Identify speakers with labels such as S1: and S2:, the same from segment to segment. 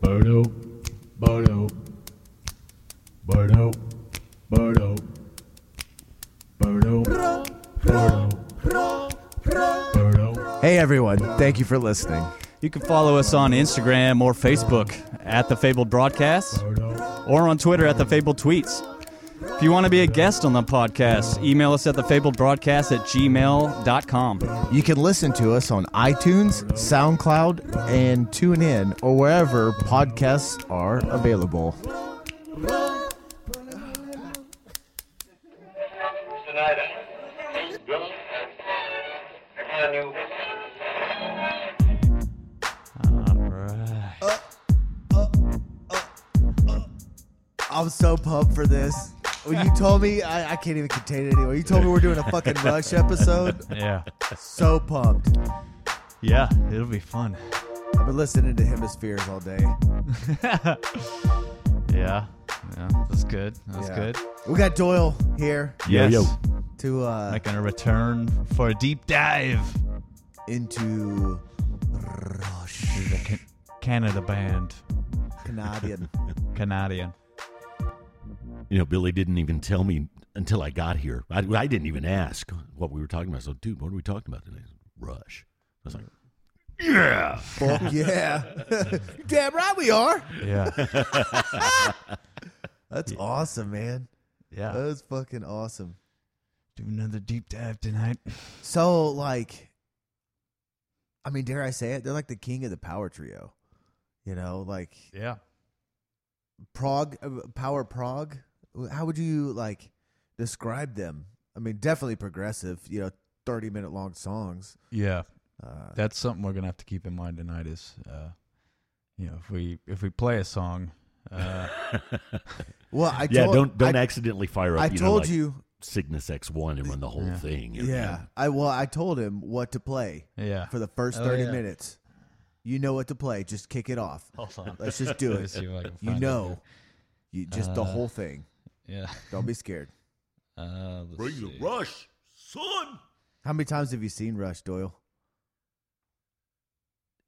S1: Bodo, Bodo, Bodo, Bodo, Bodo, Bodo, Bodo.
S2: Hey everyone, thank you for listening.
S3: You can follow us on Instagram or Facebook at The Fabled Broadcast or on Twitter at The Fabled Tweets. If you want to be a guest on the podcast, email us at thefabledbroadcast at gmail.com.
S2: You can listen to us on iTunes, SoundCloud, and TuneIn, or wherever podcasts are available.
S4: Tonight, Bill, I kind of knew.
S2: I'm so pumped for this. When you told me, I, I can't even contain it anymore. You told me we're doing a fucking Rush episode.
S3: Yeah.
S2: So pumped.
S3: Yeah, it'll be fun.
S2: I've been listening to Hemispheres all day.
S3: Yeah. Yeah, that's good. That's
S2: Yeah.
S3: good.
S2: We got Doyle here
S3: Yes.
S1: yo.
S2: to uh,
S3: Making a return for a deep dive.
S2: into Rush
S3: Canada band,
S2: Canadian.
S3: Canadian.
S5: You know, Billy didn't even tell me until I got here. I, I didn't even ask what we were talking about. So, dude, what are we talking about today? Rush. I was like, yeah.
S2: Fuck yeah. Damn right we are.
S3: Yeah.
S2: That's awesome, man.
S3: Yeah.
S2: That was fucking awesome.
S3: Do another deep dive tonight.
S2: So like I mean, dare I say it? They're like the king of the power trio. You know, like
S3: Yeah.
S2: Prague uh, power Prague. How would you like describe them? I mean, definitely progressive, you know, 30 minute long songs.
S6: Yeah,
S2: Uh,
S6: that's something we're gonna have to keep in mind tonight. Is uh, you know, if we if we play a song, uh,
S2: well, I
S5: yeah,
S2: told,
S5: don't don't
S2: I,
S5: accidentally fire up.
S2: I
S5: you know,
S2: told
S5: like
S2: you,
S5: Cygnus X1 and run the whole
S6: Yeah.
S5: thing. you know?
S2: yeah. I well, I told him what to play
S6: yeah,
S2: for the first
S6: Oh,
S2: 30
S6: yeah.
S2: minutes. You know what to play. Just kick it off.
S6: hold on,
S2: Let's just do
S6: Let me
S2: it.
S6: see if I can
S2: You
S6: find it
S2: know, you just the
S6: Uh,
S2: whole thing.
S6: here.
S2: Don't be scared.
S6: yeah. Uh, let's
S5: Bring the
S6: see.
S5: rush, son.
S2: How many times have you seen Rush Doyle?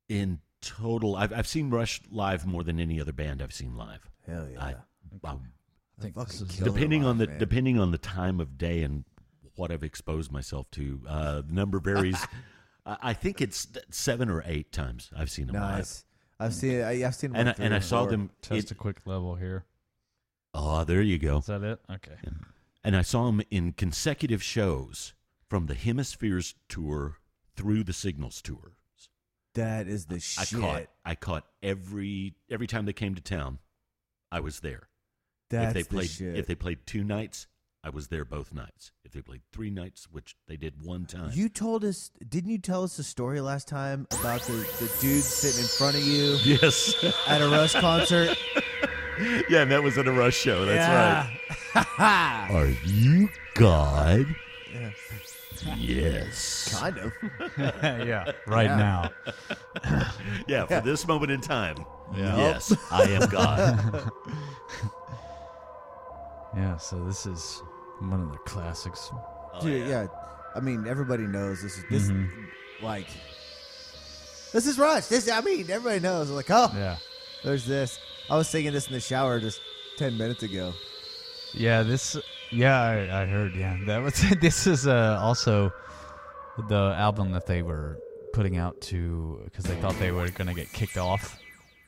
S5: In total, I've, I've seen Rush live more than any other band I've seen live.
S2: Hell yeah.
S5: I, I-
S6: I think
S2: fucking
S6: this is
S2: killed it.
S6: the,
S5: depending on the
S2: live, man.
S5: depending on the time of day and what I've exposed myself to, uh, the number varies. I I think it's seven or eight times I've seen them
S2: nice. I've seen. I, I've seen.
S5: live, and I,
S2: one
S5: and
S2: three
S5: I
S2: or
S5: saw
S2: four.
S5: them.
S6: test
S5: it-
S6: a quick level here.
S5: oh, there you go.
S6: Is that it? Okay.
S5: And I saw them in consecutive shows from the Hemispheres tour through the Signals tour.
S2: That is the
S5: I
S2: shit.
S5: caught I caught every every time they came to town, I was there.
S2: That's
S5: if they
S2: the
S5: played
S2: shit.
S5: if they played two nights, I was there both nights. If they played three nights, which they did one time.
S2: you told us, didn't you tell us the story last time about the, the dude sitting in front of you
S5: yes.
S2: at a Rush concert?
S5: yeah, and that was at a Rush show. That's
S2: yeah.
S5: right. Are you God? Yes.
S2: kind of.
S6: yeah, right
S2: Yeah.
S6: now.
S5: Yeah, for this moment in time.
S6: Yeah.
S5: Yes, I am God.
S6: Yeah, so this is one of the classics.
S5: Oh,
S2: Dude, Oh, yeah. I mean, everybody knows this is this
S5: Mm-hmm.
S2: like this is Rush. This I mean, everybody knows. Like, oh,
S6: Yeah,
S2: there's this. I was singing this in the shower just ten minutes ago.
S6: yeah. This, yeah, I, I heard. Yeah, that was. this is uh, also the album that they were putting out to because they thought they were gonna get kicked off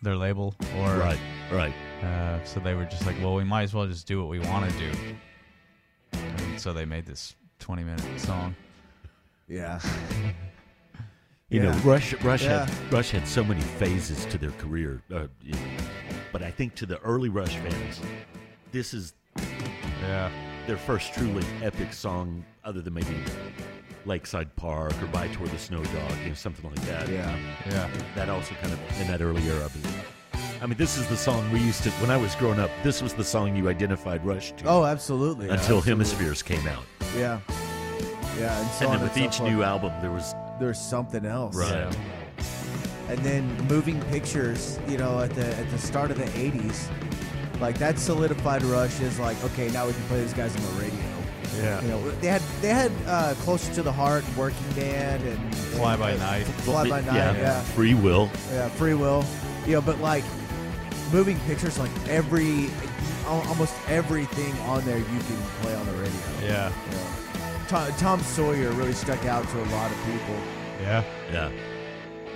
S6: their label or
S5: right, right.
S6: Uh, so they were just like, well, we might as well just do what we want to do. And so they made this 20 minute song.
S2: Yeah. Yeah.
S5: You know, Rush Rush
S2: Yeah.
S5: had Rush had so many phases to their career, uh, you know, but I think to the early Rush fans, this is
S6: Yeah.
S5: their first truly epic song, other than maybe Lakeside Park or By Toward the Snow Dog, you know, something like that.
S2: Yeah.
S6: Yeah.
S5: That also kind of in that early era. but- I mean, this is the song we used to when I was growing up. This was the song you identified Rush to
S2: Oh, absolutely.
S5: until Hemispheres came out,
S2: Yeah. Yeah. And, so
S5: and
S2: on
S5: then with
S2: so
S5: each
S2: forth.
S5: new album, there was
S2: there's something else.
S5: Right.
S6: Yeah.
S2: And then moving pictures, you know, at the at the start of the '80s, like that solidified Rush is like, okay, now we can play these guys on the radio.
S6: Yeah.
S2: You know, they had they had uh, closer to the heart, working man, and
S6: Fly by
S2: and-
S6: Night.
S2: fly by night, yeah.
S5: Free will.
S2: Yeah, free will. You know, but like moving pictures, like every al- almost everything on there you can play on the radio.
S6: Yeah.
S2: You know. Tom, Tom Sawyer really stuck out to a lot of people.
S6: Yeah.
S5: Yeah.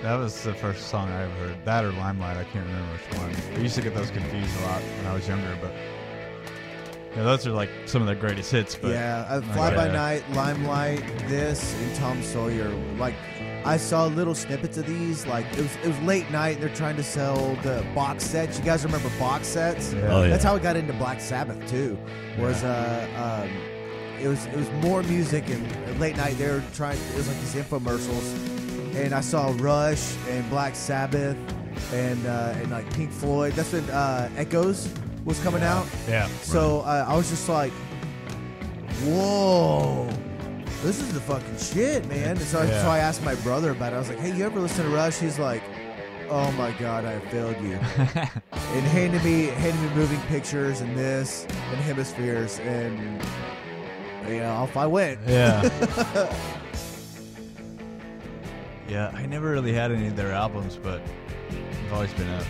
S6: That was the first song I ever heard. That or Limelight, I can't remember which one. I used to get those confused a lot when I was younger, but yeah, those are like some of their greatest hits. But
S2: yeah, uh,
S6: my
S2: Fly by
S6: God.
S2: Night, Limelight, this, and Tom Sawyer. Like, I saw little snippets of these. Like, it was it was late night. and They're trying to sell the box sets. You guys remember box sets?
S6: Yeah.
S5: Oh, yeah.
S2: That's how I got into Black Sabbath too. Was uh, um, it was it was more music and and late night. They were trying. It was like these infomercials, and I saw Rush and Black Sabbath and uh, and like Pink Floyd. That's when uh, Echoes was coming out.
S6: yeah,
S2: So uh, I was just like, whoa, this is the fucking shit, man. And so, I,
S6: Yeah.
S2: so I asked my brother about it. I was like, hey, you ever listen to Rush? He's like, oh my God, I failed you. and handed me, handed me moving pictures and this and hemispheres. And, you know, off I went.
S6: yeah, yeah. I never really had any of their albums, but I've always been a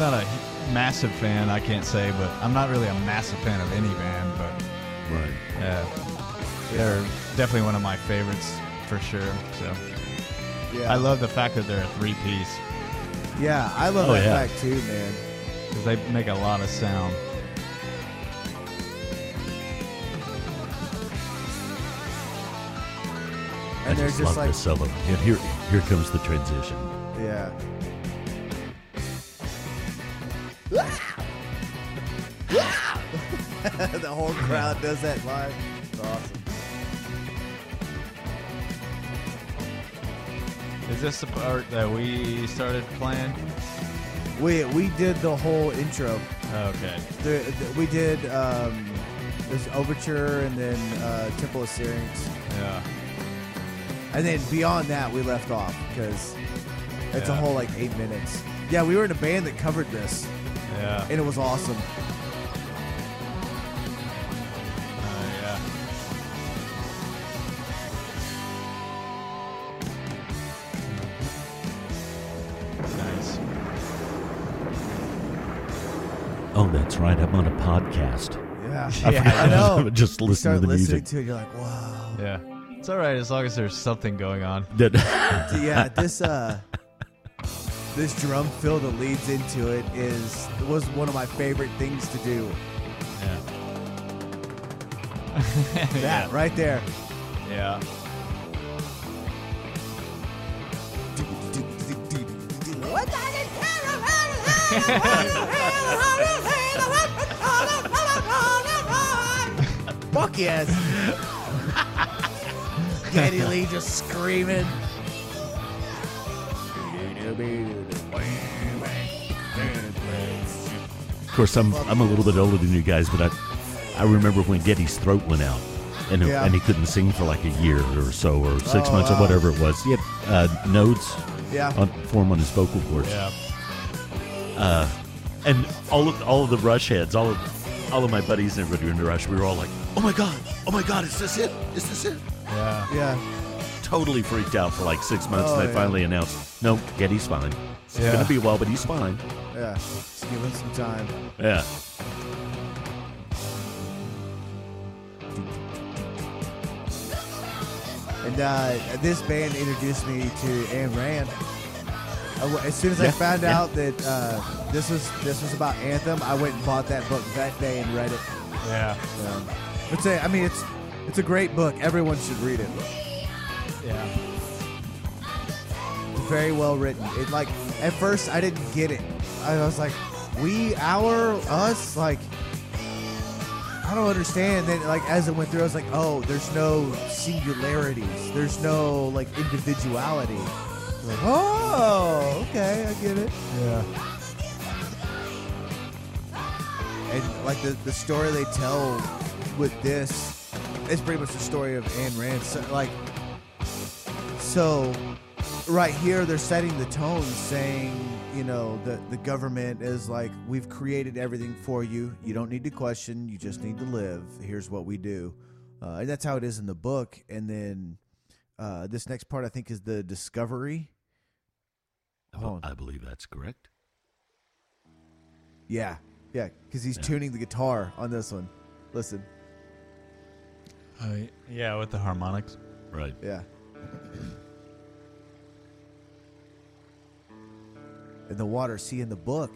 S6: not a massive fan. I can't say, but I'm not really a massive fan of any band, but
S5: Right.
S6: yeah, they're definitely one of my favorites for sure. So
S2: Yeah.
S6: I love the fact that they're a three piece.
S2: yeah, I love
S5: Oh,
S2: that
S5: yeah.
S2: fact too, man.
S6: Because they make a lot of sound.
S2: And
S5: I
S2: they're
S5: just,
S2: just
S5: love
S2: like,
S5: the solo. And here, here comes the transition.
S2: yeah. the whole crowd does that live. It's awesome.
S6: Is this the part that we started playing?
S2: We we did the whole intro.
S6: Okay.
S2: The, the- we did um, this overture and then uh, Temple of Syrinx,
S6: Yeah.
S2: and then beyond that we left off because it's a
S6: Yeah.
S2: whole like eight minutes. Yeah, we were in a band that covered this,
S6: Yeah.
S2: and it was awesome.
S6: Uh, yeah. Nice.
S5: Oh, that's right. I'm on a podcast.
S2: Yeah,
S6: forgot
S2: I know.
S5: Just
S2: You
S5: listen
S2: start
S5: to the
S2: listening
S5: music.
S2: to it, you're like, wow.
S6: Yeah. It's all right as long as there's something going on.
S5: That-
S2: yeah, this uh, this drum fill that leads into it is was one of my favorite things to do.
S6: Yeah.
S2: That right there.
S6: Yeah.
S2: Fuck yes. Geddy Lee just screaming.
S5: of course, I'm I'm a little bit older than you guys, but I I remember when Getty's throat went out, and
S2: Yeah.
S5: and he couldn't sing for like a year or so, or six
S2: Oh,
S5: months
S2: wow.
S5: or whatever it was. He had uh, nodes
S2: Yeah.
S5: on form on his vocal cords.
S6: Yeah.
S5: and all of all of the rush heads, all of all of my buddies and everybody in the rush, we were all like, "Oh my god, oh my god, is this it? Is this it?"
S6: Yeah.
S2: Yeah.
S5: Totally freaked out for like six months,
S2: Oh,
S5: and they
S2: yeah.
S5: finally announced, "No, Getty's fine. It's
S6: Yeah.
S5: gonna be a while, but he's fine."
S2: Yeah. Just give him some time.
S5: Yeah,
S2: And uh, this band introduced me to Anne Rand. I w- As soon as I
S5: Yeah,
S2: found
S5: yeah.
S2: out that uh, this was this was about Anthem, I went and bought that book that day and read it.
S6: Yeah.
S2: Um, it's a, I mean, it's it's a great book. Everyone should read it.
S6: Yeah.
S2: Very well written. It like at first I didn't get it. I was like, we, our, us, like I don't understand. Then like as it went through, I was like, oh, there's no singularities. There's no like individuality. Like, oh, okay, I get it.
S6: Yeah.
S2: And like the, the story they tell with this is pretty much the story of Anne Rand. So, like, so right here they're setting the tone saying you know the, the government is like we've created everything for you you don't need to question you just need to live here's what we do uh, and that's how it is in the book and then uh, this next part i think is the discovery
S5: I be-
S2: Hold on.
S5: I believe that's correct.
S2: yeah yeah because he's tuning the guitar on this one listen
S6: yeah, with the harmonics.
S5: Right.
S2: yeah in the water see in the book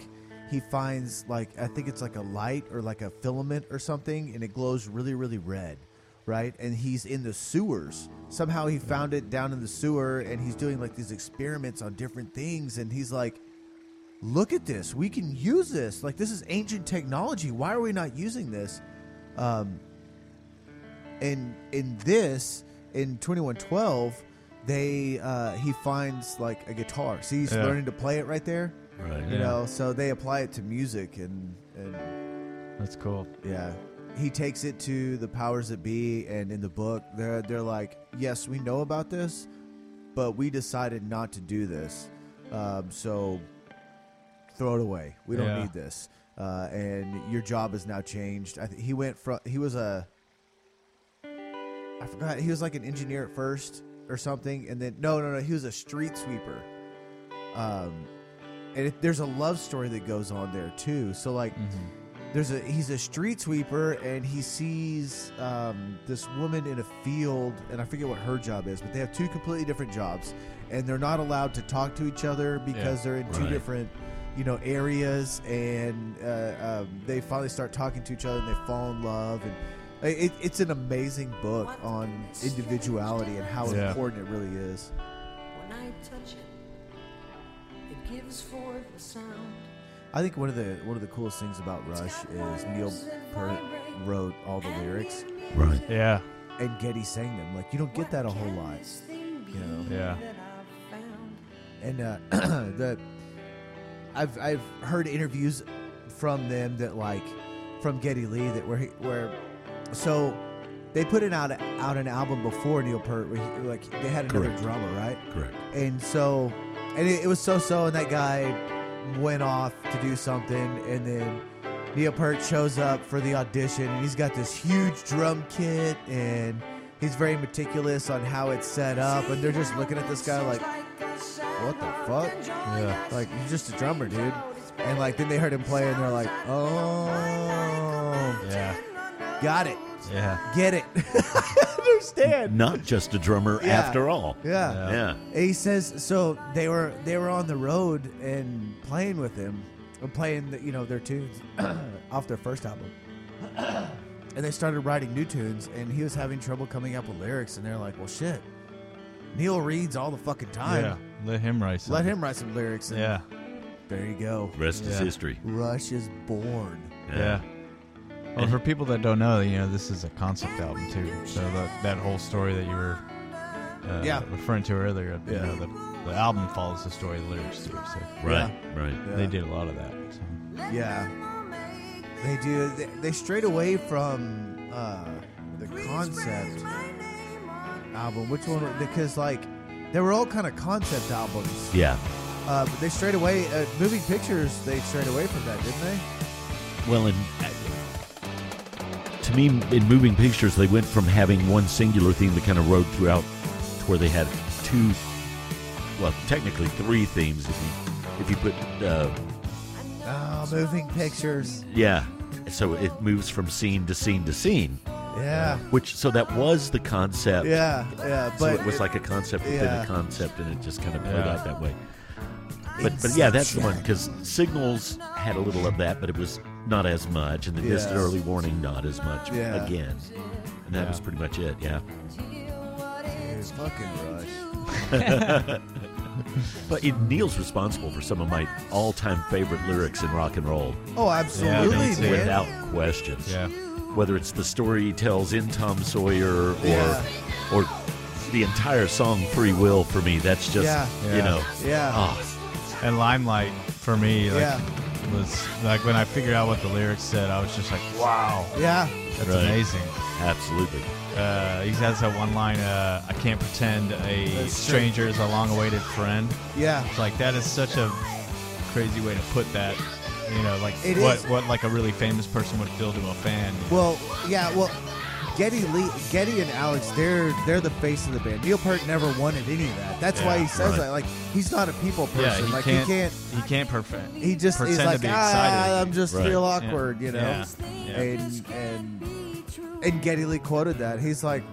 S2: he finds like i think it's like a light or like a filament or something and it glows really really red right and he's in the sewers somehow he found it down in the sewer and he's doing like these experiments on different things and he's like look at this we can use this like this is ancient technology why are we not using this um and in this in 2112 they uh he finds like a guitar see he's
S6: Yeah.
S2: learning to play it right there
S5: Right.
S2: you
S6: Yeah.
S2: know so they apply it to music and and
S6: That's cool.
S2: yeah he takes it to the powers that be and in the book they're they're like yes we know about this but we decided not to do this um, so throw it away we don't
S6: Yeah.
S2: need this uh, and your job is now changed I th- he went from he was a I forgot he was like an engineer at first or something and then no no no he was a street sweeper um, and it, there's a love story that goes on there too so like there's a he's a street sweeper and he sees um, this woman in a field and i forget what her job is but they have two completely different jobs and they're not allowed to talk to each other because they're in two
S5: Right.
S2: different you know areas and uh, um, they finally start talking to each other and they fall in love and it, it's an amazing book on individuality and how
S6: Yeah.
S2: important it really is
S7: When I touch it, it gives forth a sound.
S2: I think one of the one of the coolest things about Rush is Neil Peart wrote all the lyrics
S5: Right.
S6: Yeah.
S2: and Getty sang them. Like you don't get that a whole lot, you know.
S6: Yeah.
S2: And uh, the I've I've heard interviews from them that like from Getty Lee that where he, where so they put an out out an album before Neil Peart where he, like they had another
S5: Correct.
S2: drummer right
S5: Correct.
S2: and so and it, it was so so and that guy went off to do something and then Neil Peart shows up for the audition and he's got this huge drum kit and he's very meticulous on how it's set up and they're just looking at this guy like what the fuck
S6: Yeah.
S2: like you're just a drummer dude and like then they heard him play and they're like oh
S6: Yeah.
S2: got it
S6: Yeah.
S2: get it understand
S5: Not just a drummer
S2: Yeah.
S5: after all.
S2: yeah
S5: Yeah.
S2: And he says so they were they were on the road and playing with him, and playing the, you know their tunes off their first album, and they started writing new tunes. And he was having trouble coming up with lyrics, and they're like, "Well, shit, Neil reads all the fucking time.
S6: Yeah. Let him race.
S2: Let him write some lyrics." And
S6: Yeah.
S2: there you go.
S5: Rest is
S6: Yeah.
S5: history.
S2: Rush is born.
S6: Yeah. Well, for people that don't know, you know, this is a concept album too. So that that whole story that you were uh,
S2: Yeah.
S6: referring to earlier, you
S2: Yeah.
S6: know, the, the album follows the story of the lyrics too. So
S5: Right. Right.
S6: they
S2: Yeah.
S6: did a lot of that. So.
S2: Yeah, they do. They, they strayed away from uh, the concept album. Which one? Because like they were all kind of concept albums.
S5: Yeah.
S2: Uh, but they strayed away. Uh, moving pictures. They strayed away from that, didn't they?
S5: Well, and uh, to me, in moving pictures, they went from having one singular theme that kind of rode throughout to where they had two, well, technically three themes if you if you put, uh,
S2: Oh, moving pictures.
S5: yeah. So it moves from scene to scene to scene,
S2: Yeah,
S5: which so that was the concept.
S2: yeah, yeah.
S5: So
S2: But
S5: it was like a concept within
S2: yeah.
S5: a concept, and it just kind of played
S6: Yeah.
S5: out that way. But but yeah, that's the one because signals had a little of that, but it was not as much, and the distant
S2: Yeah.
S5: early warning not as much
S2: Yeah.
S5: again. And that was pretty much it. Yeah.
S2: Dude, fucking rush.
S5: But it, Neil's responsible for some of my all-time favorite lyrics in rock and roll,
S2: Oh, absolutely,
S6: too.
S2: man.
S5: without question.
S6: Yeah.
S5: Whether it's the story he tells in Tom Sawyer or
S2: Yeah.
S5: or the entire song Free Will for me, that's just
S2: Yeah.
S5: you
S6: Yeah.
S5: know.
S2: Yeah.
S5: ah,
S6: And Limelight for me, like
S2: Yeah.
S6: was like when I figured out what the lyrics said, I was just like, wow,
S5: Oh.
S2: Yeah.
S6: that's
S5: Right.
S6: amazing.
S5: Absolutely.
S6: Uh, he has that one line, uh, I can't pretend a
S2: That's true.
S6: stranger is a long awaited friend.
S2: Yeah.
S6: It's like that is such a crazy way to put that. You know, like
S2: It
S6: what
S2: is.
S6: what like a really famous person would feel to a fan.
S2: Well, yeah. Well, Getty Lee, Getty and Alex, they're they're the face of the band. Neil Peart never wanted any of that. That's why
S6: Yeah,
S2: he says
S5: right.
S2: that. Like he's not a people person.
S6: yeah, he
S2: like
S6: can't,
S2: he can't.
S6: he can't perfect.
S2: He just
S6: pretend
S2: is like
S6: to be
S2: ah,
S6: excited.
S2: I'm just
S5: Right.
S2: feel
S6: Yeah.
S2: awkward, you know.
S6: Yeah. Yeah.
S2: And and and Getty Lee quoted that. He's like,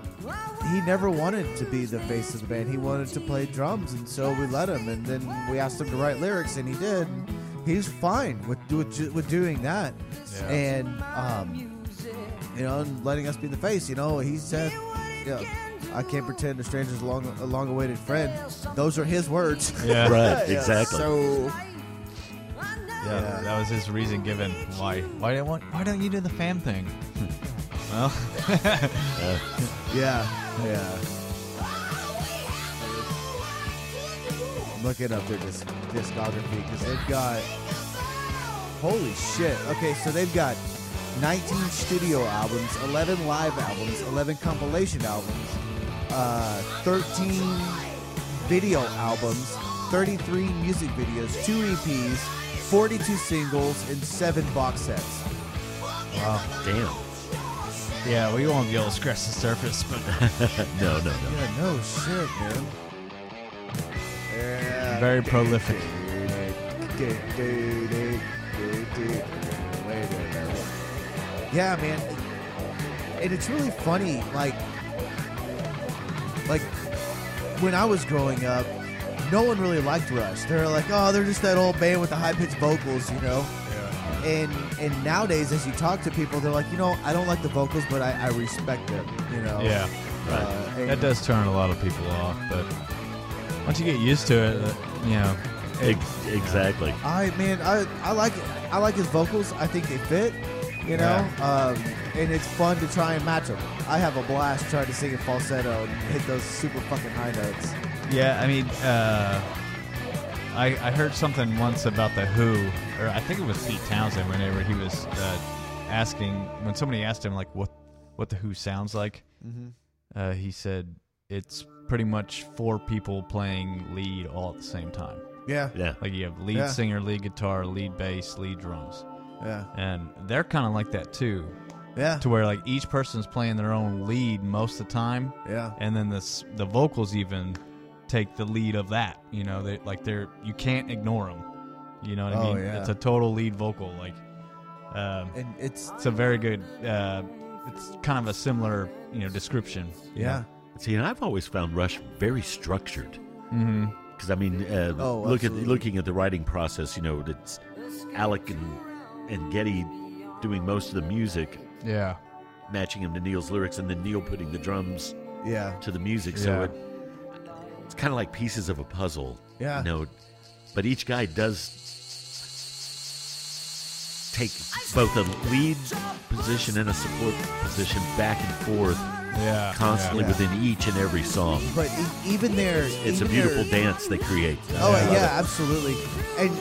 S2: he never wanted to be the face of the band. He wanted to play drums, and so we let him. And then we asked him to write lyrics, and he did. He's fine with do- with, ju- with doing that,
S6: Yeah.
S2: and um, you know, and letting us be the face. You know, he said, yeah. I can't pretend a stranger's a long, a long-awaited friend. Those are his words.
S6: Yeah.
S5: Right,
S2: Yeah,
S5: exactly.
S2: So
S6: Yeah,
S2: Yeah.
S6: that was his reason given why why don't want why don't you do the fan thing? well,
S2: Yeah, yeah. I'm looking up their disc- discography because they've got. Holy shit. Okay, so they've got 19 studio albums, 11 live albums, 11 compilation albums, uh, 13 video albums, 33 music videos, 2 EPs, 42 singles, and 7 box sets.
S5: Damn.
S6: yeah, we won't be able to scratch the surface, but
S5: No, no, no.
S2: Yeah, no shit, man. Yeah.
S6: very prolific.
S2: Yeah, man. And it's really funny, like, like when I was growing up, no one really liked Rush. They're like, oh, they're just that old band with the high pitched vocals, you know. And and nowadays, as you talk to people, they're like, you know, I don't like the vocals, but I, I respect them, you know.
S6: Yeah,
S2: Uh, and-
S6: that does turn a lot of people off, but once you get used to it, uh, you know, it,
S5: Ex- exactly.
S2: I man, I I like I like his vocals. I think they fit, you know. Um, and it's fun to try and match them. I have a blast trying to sing in falsetto and hit those super fucking high notes.
S6: yeah. I mean, uh, I I heard something once about the Who, or I think it was Pete Townsend whenever he was uh, asking when somebody asked him like what what the Who sounds like. Uh, he said it's pretty much four people playing lead all at the same time.
S2: Yeah,
S5: Yeah.
S6: Like you have lead
S2: Yeah.
S6: singer, lead guitar, lead bass, lead drums.
S2: yeah,
S6: And they're kind of like that too,
S2: yeah,
S6: to where like each person's playing their own lead most of the time,
S2: yeah.
S6: and then the s- the vocals even take the lead of that. You know, they like they're you can't ignore them. You know what I
S2: Oh,
S6: mean?
S2: yeah.
S6: It's a total lead vocal. Like, um,
S2: And it's
S6: it's a very good. Uh, it's kind of a similar you know description.
S2: yeah,
S5: See, and I've always found Rush very structured.
S6: Mm-hmm.
S5: Because I mean, uh,
S2: Oh,
S5: look at
S2: absolutely.
S5: looking at the writing process. You know, it's Alec and and Getty doing most of the music,
S6: Yeah.
S5: matching him to Neil's lyrics, and then Neil putting the drums
S2: yeah,
S5: to the music. So
S6: Yeah.
S5: it, it's kind of like pieces of a puzzle.
S2: Yeah.
S5: You know, but each guy does take both a lead position and a support position back and forth
S6: Yeah.
S5: constantly
S2: Yeah.
S5: within each and every song.
S2: But e- even their
S5: It's a
S2: even
S5: beautiful
S2: their-
S5: dance they create.
S2: Oh
S5: I love
S2: yeah,
S5: it.
S2: absolutely. And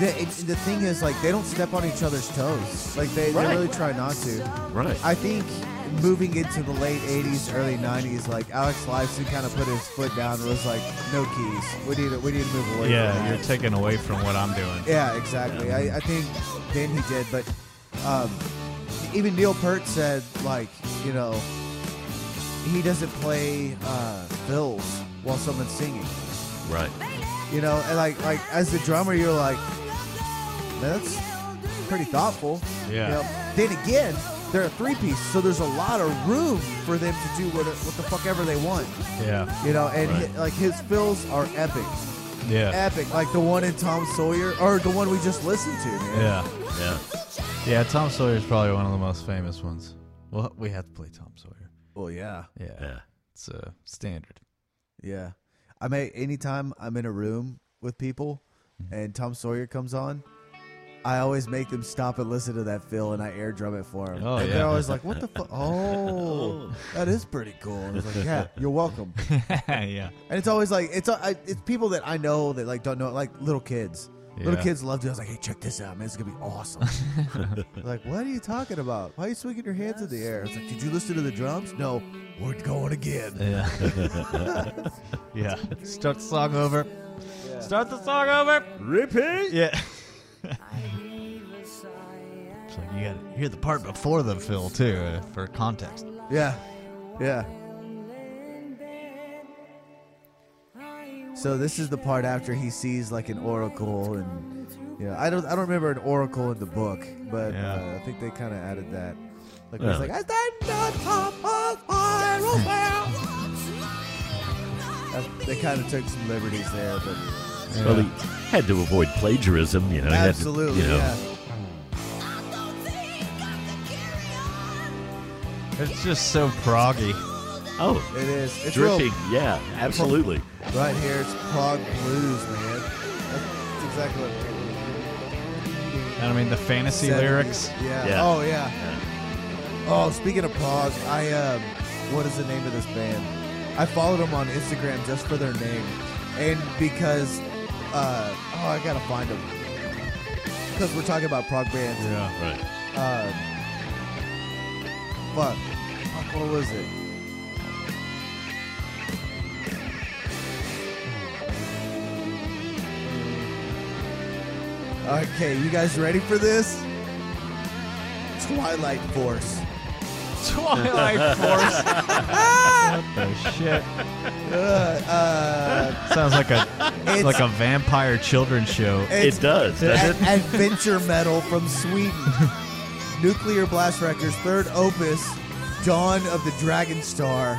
S2: the it, the thing is, like, they don't step on each other's toes. Like they,
S5: Right.
S2: they really try not to.
S5: Right.
S2: I think moving into the late 80s, early 90s, like Alex Lifeson kind of put his foot down and was like, no keys. We need to, we need to move away from
S6: Yeah,
S2: that."
S6: you're taking away from what I'm doing.
S2: Yeah, exactly. I, I think then he did, but um, even Neil Peart said, like, you know, he doesn't play uh, fills while someone's singing.
S5: Right.
S2: You know, and like, like as the drummer, you're like, that's pretty thoughtful.
S6: Yeah.
S2: You know, Then again, they're a three piece, so there's a lot of room for them to do what, what the fuck ever they want.
S6: Yeah.
S2: You know, and
S5: Right.
S2: hi- like his fills are epic,
S6: Yeah.
S2: epic. Like the one in Tom Sawyer, or the one we just listened to. Man.
S6: Yeah.
S5: Yeah.
S6: Yeah, Tom Sawyer is probably one of the most famous ones. Well, we have to play Tom Sawyer.
S2: Well, yeah,
S6: Yeah,
S5: Yeah.
S6: it's a uh, standard.
S2: yeah. I may anytime I'm in a room with people,
S6: Mm-hmm.
S2: and Tom Sawyer comes on. I always make them stop and listen to that fill, and I air drum it for them.
S6: Oh,
S2: and
S6: yeah.
S2: they're always like, "What the fuck? Oh, that is pretty cool." And I was like, "Yeah, you're welcome."
S6: yeah,
S2: And it's always like it's I, it's people that I know that like don't know like little kids. Little
S6: Yeah.
S2: kids loved it. I was like, hey, check this out, man. It's going to be awesome. They're like, what are you talking about? Why are you swinging your hands in the air? I was like, did you listen to the drums? No, we're going again.
S6: Yeah. yeah. Start the song over. Start the song over.
S5: Repeat.
S6: Yeah. it's like you gotta hear the part before the fill too uh, for context.
S2: Yeah. Yeah. So this is the part after he sees like an oracle and yeah, I don't I don't remember an oracle in the book, but
S6: Yeah.
S2: uh, I think they kind of added that. Like it's
S5: Yeah.
S2: like I stand on top of my rope." Uh, They kind of took some liberties there, but
S5: Well, he had to avoid plagiarism, you know. he had to,
S2: absolutely,
S5: you know,
S2: yeah.
S6: It's just so proggy.
S5: Oh,
S2: It is. It's real-
S5: dripping. Yeah, absolutely.
S2: Right here, it's prog blues, man. That's exactly what.
S6: And I mean the fantasy
S2: 70s.
S6: lyrics.
S2: Yeah.
S5: Yeah.
S2: Oh yeah. Oh, speaking of prog, I um, what is the name of this band? I followed them on Instagram just for their name, and because, uh, oh, I gotta find them because we're talking about prog bands.
S6: Yeah.
S5: Right.
S2: Uh, fuck. Fuck, what was it? Okay, you guys ready for this? Twilight Force.
S6: Twilight Force. shit.
S2: Uh, uh,
S6: Sounds like a
S2: it's
S6: like a vampire children's show.
S2: it's
S5: it does. doesn't it?
S2: ad- adventure metal from Sweden. Nuclear Blast Records, third opus, Dawn of the Dragon Star,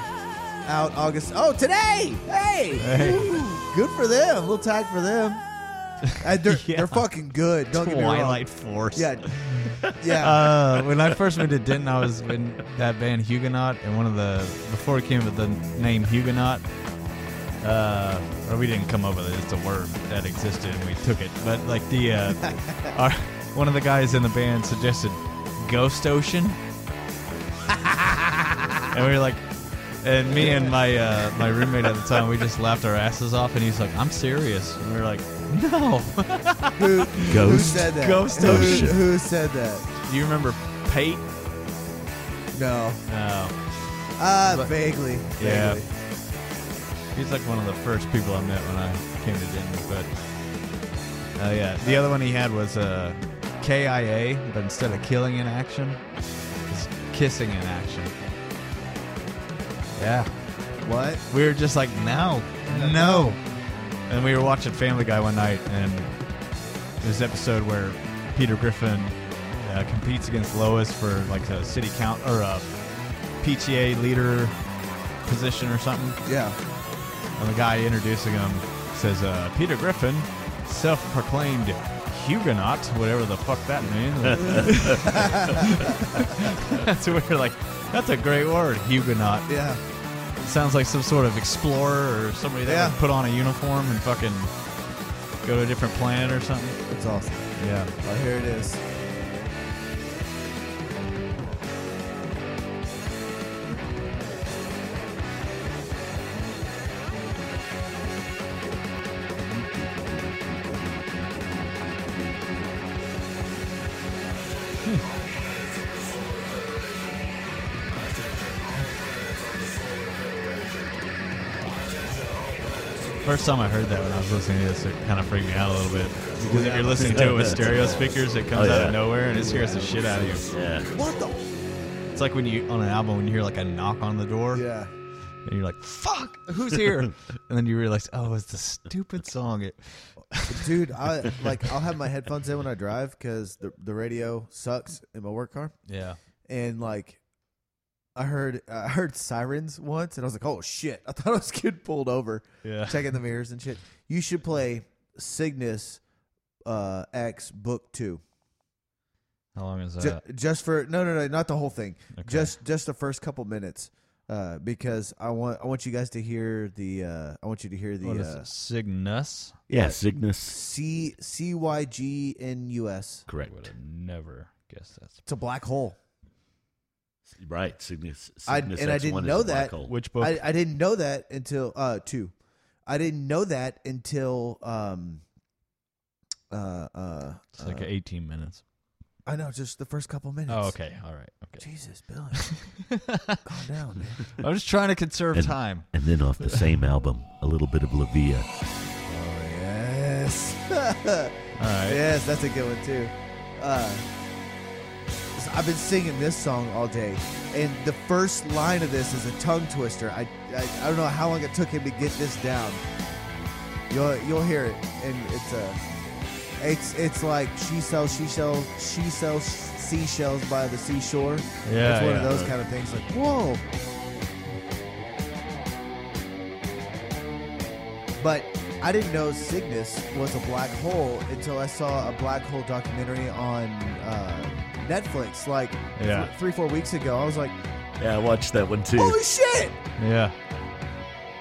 S2: out August. Oh, today! Hey!
S6: Hey.
S2: Ooh, good for them. little tag for them. And they're,
S6: Yeah.
S2: they're fucking good. Don't get me wrong.
S6: Twilight Force.
S2: Yeah. Yeah.
S6: Uh, when I first moved to Denton, I was in that band Huguenot, and one of the before it came with the name Huguenot. Uh, or we didn't come up with it; it's a word that existed, and we took it. But like the uh, our, one of the guys in the band suggested Ghost Ocean, and we were like, and me and my uh, my roommate at the time, we just laughed our asses off, and he's like, "I'm serious," and we were like, "No."
S2: who, who
S5: Ghost-
S2: said that?
S6: Ghost
S2: who,
S5: Ocean.
S2: who said that?
S6: Do you remember Pate?
S2: No.
S6: No.
S2: Uh,
S6: But-
S2: vaguely.
S6: Yeah.
S2: Vaguely.
S6: He's like one of the first people I met when I came to Denton. But uh, yeah, the other one he had was uh, KIA, but instead of killing in action, it's kissing in action. Yeah,
S2: What?
S6: we were just like, no, no. And we were watching Family Guy one night, and this episode where Peter Griffin uh, competes against Lois for like a city count or uh, a PTA leader position or something.
S2: Yeah.
S6: And the guy introducing him says, uh, Peter Griffin, self proclaimed Huguenot, whatever the fuck that means. that's weird. Like, that's a great word, Huguenot.
S2: Yeah.
S6: It sounds like some sort of explorer or somebody that
S2: Yeah.
S6: would put on a uniform and fucking go to a different planet or something.
S2: It's awesome.
S6: Yeah.
S2: Oh, here it is.
S6: First time I heard that when I was listening to this, it kind of freaked me out a little bit. Because if you're listening to it with stereo speakers, it comes
S5: Oh,
S6: out
S5: yeah.
S6: of nowhere and it scares the shit out of you.
S5: Yeah.
S2: What the?
S6: It's like when you on an album when you hear like a knock on the door.
S2: Yeah.
S6: And you're like, fuck, who's here? and then you realize, oh, it's the stupid song. It,
S2: dude i like i'll have my headphones in when i drive because the, the radio sucks in my work car
S6: yeah.
S2: and like i heard i heard sirens once and i was like oh shit i thought i was getting pulled over
S6: Yeah.
S2: checking the mirrors and shit you should play cygnus uh x book two
S6: How long is
S2: Ju-
S6: that?
S2: just for no no no not the whole thing just just the first couple minutes uh, because I want I want you guys to hear the uh, I want you to hear the
S6: what is
S2: uh,
S6: it? Cygnus?
S5: Yeah. Cygnus.
S2: C C Y G N U S.
S5: Correct.
S6: Never guess that's.
S2: It's a black hole.
S5: Right. Cygnus.
S2: I-
S5: Cygnus
S2: and I
S5: X1
S2: didn't
S5: is
S2: know
S5: a black
S2: that.
S5: hole.
S6: Which book?
S2: I, I didn't know that until uh two. I didn't know that until um uh, uh,
S6: It's like
S2: uh,
S6: 18 minutes.
S2: I know, just the first couple minutes.
S6: Oh, okay. All right. Okay.
S2: Jesus, Billy, calm down, man.
S6: I'm just trying to conserve
S5: And-
S6: time.
S5: And then off the same album, a little bit of La Via.
S2: Oh, Yes.
S6: All right.
S2: yes, that's a good one too. Uh, so I've been singing this song all day, and the first line of this is a tongue twister. I, I, I don't know how long it took him to get this down. You'll you'll hear it, and it's a, it's it's like she sells she sells she sells seashells by the seashore.
S6: Yeah,
S2: it's one of
S6: yeah.
S2: those kind of things. Like whoa. But I didn't know Cygnus was a black hole until I saw a black hole documentary on uh, Netflix like
S6: Yeah.
S2: th- three, four weeks ago. I was like,
S5: Yeah, I watched that one too.
S2: holy shit,
S6: Yeah.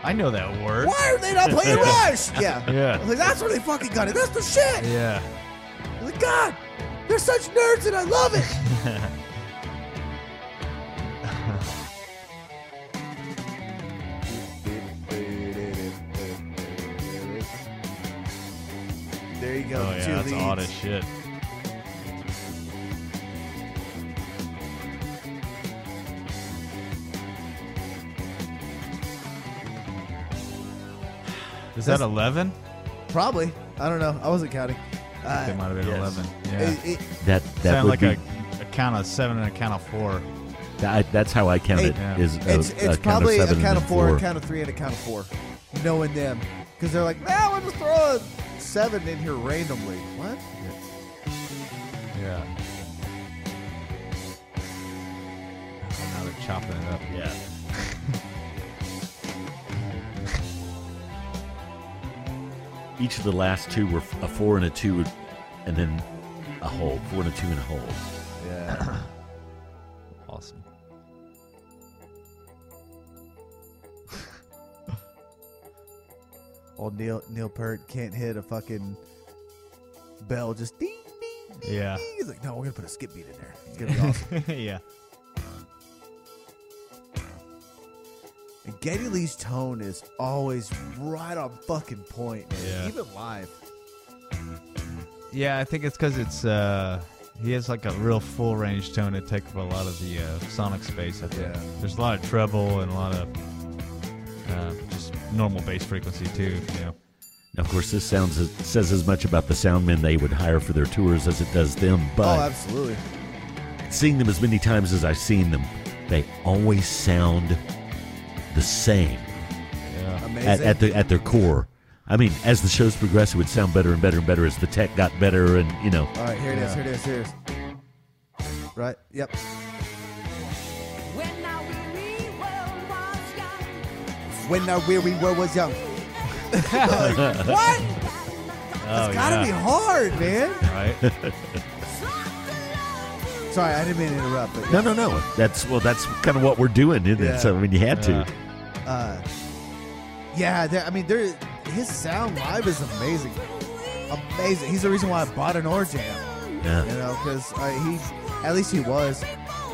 S6: I know that word.
S2: why are they not playing Rush? Yeah. I
S6: Yeah.
S2: was like, that's where they fucking got it. That's the shit.
S6: Yeah.
S2: I was like, God, they're such nerds and I love it. There you go.
S6: Oh yeah,
S2: two
S6: that's
S2: leads.
S6: odd as shit. Is that
S2: That's-
S6: eleven?
S2: Probably. I don't know. I wasn't counting. Uh,
S6: It might have been
S5: yes.
S6: eleven. Yeah.
S2: it- it-
S5: That that
S6: Sound
S5: would
S6: like
S5: be.
S6: a, a count of seven and a count of four.
S5: that- I- that's how I count it.
S6: Yeah.
S5: Is a,
S2: it's
S5: a
S2: it's
S5: count
S2: probably
S5: of
S2: a
S5: seven and
S2: count
S5: then
S2: of four,
S5: four.
S2: a count of three, and a count of four. Knowing them, because they're like, now we're just throwing seven in here randomly. What?
S6: Yeah. Now they're chopping it up.
S5: Yeah. Each of the last two were f- a four and a two, and then a hole. Four and a two and a hole.
S2: Yeah.
S6: Awesome.
S2: Old Neil Neil Peart can't hit a fucking bell. Just ding ding. ding
S6: Yeah.
S2: ding. He's like, no, we're gonna put a skip beat in there. It's gonna be awesome.
S6: yeah.
S2: and Geddy Lee's tone is always right on fucking point, man.
S6: Yeah.
S2: Even live.
S6: Yeah, I think it's because it's uh, he has like a real full range tone to take up a lot of the uh, sonic space. I think
S2: Yeah.
S6: there's a lot of treble and a lot of uh, just normal bass frequency too. You know.
S5: Now, of course, this sounds as, says as much about the sound men they would hire for their tours as it does them.
S2: Oh,
S5: But
S2: absolutely.
S5: seeing them as many times as I've seen them, they always sound the same
S2: Amazing.
S5: at, at the at their core. I mean, as the shows progressed, it would sound better and better and better as the tech got better, and you know,
S2: All right, here it is. Here it is. Here it is. Right. Yep.
S7: When our weary world was young,
S2: When our weary world was young.
S7: what?
S5: Oh,
S2: it's gotta be hard, man.
S6: Right.
S2: Sorry, I didn't mean to interrupt. But
S5: no, no, no. That's well, that's kind of what we're doing, isn't
S2: Yeah.
S5: it? So I mean, you had to.
S6: Yeah.
S2: Uh, yeah, there, I mean, there. His sound live is amazing, amazing. He's the reason why I bought an Orjam,
S5: Yeah.
S2: you know, because uh, he, at least he was,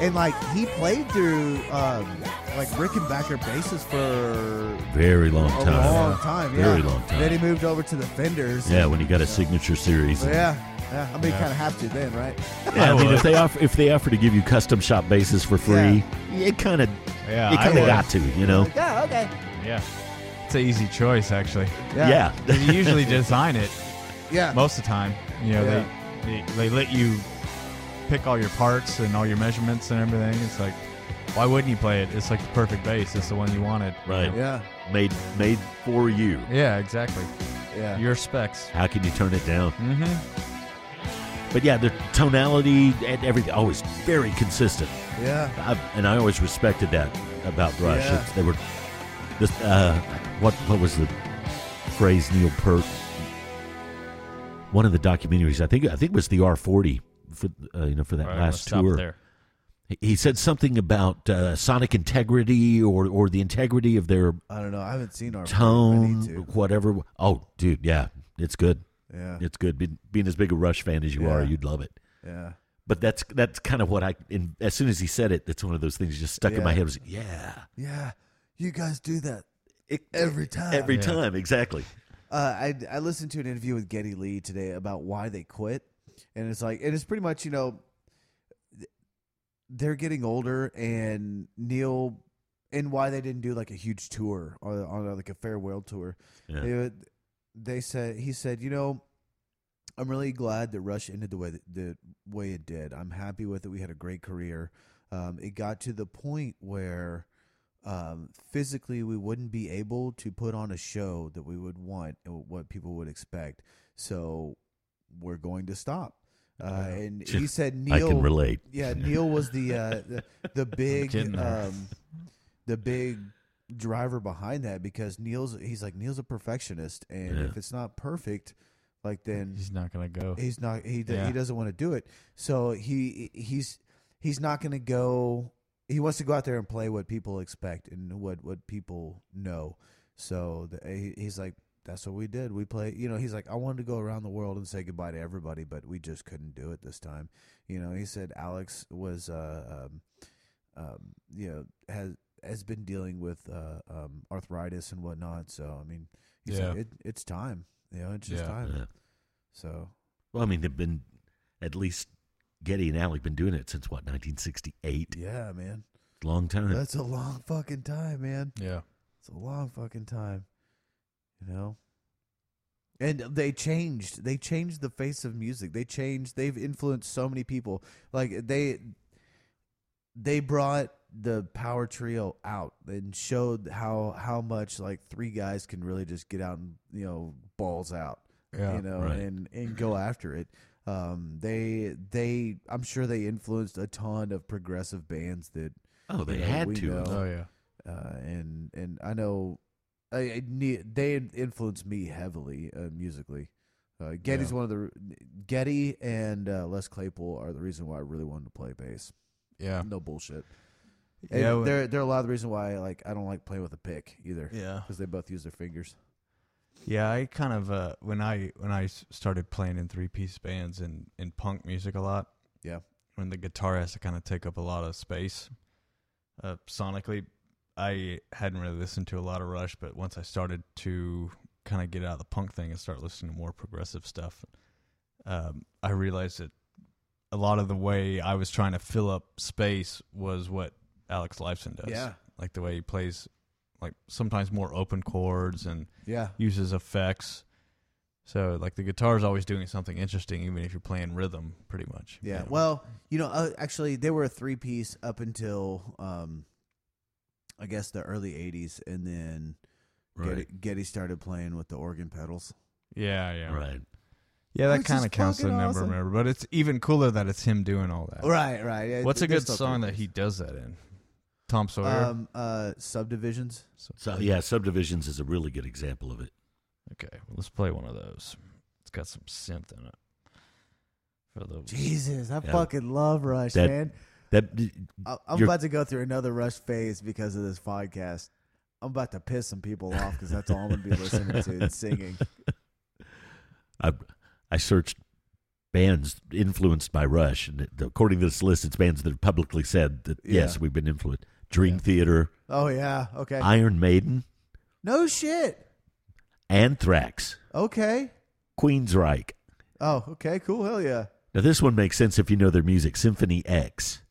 S2: and like he played through um, like Rickenbacker basses for
S5: Very long
S2: a
S5: time.
S2: long time, yeah.
S5: Very long time.
S2: Then he moved over to the Fenders.
S5: Yeah, when you got a signature series.
S2: So, yeah, yeah. I mean, kind of have to then, right?
S5: Yeah, I mean, if they offer if they offer to give you custom shop bases for free, it kind of
S6: Yeah.
S5: it
S6: I
S5: kind of
S6: would.
S5: got to, you know.
S2: Like, yeah, okay.
S6: Yeah. It's an easy choice actually.
S5: Yeah,
S6: You usually design it
S2: yeah.
S6: most of the time. You know,
S2: Yeah.
S6: they, they they let you pick all your parts and all your measurements and everything. It's like, why wouldn't you play it? It's like the perfect bass. It's the one you wanted.
S5: right.
S2: yeah,
S5: Made made for you.
S6: Yeah, exactly.
S2: yeah,
S6: Your specs.
S5: How can you turn it down?
S6: Mm-hmm.
S5: But yeah, the tonality and everything always very consistent,
S2: yeah.
S5: I, and I always respected that about Rush.
S2: Yeah.
S5: It's- They were this. Uh, what what was the phrase Neil Peart? One of the documentaries, I think, I think it was the R forty for uh, you know for that
S6: All right, let's
S5: last
S6: stop
S5: tour.
S6: there.
S5: He said something about uh, sonic integrity or, or the integrity of their
S2: I don't know. I haven't seen our
S5: tone,
S2: I need to.
S5: whatever. Oh, dude, yeah, it's good.
S2: Yeah,
S5: It's good. Being, being as big a Rush fan as you are,
S2: Yeah.
S5: you'd love it.
S2: yeah.
S5: But that's that's kind of what I. In, as soon as he said it, that's one of those things that just stuck in my
S2: Yeah.
S5: head. Was yeah,
S2: Yeah, you guys do that every time.
S5: every
S6: Yeah.
S5: time exactly.
S2: Uh, I I listened to an interview with Getty Lee today about why they quit, and it's like and it's pretty much you know th- they're getting older and Neil and why they didn't do like a huge tour or on like a farewell tour.
S5: Yeah.
S2: They would- they said he said you know. I'm really glad that Rush ended the way that, the way it did. I'm happy with it. We had a great career. Um, it got to the point where um, physically we wouldn't be able to put on a show that we would want and what people would expect. So we're going to stop. Uh, and he said, Neil,
S5: I can relate.
S2: yeah, Neil was the uh, the, the big
S6: kidding there.
S2: um, the big driver behind that because Neil's he's like Neil's a perfectionist, and
S5: Yeah.
S2: if it's not perfect, like then
S6: He's not gonna go.
S2: he's not he d
S6: Yeah.
S2: he doesn't want to do it. So he he's he's not going to go. He wants to go out there and play what people expect and what what people know. So the, he, he's like. That's what we did. We play, you know. He's like, I wanted to go around the world and say goodbye to everybody, but we just couldn't do it this time. You know, he said Alex was uh, um, um, you know has has been dealing with uh, um, arthritis and whatnot. So I mean, he's
S6: Yeah.
S2: like, it, it's time. You know, it's just
S6: Yeah.
S2: time.
S5: Yeah.
S2: So
S5: Well, I mean, they've been at least Getty and Alec been doing it since what 1968.
S2: yeah, man,
S5: Long time.
S2: that's a long fucking time, man.
S6: yeah.
S2: It's a long fucking time. You know. And they changed. They changed the face of music. They changed. They've influenced so many people. Like they they brought the power trio out and showed how how much like three guys can really just get out and you know balls out
S6: Yeah.
S2: you know
S5: Right.
S2: and and go after it um they they i'm sure they influenced a ton of progressive bands that
S5: oh, they
S2: you know,
S5: had
S2: we
S5: to.
S2: know.
S6: Oh yeah.
S2: uh, and and I know I, I need, they influenced me heavily uh, musically. Uh, Getty's
S6: Yeah.
S2: one of the Getty and uh, Les Claypool are the reason why I really wanted to play bass.
S6: Yeah.
S2: No bullshit. And
S6: Yeah.
S2: they're they're a lot of the reason why like I don't like playing with a pick either.
S6: Yeah.
S2: because they both use their fingers.
S6: Yeah, I kind of uh, when I when I s- started playing in three piece bands and in punk music a lot.
S2: Yeah.
S6: when the guitar has to kind of take up a lot of space, uh, sonically, I hadn't really listened to a lot of Rush, but once I started to kind of get out of the punk thing and start listening to more progressive stuff, um, I realized that a lot of the way I was trying to fill up space was what Alex Lifeson does.
S2: Yeah.
S6: like the way he plays, like sometimes more open chords and
S2: Yeah,
S6: uses effects. So like the guitar is always doing something interesting, even if you're playing rhythm, pretty much.
S2: yeah.
S6: You know?
S2: Well, you know, uh, actually, they were a three piece up until um, I guess the early '80s, and then
S5: Right.
S2: Getty, Getty started playing with the organ pedals.
S6: yeah, yeah,
S5: Right.
S6: yeah. That
S2: Which
S6: kind
S2: is
S6: of counts as a
S2: fucking
S6: member
S2: awesome.
S6: member, but it's even cooler that it's him doing all that.
S2: Right, right. Yeah,
S6: What's a
S2: they're
S6: good
S2: still
S6: song
S2: three
S6: that he
S2: piece.
S6: does that in? Tom Sawyer.
S2: Um, uh, subdivisions.
S5: So yeah, subdivisions is a really good example of it.
S6: okay, well, let's play one of those. It's got some synth in it. For the
S2: Jesus, I
S5: Yeah.
S2: fucking love Rush,
S5: That-
S2: man.
S5: That
S2: I, I'm
S5: you're-
S2: about to go through another Rush phase because of this podcast. I'm about to piss some people off because that's all I'm gonna be listening to and singing.
S5: I I searched bands influenced by Rush, and it- according to this list, it's bands that have publicly said that
S2: Yeah.
S5: yes, we've been influenced. Dream
S2: Yeah.
S5: Theater,
S2: Oh yeah, okay.
S5: Iron Maiden,
S2: no shit.
S5: Anthrax,
S2: Okay.
S5: Queensryche.
S2: Oh, okay. Cool. Hell yeah,
S5: Now this one makes sense if you know their music. Symphony X.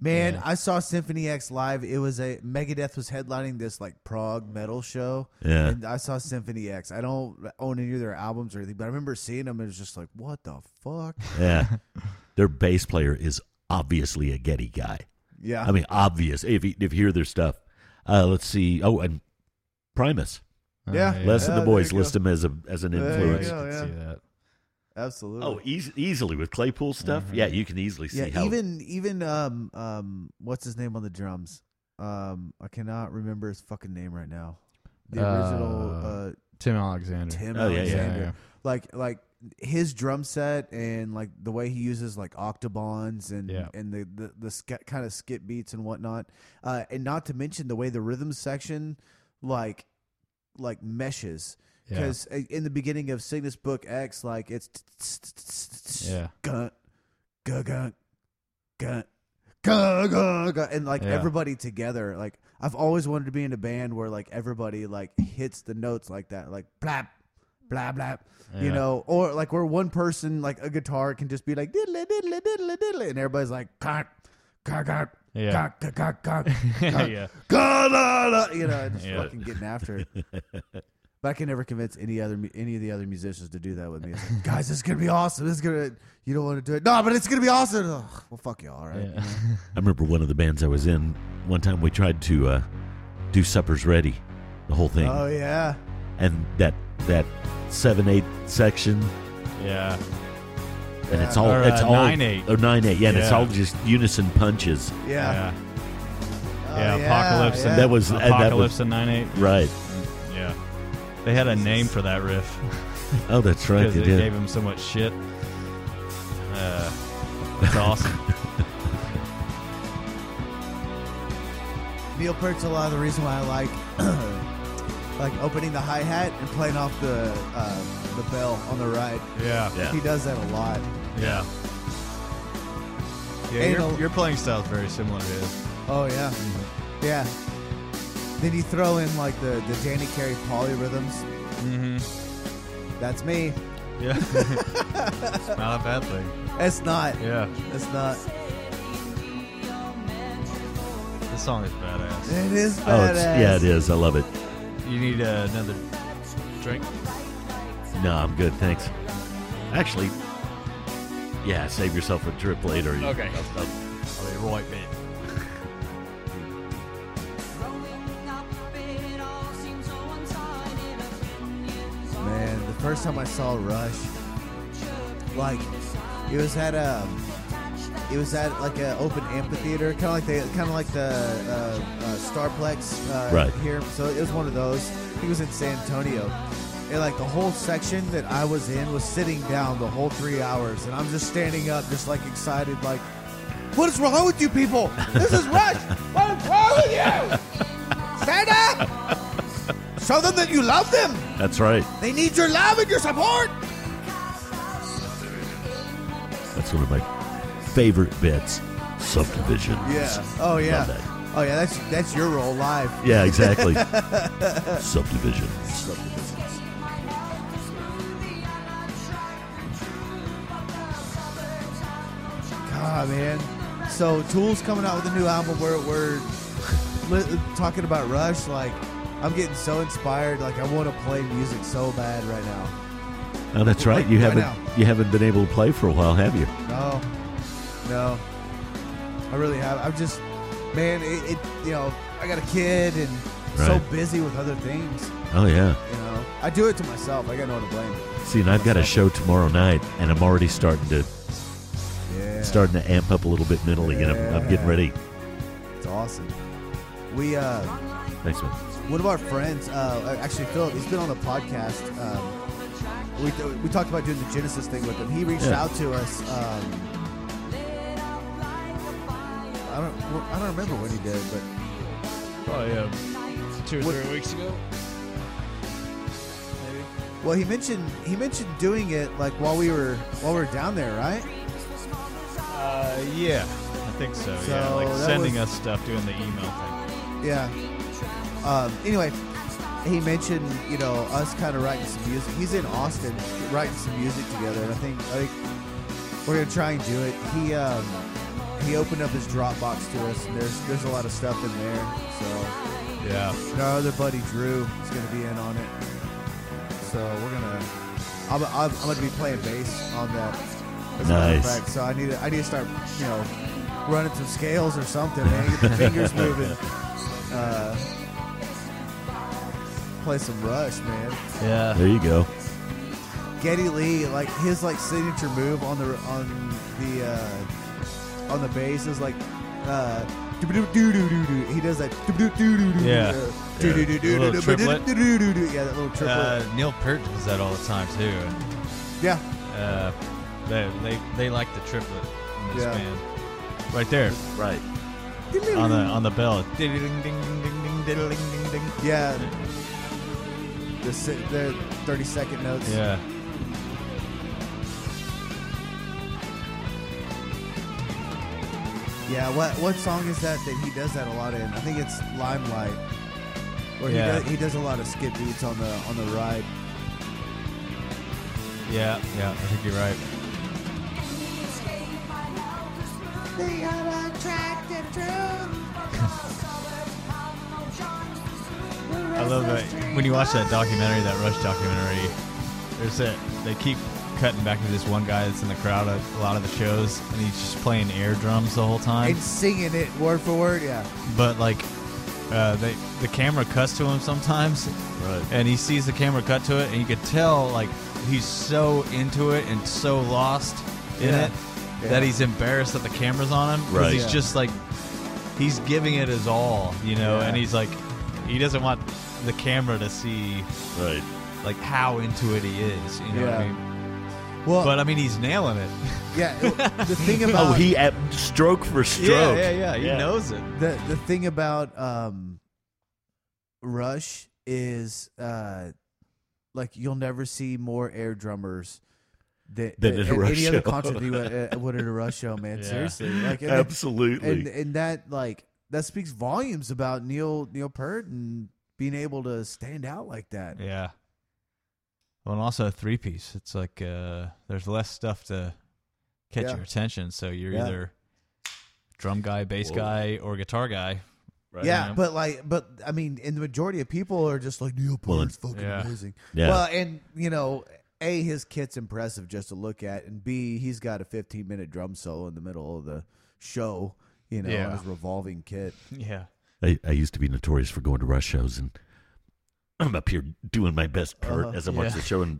S2: man.
S6: Yeah.
S2: I saw Symphony X live. It was a Megadeth was headlining this like prog metal show.
S5: Yeah.
S2: And I saw Symphony X. I don't own any of their albums or anything, but I remember seeing them and it was just like, what the fuck?
S5: Yeah. their bass player is obviously a Getty guy.
S2: Yeah.
S5: I mean, obvious if you, if you hear their stuff. Uh, let's see. Oh, and Primus.
S6: Uh,
S2: Yeah.
S5: Les
S2: Yeah,
S5: and
S2: there
S5: the Boys
S2: you
S5: list
S2: go.
S5: him as a as an
S2: There you
S6: Yeah,
S5: influence.
S6: you
S2: Yeah,
S6: can
S2: yeah.
S6: see that.
S2: Absolutely.
S5: Oh, eas easily with Claypool stuff. Yeah, you can easily see
S2: Mm-hmm. yeah,
S5: how.
S2: even even um um what's his name on the drums? Um I cannot remember his fucking name right now. The original
S6: Uh,
S2: uh
S6: Tim Alexander.
S2: Tim
S5: Oh, yeah, yeah,
S2: Alexander.
S6: Mm-hmm. yeah.
S2: Like like his drum set and like the way he uses like octobons and
S6: Yeah.
S2: and the the, the sk- kind of skip beats and whatnot, uh, and not to mention the way the rhythm section like like meshes
S6: Yeah.
S2: because in the beginning of Cygnus Book X, like it's
S6: Yeah.
S2: gunt gunt gunt gunt and like
S6: Yeah.
S2: everybody together like i've always wanted to be in a band where like everybody like hits the notes like that like blap blah blah. You
S5: Yeah.
S2: know, or like where one person like a guitar can just be like diddly diddly diddly diddly, and everybody's like cock cock cock
S6: Yeah.
S2: cock cock cock cock
S6: yeah.
S2: "Ga, la, la," you know, and just
S6: Yeah.
S2: fucking getting after it. But I can never convince any other mu- any of the other musicians to do that with me. It's like, guys, this is gonna be awesome. This is gonna you don't want to do it. No, but it's gonna be awesome. Ugh, well, fuck y'all, all right?
S5: I remember one of the bands I was in. One time we tried to uh, do suppers ready, the whole thing,
S2: Oh yeah,
S5: and that that seven eight section,
S6: Yeah.
S5: and it's all
S6: Or, uh,
S5: it's all
S6: nine, eight.
S5: or nine eight, yeah, and it's
S6: Yeah.
S5: all just unison punches.
S2: yeah, yeah.
S6: Yeah. Oh, Yeah, Apocalypse and-
S5: That was uh, that
S6: Apocalypse
S5: was
S6: and Nine Eight.
S5: right.
S6: Yeah. They had a name for that riff
S5: Oh, that's right.
S6: because
S5: They
S6: they gave
S5: did.
S6: him so much shit. Uh, that's awesome.
S2: Neil Peart's a lot of the reason why I like like opening the hi hat and playing off the uh, the bell on the ride.
S6: Yeah.
S5: Yeah.
S2: He does that a lot.
S6: Yeah. Yeah,
S2: And
S6: your,
S2: a-
S6: your playing style is very similar to his.
S2: Oh yeah,
S5: Mm-hmm.
S2: yeah. Then you throw in like the the Danny Carey polyrhythms.
S6: Mm-hmm.
S2: That's me.
S6: Yeah. it's not a bad thing.
S2: It's not.
S6: Yeah.
S2: It's not.
S6: This song is badass.
S2: It is badass.
S5: Oh, it's, yeah, it is. I love it.
S6: You need uh, another drink?
S5: No, I'm good. Thanks. Actually, yeah, save yourself a trip later. Okay.
S6: Oh, they right, man.
S2: Man, the first time I saw Rush, like it was at a, it was at like an open amphitheater, kind of like the kind of like the uh, uh, Starplex uh,
S5: Right.
S2: here. So it was one of those. He was in San Antonio, and like the whole section that I was in was sitting down the whole three hours, and I'm just standing up, just like excited, like. What is wrong with you people? This is Rush. What is wrong with you? Stand up. Show them that you love them.
S5: That's right.
S2: They need your love and your support.
S5: That's one of my favorite bits. Subdivision.
S2: Yeah. Oh yeah.
S5: Love that.
S2: Oh yeah. That's that's your role live.
S5: Yeah, exactly. Subdivision. Subdivisions.
S2: God man. So Tool's coming out with a new album. We're we're li- talking about Rush. Like I'm getting so inspired. Like I want to play music so bad right now.
S5: Oh, that's right. You
S2: Right
S5: haven't
S2: now.
S5: you haven't been able to play for a while, have you?
S2: No. No. I really have. I'm just man. It, it you know I got a kid and so
S5: Right.
S2: busy with other things.
S5: Oh yeah.
S2: You know I do it to myself. I got no one to blame.
S5: See, and I've got a show tomorrow night, and I'm already starting to
S2: Yeah.
S5: starting to amp up a little bit mentally, and I'm, I'm getting ready.
S2: It's awesome. We uh.
S5: Thanks, man.
S2: One of our friends, uh, actually Philip, he's been on the podcast. Um, we, we talked about doing the Genesis thing with him. He reached
S5: Yeah.
S2: out to us. Um, I don't, well, I don't remember when he did, but
S6: Oh, yeah. Two or
S2: What-
S6: three weeks ago?
S2: well, he mentioned he mentioned doing it like while we were while we were down there, right?
S6: Uh, yeah. I think so, yeah.
S2: So
S6: Like
S2: that
S6: sending
S2: was-
S6: us stuff, doing the email thing.
S2: Yeah. Um, anyway, he mentioned you know us kind of writing some music. He's in Austin writing some music together, and I think I think we're gonna try and do it. He um, he opened up his Dropbox to us, and there's there's a lot of stuff in there. So
S6: Yeah.
S2: and our other buddy Drew is gonna be in on it. So we're gonna I'm, I'm, I'm gonna be playing bass on that. As a matter of
S5: Nice.
S2: fact. So I need to, I need to start you know running some scales or something, man. Get the fingers moving. Uh, play some Rush, man.
S6: Yeah.
S5: There you go.
S2: Getty Lee, like his like signature move on the on the uh, on the bass is like uh, doo-ba-doo-doo-doo-doo-doo. he does like doo-ba-doo-doo-doo-doo.
S6: Yeah.
S2: Doo-doo-doo-doo-doo-doo-doo-doo-doo-doo.
S6: Little triplet.
S2: yeah, that little
S6: Uh,
S2: triplet.
S6: Neil Peart does that all the time, too.
S2: Yeah,
S6: Uh, they, they, they like the triplet in this
S2: Yeah.
S6: band. Right there
S5: Right.
S6: on the on the bell. Ding ding ding ding ding ding ding ding.
S2: yeah. The si- the thirty second notes.
S6: Yeah.
S2: Yeah, what what song is that that he does that a lot in? I think it's Limelight. Or he,
S6: Yeah.
S2: does, he does a lot of skip beats on the on the ride.
S6: Yeah, yeah, I think you're right.
S8: The unattractive truth.
S6: I love that when you watch that documentary, that Rush documentary. There's that they keep cutting back to this one guy that's in the crowd at a lot of the shows, and he's just playing air drums the whole time.
S2: And singing it word for word, yeah.
S6: but like, uh, they the camera cuts to him sometimes,
S5: Right.
S6: and he sees the camera cut to it, and you could tell like he's so into it and so lost in
S2: Yeah.
S6: it
S2: Yeah.
S6: that he's embarrassed that the camera's on him because
S5: Right.
S6: he's
S2: Yeah.
S6: just like he's giving it his all, you know,
S2: Yeah.
S6: and he's like he doesn't want the camera to see
S5: Right.
S6: like how into it he is, you know what I
S2: Yeah.
S6: mean?
S2: Well,
S6: But I mean, he's nailing it.
S2: yeah. The thing about
S5: Oh, he at stroke for stroke.
S6: Yeah, yeah, yeah. He
S5: Yeah.
S6: knows it.
S2: the the thing about um Rush is uh like you'll never see more air drummers than,
S5: Than at a
S2: at
S5: Rush
S2: any other
S5: show.
S2: concert than you would, uh, would at a Rush show, man.
S6: Yeah.
S2: Seriously, like and, it-
S5: Absolutely.
S2: and and that like that speaks volumes about Neil Neil Peart and being able to stand out like that.
S6: Yeah. Well, and also a three piece. It's like uh, there's less stuff to catch
S2: Yeah.
S6: your attention, so you're
S2: Yeah.
S6: either drum guy, bass
S5: Whoa.
S6: guy, or guitar guy.
S5: Right.
S2: yeah,
S6: Yeah.
S2: but like, but I mean, and the majority of people are just like Neil
S5: Well,
S2: Peart's fucking
S6: yeah.
S2: amazing.
S5: Yeah.
S2: Well, and you know, a his kit's impressive just to look at, and b he's got a 15 minute drum solo in the middle of the show. You know, on
S6: Yeah.
S2: his revolving kit.
S6: Yeah.
S5: I, I used to be notorious for going to rush shows, and I'm up here doing my best part
S2: Uh-huh.
S5: as I watch
S6: Yeah.
S5: the show, and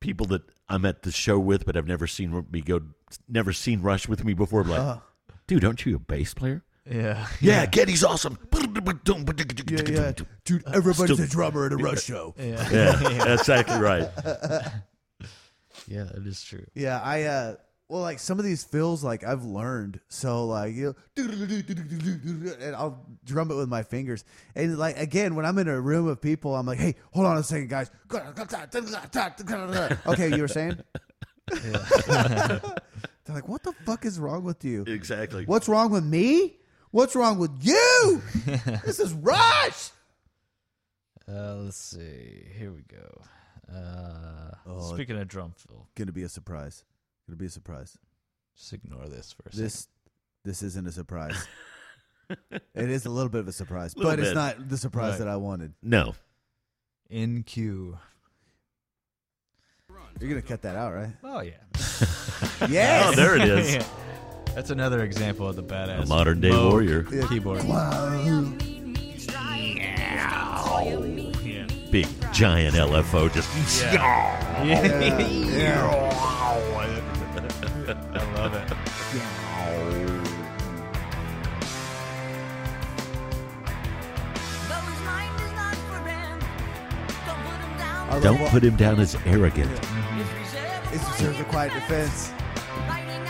S5: people that I'm at the show with, but I've never seen me go, never seen Rush with me before. Like,
S2: Uh,
S5: dude, aren't you a bass player?
S6: Yeah.
S5: Yeah, Getty's awesome.
S2: yeah, yeah, dude, everybody's
S5: Still-
S2: a drummer at a Rush show.
S6: Yeah.
S5: Yeah, that's exactly right.
S6: Yeah, that is true.
S2: Yeah, I uh well like some of these fills like I've learned. So like you know and I'll drum it with my fingers. And like again, when I'm in a room of people, I'm like, hey, hold on a second, guys. Okay, you were saying? They're like, what the fuck is wrong with you?
S5: Exactly.
S2: What's wrong with me? What's wrong with you? this is Rush.
S6: Uh, let's see. Here we go. Uh, speaking of drum fill,
S2: Gonna be a surprise. Gonna be a surprise.
S6: just ignore this for a
S2: this this isn't a surprise. it is a little bit of a surprise,
S5: Little
S2: but it's
S5: bit.
S2: not the surprise
S6: Right.
S2: that I wanted.
S5: No.
S6: second. NQ.
S2: You're gonna cut that out, right?
S6: Oh yeah.
S5: Oh,
S2: Yes.
S5: there it is.
S6: Yeah. That's another example of the badass
S5: A modern day
S6: Moog
S5: warrior.
S6: keyboard.
S5: Big giant LFO just.
S6: I love it.
S2: I love
S5: Don't
S2: what-
S5: put him down as arrogant.
S2: It deserves a quiet defense.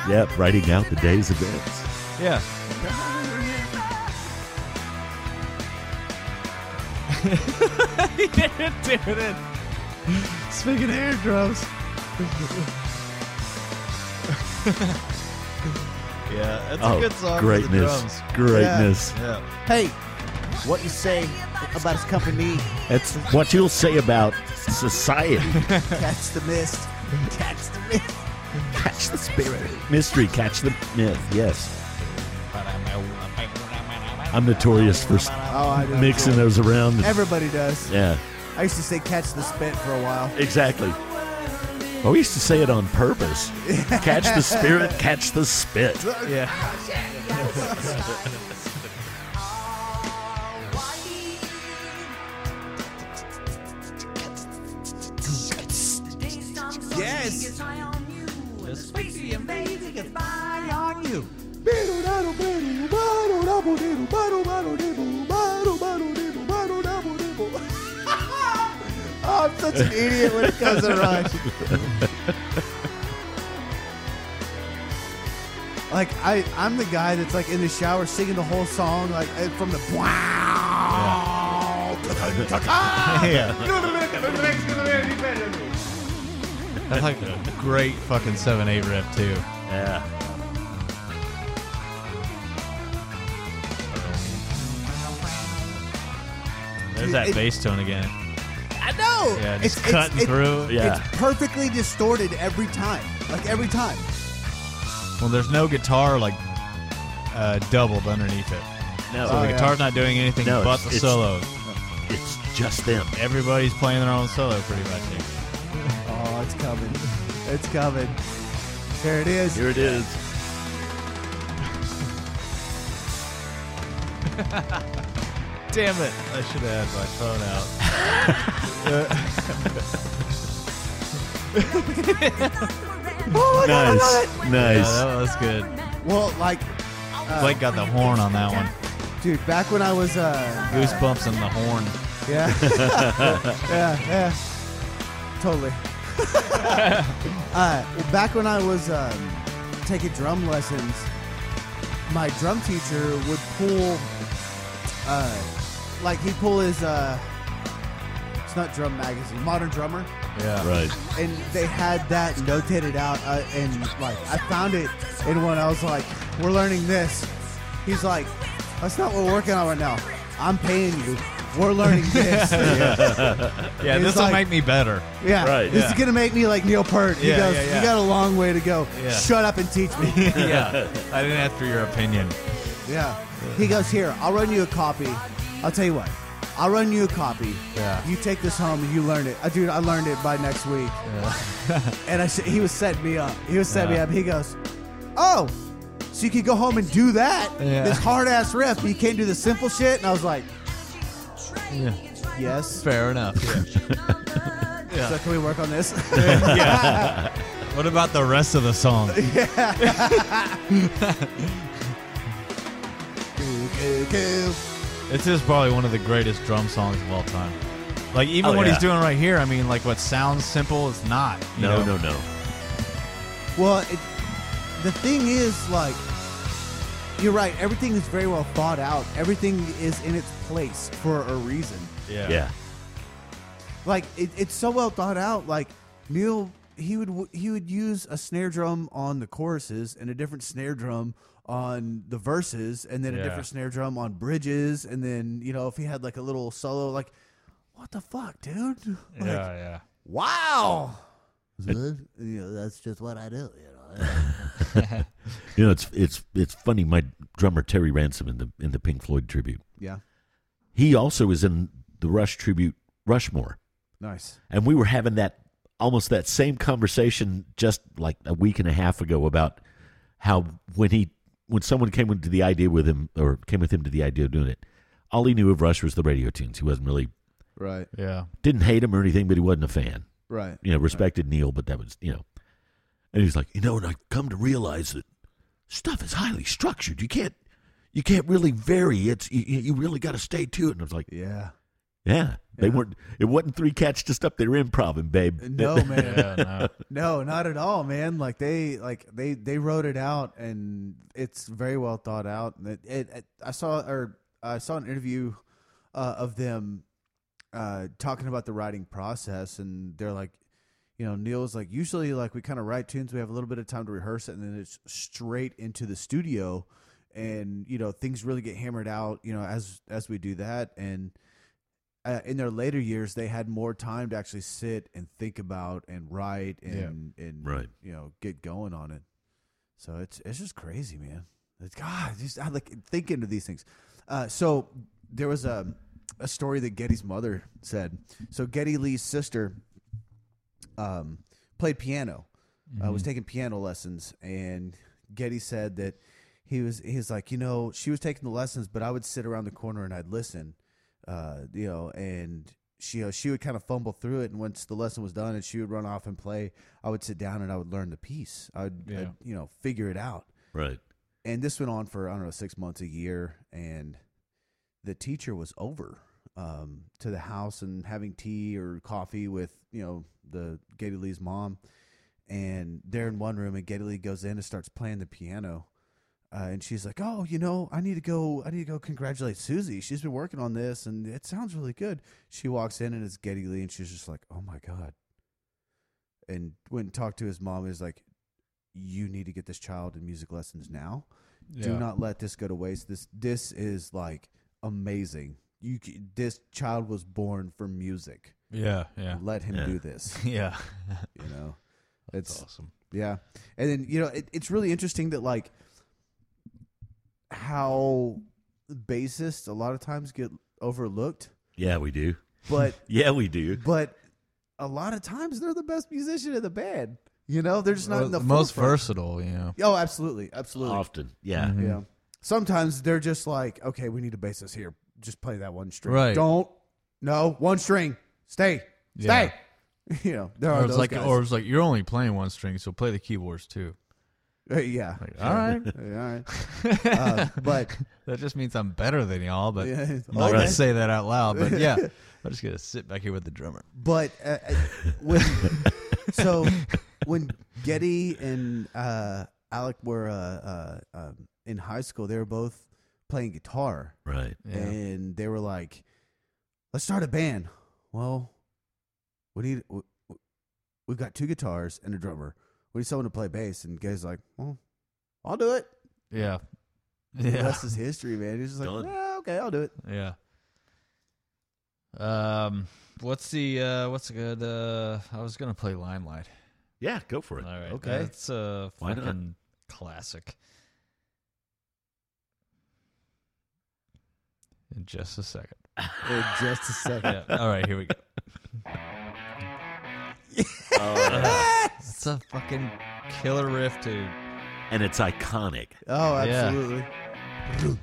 S5: Yep, writing out the day's events.
S6: Yeah. Doing it. Speaking of air drums. yeah, that's a good song. For the drums.
S5: Oh, greatness, greatness.
S6: Yeah.
S9: Hey, what you say about his company?
S5: That's what you'll say about society.
S2: Catch the mist. Catch the mist.
S5: catch the spirit, mystery, catch the myth. Yes, I'm notorious for s-
S2: Oh, I know.
S5: mixing those around.
S2: Everybody does.
S5: Yeah,
S2: I used to say catch the spit for a while.
S5: exactly. Well, we used to say it on purpose. catch the spirit, catch the spit.
S6: Yeah.
S2: Yes. Oh, I'm such an idiot when it comes to Rush. like I, I'm the guy that's like in the shower singing the whole song, like uh, from the wow.
S6: yeah. That's like a great fucking 7 8 rep, too.
S5: Yeah. There's
S6: There's that
S2: It-
S6: bass tone again.
S2: I know.
S6: Yeah,
S2: It's-
S6: just
S2: it's-
S6: cutting
S2: it-
S6: through.
S5: Yeah.
S2: it's-
S9: It's perfectly distorted every time. Like every time.
S6: Well, there's no guitar like uh, doubled underneath it.
S5: No,
S2: Oh,
S6: So the guitar's not doing anything
S5: No,
S6: but
S5: it's-
S6: the
S5: it's-
S6: solo.
S5: it's just them.
S6: Everybody's playing their own solo pretty much. Here.
S2: Oh, it's coming. It's coming. Here it is.
S5: Here it is.
S6: Damn it! I should have had my phone out.
S2: Oh,
S5: Nice,
S6: Yeah,
S5: nice.
S6: Oh, that was good.
S2: Well, like,
S6: Blake got the horn on that one.
S2: dude, back when I was, uh,
S6: Goosebumps and the horn.
S2: yeah, yeah, yeah, totally. uh, back when I was um, taking drum lessons, my drum teacher would pull, uh, like he'd pull his, uh, it's not drum magazine, Modern Drummer.
S6: Yeah.
S5: Right.
S2: and they had that notated out uh, and like i found it in one i was like we're learning this he's like that's not what we're working on right now i'm paying you we're learning this
S6: Yeah,
S2: It's
S6: this will
S2: like-
S6: make me better.
S2: yeah
S5: Right.
S2: this
S6: Yeah.
S2: is gonna make me like neil peart he
S6: Yeah,
S2: goes
S6: yeah, yeah.
S2: you got a long way to go
S6: Yeah.
S2: shut up and teach me
S6: yeah. I didn't ask for your opinion.
S2: yeah he goes here i'll run you a copy i'll tell you what I'll run you a copy.
S6: Yeah.
S2: You take this home and you learn it. I dude, I learned it by next week. and I sh- he was setting me up. He was setting me
S6: Yeah.
S2: up. He goes, "Oh, so you can go home and do that?
S6: Yeah.
S2: This hard ass riff, but you can't do the simple shit." And I was like,
S6: Yeah.
S2: "Yes."
S6: Fair enough.
S2: So can we work on this?
S6: What about the rest of the song?
S2: Coo, coo, coo.
S6: This is probably one of the greatest drum songs of all time. Like even
S5: Oh,
S6: what he's
S5: yeah.
S6: doing right here, I mean, like what sounds simple is not. you
S5: No,
S6: know?
S5: no, no.
S2: well, it, the thing is, like, you're right. Everything is very well thought out. Everything is in its place for a reason.
S6: Yeah.
S5: Yeah.
S2: like it, it's so well thought out like neil he would w- he would use a snare drum on the choruses and a different snare drum on the verses and then a
S6: Yeah.
S2: different snare drum on bridges and then you know if he had like a little solo like what the fuck dude
S6: Yeah,
S2: like
S6: yeah.
S2: wow you know, that's just what i do you know
S5: You know, it's it's it's funny. My drummer Terry Ransom in the in the Pink Floyd tribute.
S2: yeah
S5: He also is in the Rush tribute, Rushmore,
S2: nice
S5: and we were having that almost that same conversation just like a week and a half ago about how when he when someone came into the idea with him or came with him to the idea of doing it, all he knew of Rush was the radio tunes. He wasn't really
S2: right
S6: Yeah.
S5: didn't hate him or anything, but he wasn't a fan.
S2: right
S5: you know, respected Neil, but that was, you know. And he's like, you know, and I've come to realize that stuff is highly structured. You can't, you can't really vary. It's you, you you really got to stay to it. And I was like,
S2: yeah
S5: yeah, Uh, they
S2: Yeah.
S5: weren't. It wasn't three cats just up there improvising, babe.
S2: no man
S6: Yeah, no.
S2: No, not at all, man. Like they, like they, they wrote it out, and it's very well thought out. And It, it, it- I saw or I saw an interview uh, of them uh, talking about the writing process, and they're like, you know, Neil's like, usually like we kind of write tunes, we have a little bit of time to rehearse it, and then it's straight into the studio, and you know things really get hammered out, you know, as as we do that, and uh, in their later years they had more time to actually sit and think about and write and and
S5: Right.
S2: you know get going on it. So it's it's just crazy, man. It's, God, it's just I like think into these things. Uh, so there was a a story that Getty's mother said. So Getty Lee's sister um, played piano. Uh, was taking piano lessons, and Getty said that he was he was like, you know, she was taking the lessons, but I would sit around the corner and I'd listen, uh, you know, and she uh, she would kind of fumble through it, and once the lesson was done, and she would run off and play, I would sit down and I would learn the piece. I would,
S6: Yeah.
S2: I'd, you know, figure it out
S5: Right.
S2: and this went on for I don't know six months a year, and the teacher was over um, to the house and having tea or coffee with you know the Gaty Lee's mom, and they're in one room, and Gaty Lee goes in and starts playing the piano, uh, and she's like, "Oh, you know, I need to go. I need to go congratulate Susie. She's been working on this, and it sounds really good." She walks in and it's Getty Lee, and she's just like, "Oh my god!" And went and talked to his mom. Is like, "You need to get this child in music lessons now.
S6: Yeah.
S2: Do not let this go to waste. This this is like amazing. you c- this child was born for music.
S6: Yeah, yeah,
S2: Let him
S5: Yeah.
S2: do this.
S6: yeah.
S2: You know, it's
S5: awesome.
S2: yeah, and then you know it, it's really interesting that like how bassists a lot of times get overlooked,
S5: Yeah, we do.
S2: but
S5: Yeah, we do.
S2: but a lot of times they're the best musician in the band. You know, they're just not in the
S6: most
S2: forefront.
S6: versatile, you know.
S2: Oh, absolutely, absolutely.
S5: Often. Yeah.
S6: Mm.
S2: Yeah. Sometimes they're just like, okay, we need a bassist here. Just play that one string.
S6: Right.
S2: Don't. No, one string. Stay. Stay. You know, there
S6: Or
S2: are
S6: it's
S2: those
S6: like,
S2: guys.
S6: or it's like you're only playing one string, so play the keyboards too.
S2: Uh, yeah.
S6: Like, all right,
S2: Yeah, All right. uh, but
S6: that just means I'm better than y'all, but
S2: Yeah,
S6: I'm
S2: it's-
S6: not gonna
S5: Okay.
S6: say that out loud. But yeah, I'm just gonna sit back here with the drummer.
S2: but uh, uh, when so when Getty and uh, Alec were uh, uh, um, in high school, they were both playing guitar.
S5: Right.
S6: Yeah,
S2: and they were like, "Let's start a band." Well, we need we, we- we've got two guitars and a drummer. We need someone to play bass. And guys like, "Well, I'll do it."
S6: yeah,
S2: The
S6: yeah.
S2: rest is history, man. He's just like,
S5: Done.
S2: "Yeah, okay, I'll do it."
S6: Yeah. Um, what's the uh, what's a good? Uh, I was gonna play Limelight.
S5: Yeah, go for
S6: All
S5: it.
S6: right,
S2: Okay.
S6: that's a
S5: Why not?
S6: fucking classic. In just a second.
S2: In just a second.
S6: Yeah. All right, here we go. It's a fucking killer riff, dude.
S5: And it's iconic.
S2: Oh,
S6: Yeah.
S2: absolutely.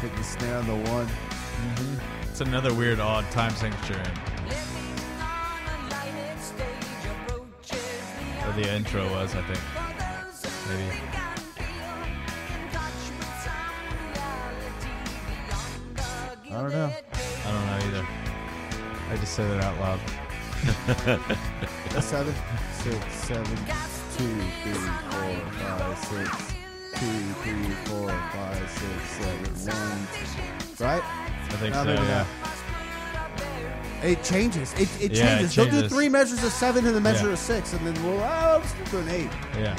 S2: Hit the snare on the one.
S6: It's another weird, odd time signature in, or Oh, the intro was, I think. Maybe.
S2: I don't know.
S6: I don't know either. I just said it out loud.
S2: Seven, six, seven, two, three, four, five, six, two, three, four, five, six, seven, one. Right?
S6: I think
S2: No,
S6: so.
S2: maybe
S6: Yeah.
S2: It changes. It, it
S6: Yeah, it
S2: changes. They'll do
S6: changes.
S2: three measures of seven and a measure
S6: Yeah.
S2: of six, and then we'll, oh, I'm just doing eight.
S6: Yeah.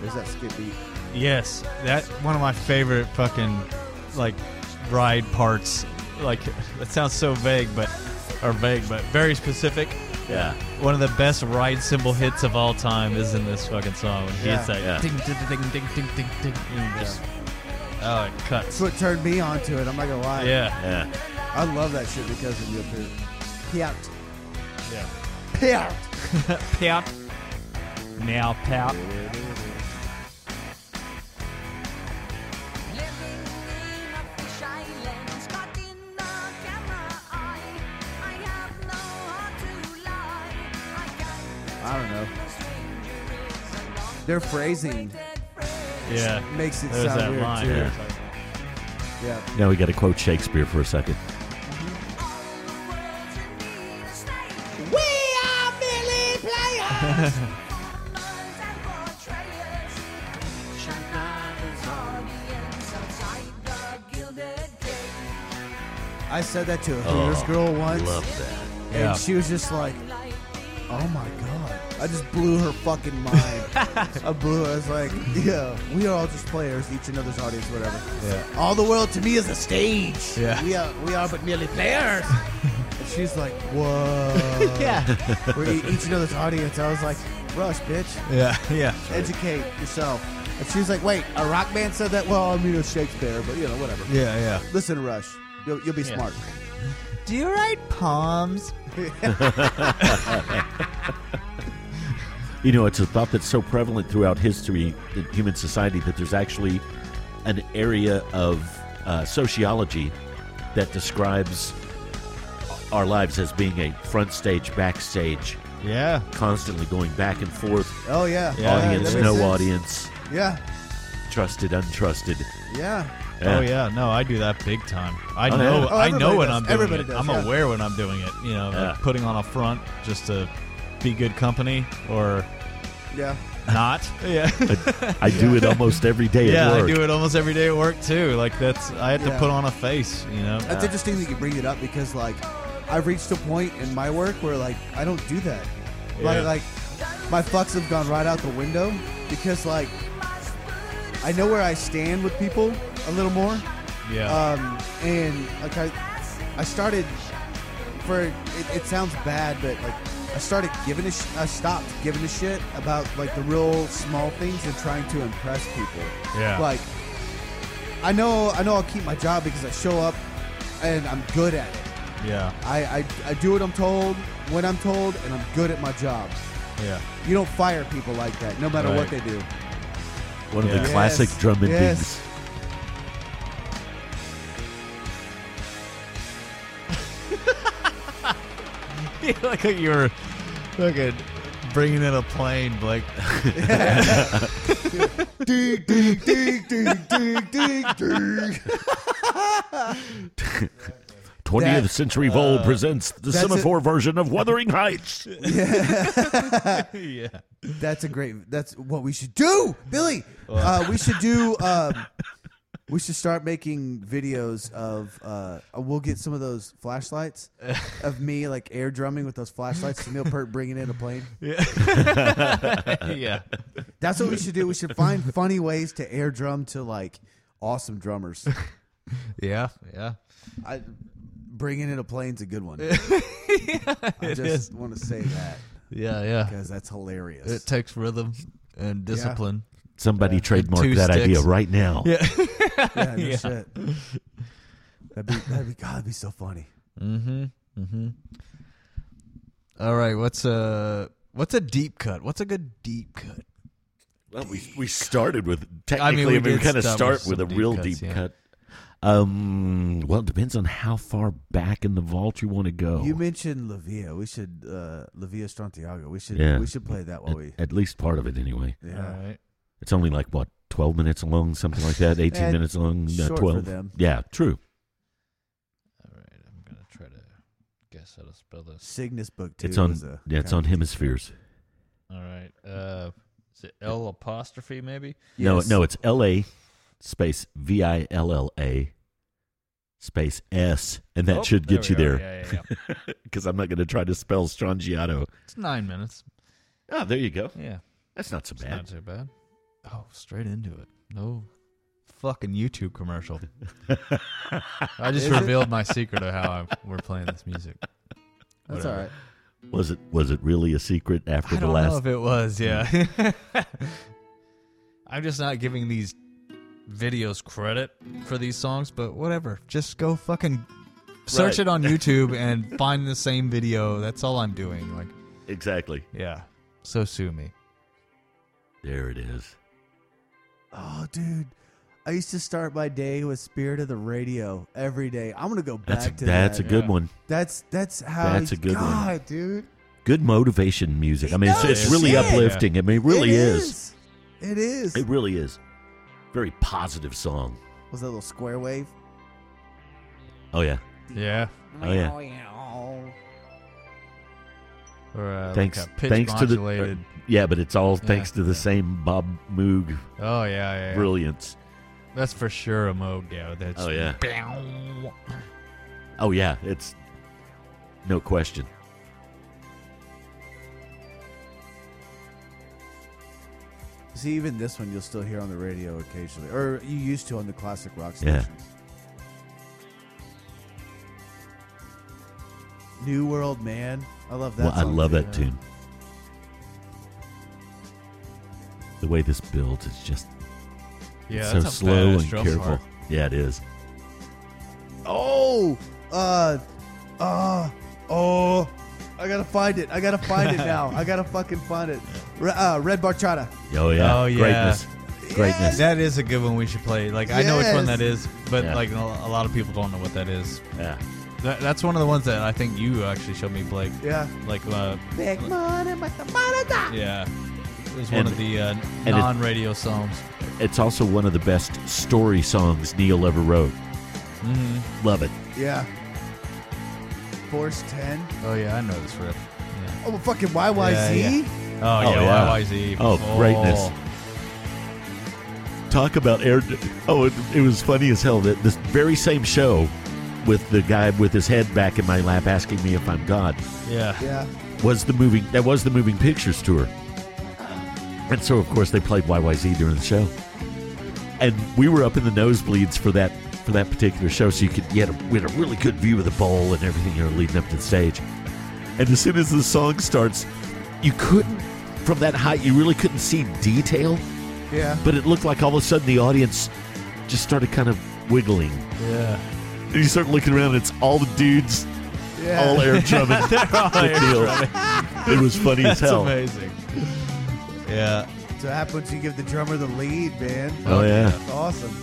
S2: There's that skip beat.
S6: Yes, that one of my favorite fucking like ride parts. Like that sounds so vague, but or vague, but very specific.
S5: Yeah.
S6: One of the best ride cymbal hits of all time is in this fucking song. When he hits that
S5: Yeah.
S6: ding ding ding ding ding ding ding. And just, Oh, it
S2: That's
S6: cuts.
S2: what turned me on to it. I'm not gonna lie.
S6: Yeah,
S5: Yeah.
S2: I love that shit because of your period. Piat.
S6: yeah.
S2: Piat.
S6: Pout. Now pout.
S2: I don't know. Their phrasing
S6: Yeah.
S2: makes it
S6: There's
S2: sound
S6: that
S2: weird
S6: line.
S2: too.
S5: Yeah.
S2: Yeah.
S5: Now we got to quote Shakespeare for a second.
S8: We are merely players.
S2: I said that
S6: Oh,
S2: to a Hooters girl once,
S5: Love that.
S2: and
S6: Yeah.
S2: she was just like, "Oh my god!" I just blew her fucking mind. I blew. her. I was like, "Yeah, we are all just players, each another's audience, whatever.
S6: Yeah.
S2: All the world to me is a stage.
S6: Yeah.
S2: We are, we are but merely players." and she's like, "Whoa."
S6: Yeah.
S2: We're e- each another's audience. I was like, "Rush, bitch."
S6: Yeah. Yeah.
S2: educate yourself. And she's like, wait, a rock band said that? Well, I mean, it's Shakespeare, but you know, whatever.
S6: Yeah. Yeah.
S2: Listen, to Rush, you'll, you'll be
S6: Yeah.
S2: smart.
S6: Do you write poems?
S5: You know, it's a thought that's so prevalent throughout history in human society that there's actually an area of uh, sociology that describes our lives as being a front stage, backstage,
S6: Yeah.
S5: constantly going back and forth,
S2: Oh yeah,
S6: Yeah, that
S5: audience,
S6: makes
S5: no
S2: sense.
S5: audience,
S2: Yeah,
S5: trusted, untrusted.
S2: yeah.
S6: Oh yeah, no, I do that big time. I
S5: Oh,
S6: know,
S5: yeah.
S2: Oh,
S6: I
S2: everybody
S6: know when
S2: does.
S6: I'm doing
S2: Everybody
S6: it.
S2: does,
S6: I'm
S2: yeah.
S6: aware when I'm doing it. You know, like
S5: Yeah.
S6: putting on a front just to be good company or
S2: Yeah,
S6: not. Yeah,
S5: I do it almost every day
S6: yeah,
S5: at work.
S6: I do it almost every day at work too. Like that's, I have
S2: Yeah.
S6: to put on a face. You know,
S2: that's interesting that you bring it up because, like, I've reached a point in my work where like I don't do that.
S5: Yeah.
S2: Like like my fucks have gone right out the window because like I know where I stand with people a little more.
S6: Yeah.
S2: Um, and like I, I started for it, it sounds bad, but like I started giving a sh- I stopped giving a shit about like the real small things and trying to impress people.
S6: Yeah.
S2: Like I know I know I'll keep my job because I show up and I'm good at it.
S6: yeah.
S2: I, I I do what I'm told when I'm told and I'm good at my job.
S6: Yeah.
S2: You don't fire people like that, no matter what they
S6: Right.
S2: do.
S5: One of
S6: Yeah.
S5: the classic
S2: Yes,
S5: drum and
S2: yes.
S5: beats.
S6: You look like you were fucking bringing in a plane, Blake.
S2: dig, dig, dig, dig, dig, dig, dig.
S5: 20th
S2: That-
S5: Century Vole
S6: uh,
S5: presents the
S2: that's it.
S5: semaphore version of Wuthering Heights.
S6: yeah.
S2: That's a great. That's what we should do, Billy. Uh, we should do. Um, we should start making videos of. Uh, we'll get some of those flashlights of me like air drumming with those flashlights. to Neil Peart bringing in a plane.
S6: yeah.
S2: That's what we should do. We should find funny ways to air drum to like awesome drummers.
S6: Yeah. Yeah.
S2: I, bringing in a plane's a good one. I
S6: is.
S2: just want to say that
S6: Yeah. Yeah.
S2: because that's hilarious.
S6: It takes rhythm and discipline.
S5: Somebody trademark
S6: Two
S5: that idea
S6: sticks.
S5: right now.
S6: Yeah.
S2: yeah, no shit. That'd be that'd be God. That'd be so funny.
S6: All right. What's a what's a deep cut? What's a good deep cut?
S5: Well, we, we started with technically, I
S6: we
S5: mean, we,
S6: did
S5: kind of start
S6: start
S5: with
S6: with
S5: a
S6: some deep
S5: real
S6: cuts,
S5: deep
S6: yeah.
S5: cut. Um, well, it depends on how far back in the vault you want to go.
S2: You mentioned Lavia. We should uh Lavia Strontiago. We should
S5: Yeah.
S2: we should play that while we
S5: at, uh, at least part of it, anyway.
S2: yeah.
S6: All right.
S5: It's only like what twelve minutes long, something like that. Eighteen
S2: Eh,
S5: minutes long, uh,
S2: short for
S5: twelve.
S2: them.
S5: Yeah, true.
S6: All right. I'm gonna try to guess how to spell this.
S2: Cygnus book two.
S5: it's on.
S2: was a-
S5: Yeah, it's on hemispheres.
S6: All right. Uh, is it L apostrophe maybe?
S5: No,
S2: Yes.
S5: no, it's L A space V I L L A space S, and that
S6: Oh,
S5: should get you
S6: we are.
S5: there
S6: Yeah, yeah, yeah.
S5: because I'm not going to try to spell Strangiato.
S6: it's nine minutes.
S5: Oh, there you go.
S6: Yeah,
S5: That's not so
S6: it's
S5: bad.
S6: not too bad. Oh, straight into it. No fucking YouTube commercial. I just revealed my secret of how I, we're playing this music.
S2: That's all
S6: Whatever.
S2: right.
S5: Was it was it really a secret after
S6: I
S5: the
S6: don't know
S5: last? Hmm.
S6: if it was. Yeah, I'm just not giving these videos credit for these songs, but whatever. Just go fucking search
S5: Right.
S6: it on YouTube and find the same video. That's all I'm doing. Like,
S5: Exactly.
S6: yeah. So sue me.
S5: There it is.
S2: Oh dude. I used to start my day with Spirit of the Radio every day. I'm gonna go back
S5: That's a,
S2: to
S5: that's
S2: that.
S5: a good
S6: Yeah.
S5: one.
S2: That's that's how
S5: That's a good one.
S2: God, dude.
S5: Good motivation music. I mean, it's,
S2: No
S5: it's really
S2: shit.
S5: uplifting. I mean, it really
S2: It
S5: is.
S2: It is.
S5: It really is. Very positive song.
S2: was that a little square wave?
S5: Oh yeah.
S6: Yeah.
S5: Oh yeah.
S6: Or, uh,
S5: thanks.
S6: Like a pitch
S5: thanks to the.
S6: modulated.
S5: yeah, but it's all
S6: Yeah.
S5: thanks to the same Bob Moog
S6: oh yeah, yeah. yeah.
S5: brilliance.
S6: That's for sure a Moog. Yeah. That's.
S5: Oh yeah. Oh yeah. It's no question.
S2: See, even this one you'll still hear on the radio occasionally, or you used to on the classic rock
S5: Yeah.
S2: stations. New World Man, I love that.
S5: well, I
S2: song,
S5: love
S2: too.
S5: that tune. The way this builds is just
S6: Yeah.
S5: so
S6: that's a
S5: slow
S6: badass
S5: and
S6: drum
S5: careful.
S6: part.
S5: Yeah, it is.
S2: Oh, uh, uh, oh, I gotta find it. I gotta find it now. I gotta fucking find it. Re- uh, Red Barchata.
S5: Oh yeah.
S6: Oh, yeah.
S5: Greatness. Greatness.
S6: That is a good one we should play. Like I know which one that is, but
S5: Yeah.
S6: like a a lot of people don't know what that is.
S5: Yeah.
S6: That, that's one of the ones that I think you actually showed me, Blake.
S2: Yeah.
S6: Like, uh,
S2: Big money, but the money da-
S6: yeah, it was
S5: And-
S6: one of the uh,
S5: it-
S6: non-radio songs.
S5: It's also one of the best story songs Neil ever wrote.
S6: Mm-hmm.
S5: Love it.
S2: Yeah. Force ten.
S6: Oh yeah, I know this riff.
S2: Oh, well, fucking YYZ.
S6: Yeah, Oh, yeah,
S5: yeah.
S6: YYZ.
S5: Oh, greatness. Talk about air. Oh, it, it was funny as hell that this very same show with the guy with his head back in my lap asking me if I'm God
S6: Yeah.
S2: Yeah.
S5: was the moving that was the moving pictures tour. And so of course they played YYZ during the show. And we were up in the nosebleeds for that for that particular show, so you could you had a, we had a really good view of the bowl and everything you know leading up to the stage. And as soon as the song starts, you couldn't from that height you really couldn't see detail,
S2: Yeah.
S5: but it looked like all of a sudden the audience just started kind of wiggling.
S6: Yeah.
S5: And you start looking around, and it's all the dudes
S2: Yeah.
S5: all air drumming.
S6: air
S5: It was funny as hell.
S6: amazing. Yeah.
S2: So what happens when you give the drummer the lead, man?
S5: Oh yeah.
S2: That's awesome.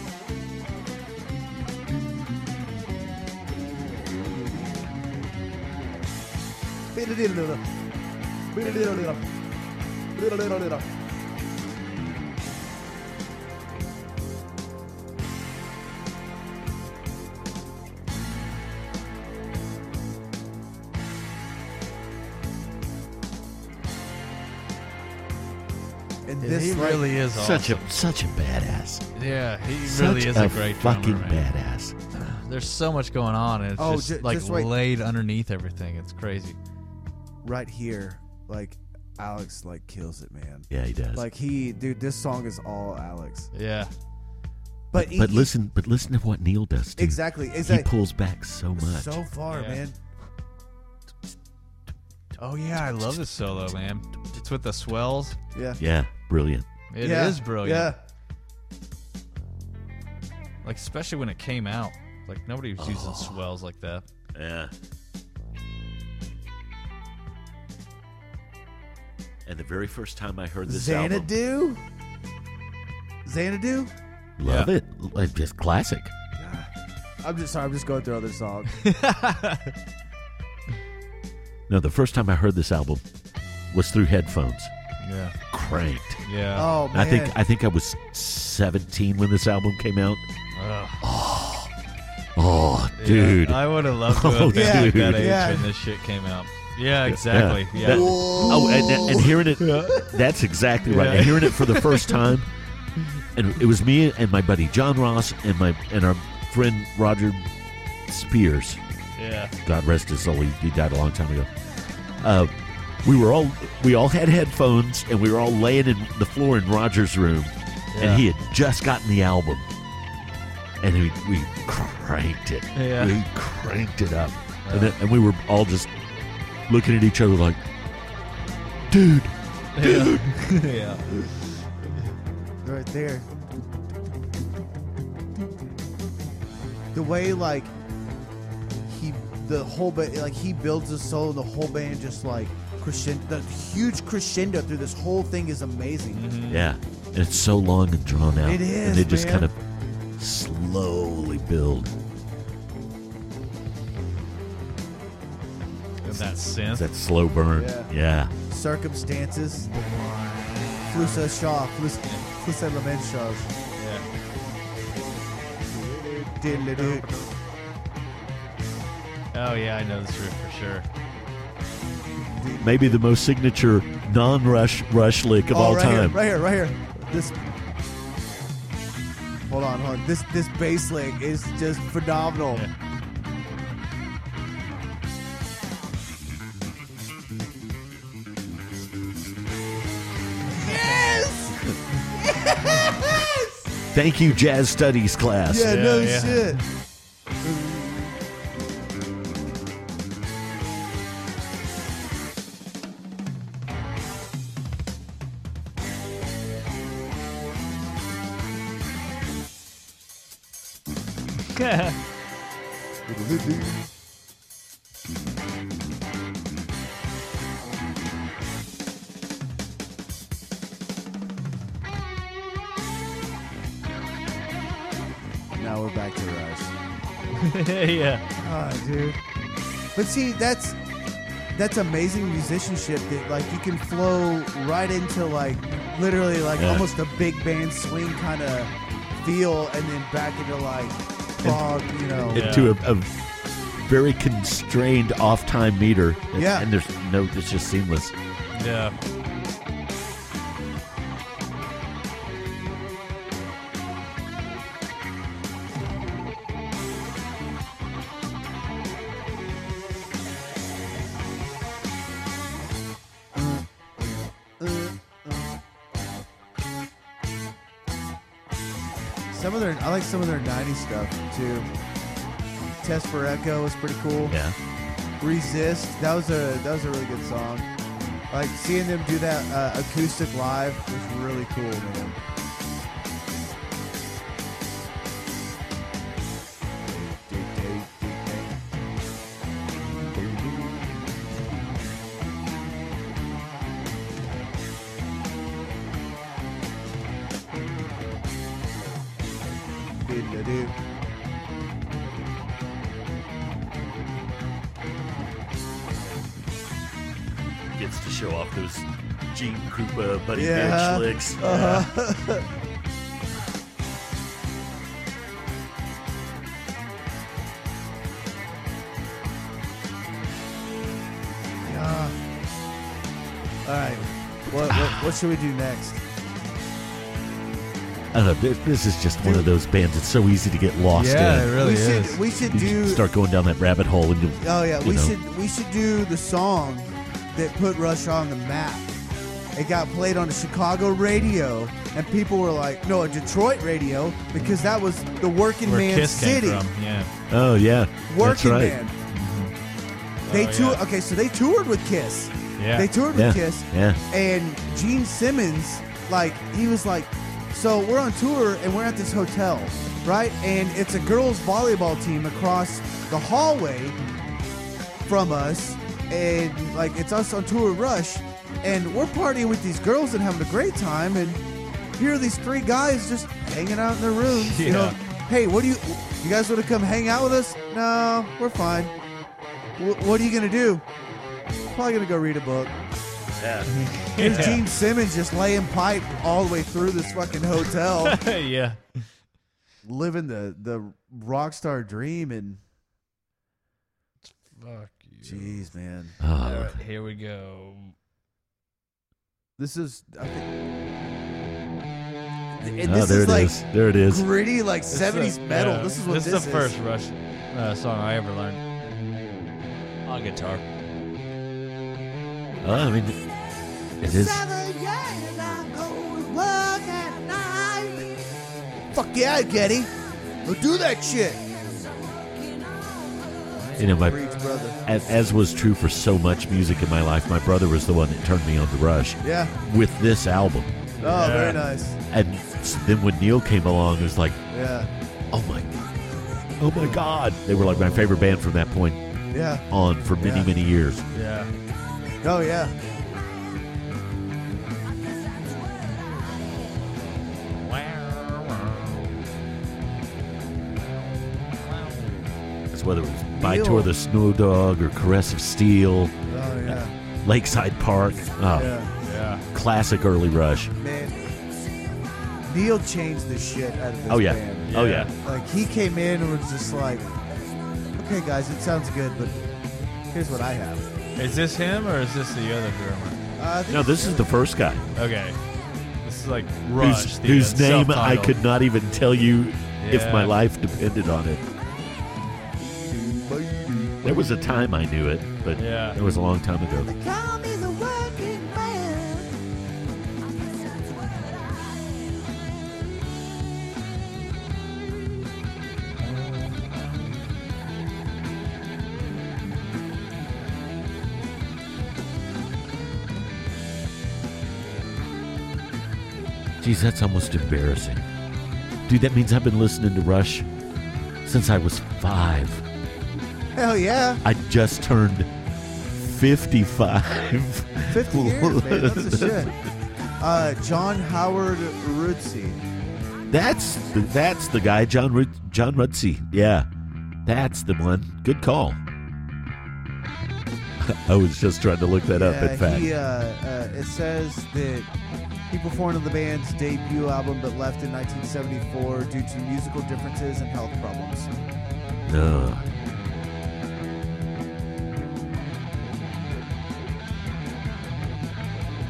S2: And this
S6: he
S2: like,
S6: really is
S5: Such
S6: awesome.
S5: a such a badass.
S6: yeah, he
S5: Such
S6: really is
S5: a,
S6: a, great
S5: fucking
S6: drummer, man.
S5: badass.
S6: There's so much going on, and it's
S2: Oh,
S6: just
S2: ju-
S6: like
S2: just wait.
S6: laid underneath everything. It's crazy.
S2: right here, like Alex like kills it, man.
S5: Yeah, he does.
S2: Like he, dude, this song is all Alex.
S6: Yeah.
S2: But he-
S5: but listen, but listen to what Neil does. Dude.
S2: exactly,
S5: He
S2: exactly.
S5: pulls back so much.
S2: so far,
S6: Yeah.
S2: man.
S6: Oh yeah, I love this solo, man. It's with the swells.
S2: Yeah.
S5: yeah, brilliant.
S6: It is
S2: yeah.
S6: brilliant.
S2: Yeah.
S6: Like especially when it came out. Like nobody was
S5: Oh.
S6: using swells like that.
S5: Yeah. And the very first time I heard this album,
S2: Xanadu. Xanadu.
S5: love it. Like, just classic.
S2: I'm just sorry. I'm just going through other songs.
S5: No, the first time I heard this album was through headphones,
S6: Yeah.
S5: cranked.
S6: Yeah.
S2: oh man.
S5: I think I think I was 17 when this album came out. Oh, oh, dude.
S6: I would have loved to
S5: Oh,
S6: have been like
S5: dude.
S6: that age
S2: Yeah.
S6: when this shit came out. Yeah, exactly.
S5: Yeah.
S6: Yeah.
S5: That- oh, and, and hearing it, that's exactly right.
S6: Yeah.
S5: And hearing it for the first time, and it was me and my buddy John Ross and my and our friend Roger Spears.
S6: Yeah.
S5: God rest his soul. He, he died a long time ago. Uh, we were all we all had headphones, and we were all laying in the floor in Roger's room,
S6: Yeah.
S5: and he had just gotten the album, and we, we cranked it.
S6: Yeah.
S5: We cranked it up, and, then, and we were all just looking at each other like, "Dude,
S6: Yeah. yeah.
S2: right there. The way like he, the whole band, like he builds his solo, the whole band just like crescendo, the huge crescendo through this whole thing is amazing.
S6: Mm-hmm.
S5: yeah." And it's so long and drawn out,
S2: It is,
S5: and they just
S2: man.
S5: kind of slowly build.
S6: And that synth.
S5: That slow burn, yeah.
S2: Circumstances. Flusa Shaw, Flusa, Flusa Lament Shaw.
S6: yeah.
S2: Diddle-a-doo.
S6: Oh yeah, I know this riff for sure.
S5: maybe the most signature non-rush rush lick of
S2: Oh,
S5: all
S2: right
S5: time.
S2: Here, right here, right here. This. Hold on, hold on. This this bass lick is just phenomenal.
S6: Yeah.
S5: Thank you, jazz studies class.
S2: Yeah, no
S6: yeah.
S2: shit. Now we're back to Rush.
S6: yeah.
S2: Ah, dude. But see, that's that's amazing musicianship that like you can flow right into like literally like
S5: Yeah.
S2: almost a big band swing kind of feel, and then back into like prog, you know.
S5: And To a, a very constrained off-time meter. And,
S2: Yeah.
S5: And there's no, it's just seamless.
S6: Yeah.
S2: Some of their I like some of their '90s stuff too. Test for Echo was pretty cool.
S5: Yeah.
S2: Resist that was a that was a really good song. Like seeing them do that uh, acoustic live was really cool, man. Doo-doo-doo.
S5: Gets to show off those Gene Krupa, Buddy
S2: Yeah. Uh-huh.
S5: Bitch licks.
S2: Yeah. All right. What, what, what should we do next?
S5: I don't know. This, this is just one of those bands that's so easy to get lost
S6: yeah,
S5: in.
S6: it really
S2: we should
S6: is.
S2: we should
S5: You
S2: do
S5: start going down that rabbit hole and you
S2: Oh yeah,
S5: you
S2: we
S5: know.
S2: should we should do the song that put Rush on the map. It got played on the Chicago radio, and people were like, "No, a Detroit radio," because that was the working
S6: Where
S2: man
S6: Kiss
S2: city.
S6: came from. Yeah.
S5: Oh yeah, that's
S2: Working
S5: right.
S2: man. They
S6: Oh,
S2: tou-
S6: yeah.
S2: Okay, so they toured with Kiss.
S6: Yeah.
S2: They toured
S5: Yeah,
S2: with Kiss.
S5: yeah.
S2: And Gene Simmons, like, he was like, so we're on tour and we're at this hotel, right? And it's a girls' volleyball team across the hallway from us. And, like, it's us on tour with Rush. And we're partying with these girls and having a great time. And here are these three guys just hanging out in their rooms. You know,
S6: Yeah.
S2: hey, what do you, you guys want to come hang out with us? No, we're fine. Wh- what are you going to do? Probably going to go read a book. Here's Gene Simmons just laying pipe all the way through this fucking hotel,
S6: yeah.
S2: living the the rock star dream. And
S6: Fuck you.
S2: jeez, man,
S5: Oh,
S6: All right, here we go.
S2: this is I think, and
S5: oh,
S2: this
S5: there
S2: is
S5: it
S2: like
S5: is. There it is.
S2: gritty, like
S6: This is
S2: seventies
S6: the-
S2: metal.
S6: yeah,
S2: this is what this,
S6: is the first Rush uh, song I ever learned on guitar.
S5: Oh, I mean, it is.
S8: Seven years ago, it was at night.
S2: Fuck yeah, Getty, go do that shit.
S5: You know, my
S2: Preach, brother.
S5: as, as was true for so much music in my life, my brother was the one that turned me on to Rush
S2: Yeah.
S5: with this album.
S2: Oh, very nice.
S5: And s- then when Neil came along, it was like,
S2: Yeah,
S5: oh my, oh my God, they were like my favorite band from that point
S2: yeah.
S5: on for many
S2: Yeah.
S5: many years.
S6: Yeah.
S2: Oh yeah.
S5: That's whether it was My
S2: Neil.
S5: Tour of the Snow Dog or Caress of Steel,
S2: Oh yeah.
S5: Lakeside Park, oh,
S2: Yeah,
S6: Yeah.
S5: classic early Rush.
S2: man. Neil changed the shit out of this
S5: Oh yeah,
S2: band.
S5: oh
S6: Yeah.
S5: yeah.
S2: Like he came in and was just like, "Okay, guys, it sounds good, but here's what I have."
S6: Is this him or is this the other drummer?
S2: Uh, I think
S5: No, this is the first guy
S6: Okay. This is like Rush.
S5: whose,
S6: the,
S5: whose
S6: uh,
S5: name I
S6: self-titled.
S5: could not even tell you if my
S6: Yeah.
S5: life depended on it. There was a time I knew it, but
S6: Yeah.
S5: it was a long time ago.
S8: Call me the working man.
S5: Geez, that's almost embarrassing. Dude, that means I've been listening to Rush since I was five.
S2: hell yeah,
S5: I just turned 55.
S2: fifty years, man. That's the shit. Uh, John Howard Rootsey.
S5: That's the, that's the guy, John Rut- John Rutsey. Yeah, that's the one. Good call. I was just trying to look that up.
S2: Yeah,
S5: In fact,
S2: he. Uh, uh, it says that he performed on the band's debut album, but left in 1974 due to musical differences and health problems.
S5: no.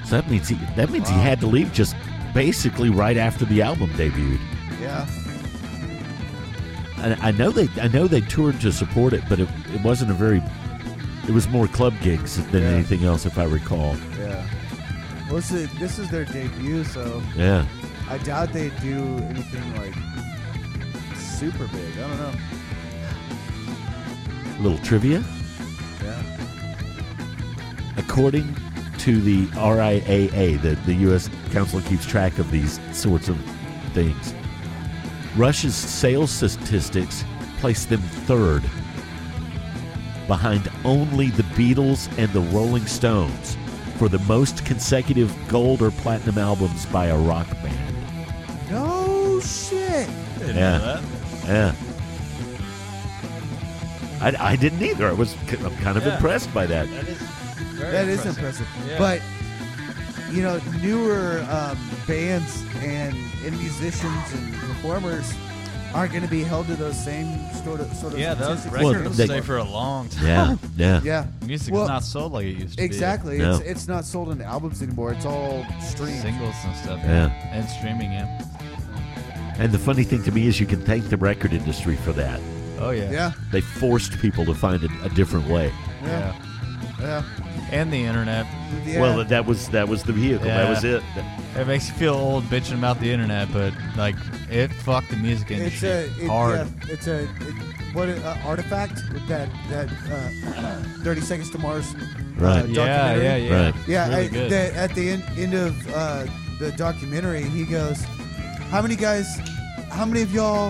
S5: So that means he that means he
S2: Wow.
S5: had to leave just basically right after the album debuted.
S2: Yeah,
S5: I, I know they I know they toured to support it, but it, it wasn't a very it was more club gigs than
S2: Yeah.
S5: anything else, if I recall.
S2: yeah. Well, this is, this is their debut, so
S5: Yeah.
S2: I doubt they do anything like super big. I don't know.
S5: little trivia.
S2: Yeah.
S5: According to the RIAA, the, the U.S. Council keeps track of these sorts of things, Russia's sales statistics place them third behind only the Beatles and the Rolling Stones for the most consecutive gold or platinum albums by a rock band.
S2: No shit.
S5: yeah. Yeah. Eh. I, I didn't either. I was ki- I'm kind of impressed by that.
S2: That is impressive. But you know, newer um, bands and, and musicians and performers aren't going to be held to those same sort of sort of
S6: Yeah, those
S2: statistics.
S5: Well,
S6: records
S5: they-
S6: stay for a long time.
S5: Yeah, yeah.
S2: yeah.
S6: Music's
S2: Well,
S6: not sold like it used to
S2: Exactly.
S5: No.
S2: It's, it's not sold in albums anymore. It's all
S6: be.
S2: streamed.
S6: Singles and stuff.
S5: Yeah.
S6: And streaming, yeah.
S5: And the funny thing to me is you can thank the record industry for that.
S6: Oh, yeah.
S2: Yeah.
S5: They forced people to find a, a different way.
S2: Yeah. Yeah.
S6: And the internet.
S2: yeah.
S5: Well, that was that was the vehicle. That
S6: Yeah.
S5: was it.
S6: It makes you feel old bitching about the internet, but, like, it fucked the music
S2: it's
S6: industry
S2: a it,
S6: hard.
S2: Yeah, it's a it, what a, uh, artifact with that that uh, Thirty Seconds to Mars.
S5: Right.
S2: Uh,
S6: yeah,
S2: documentary.
S6: yeah, yeah.
S5: Right.
S2: Yeah,
S6: Really
S2: I-
S6: good.
S2: the- at the end, end of uh, the documentary, he goes, "How many guys? How many of y'all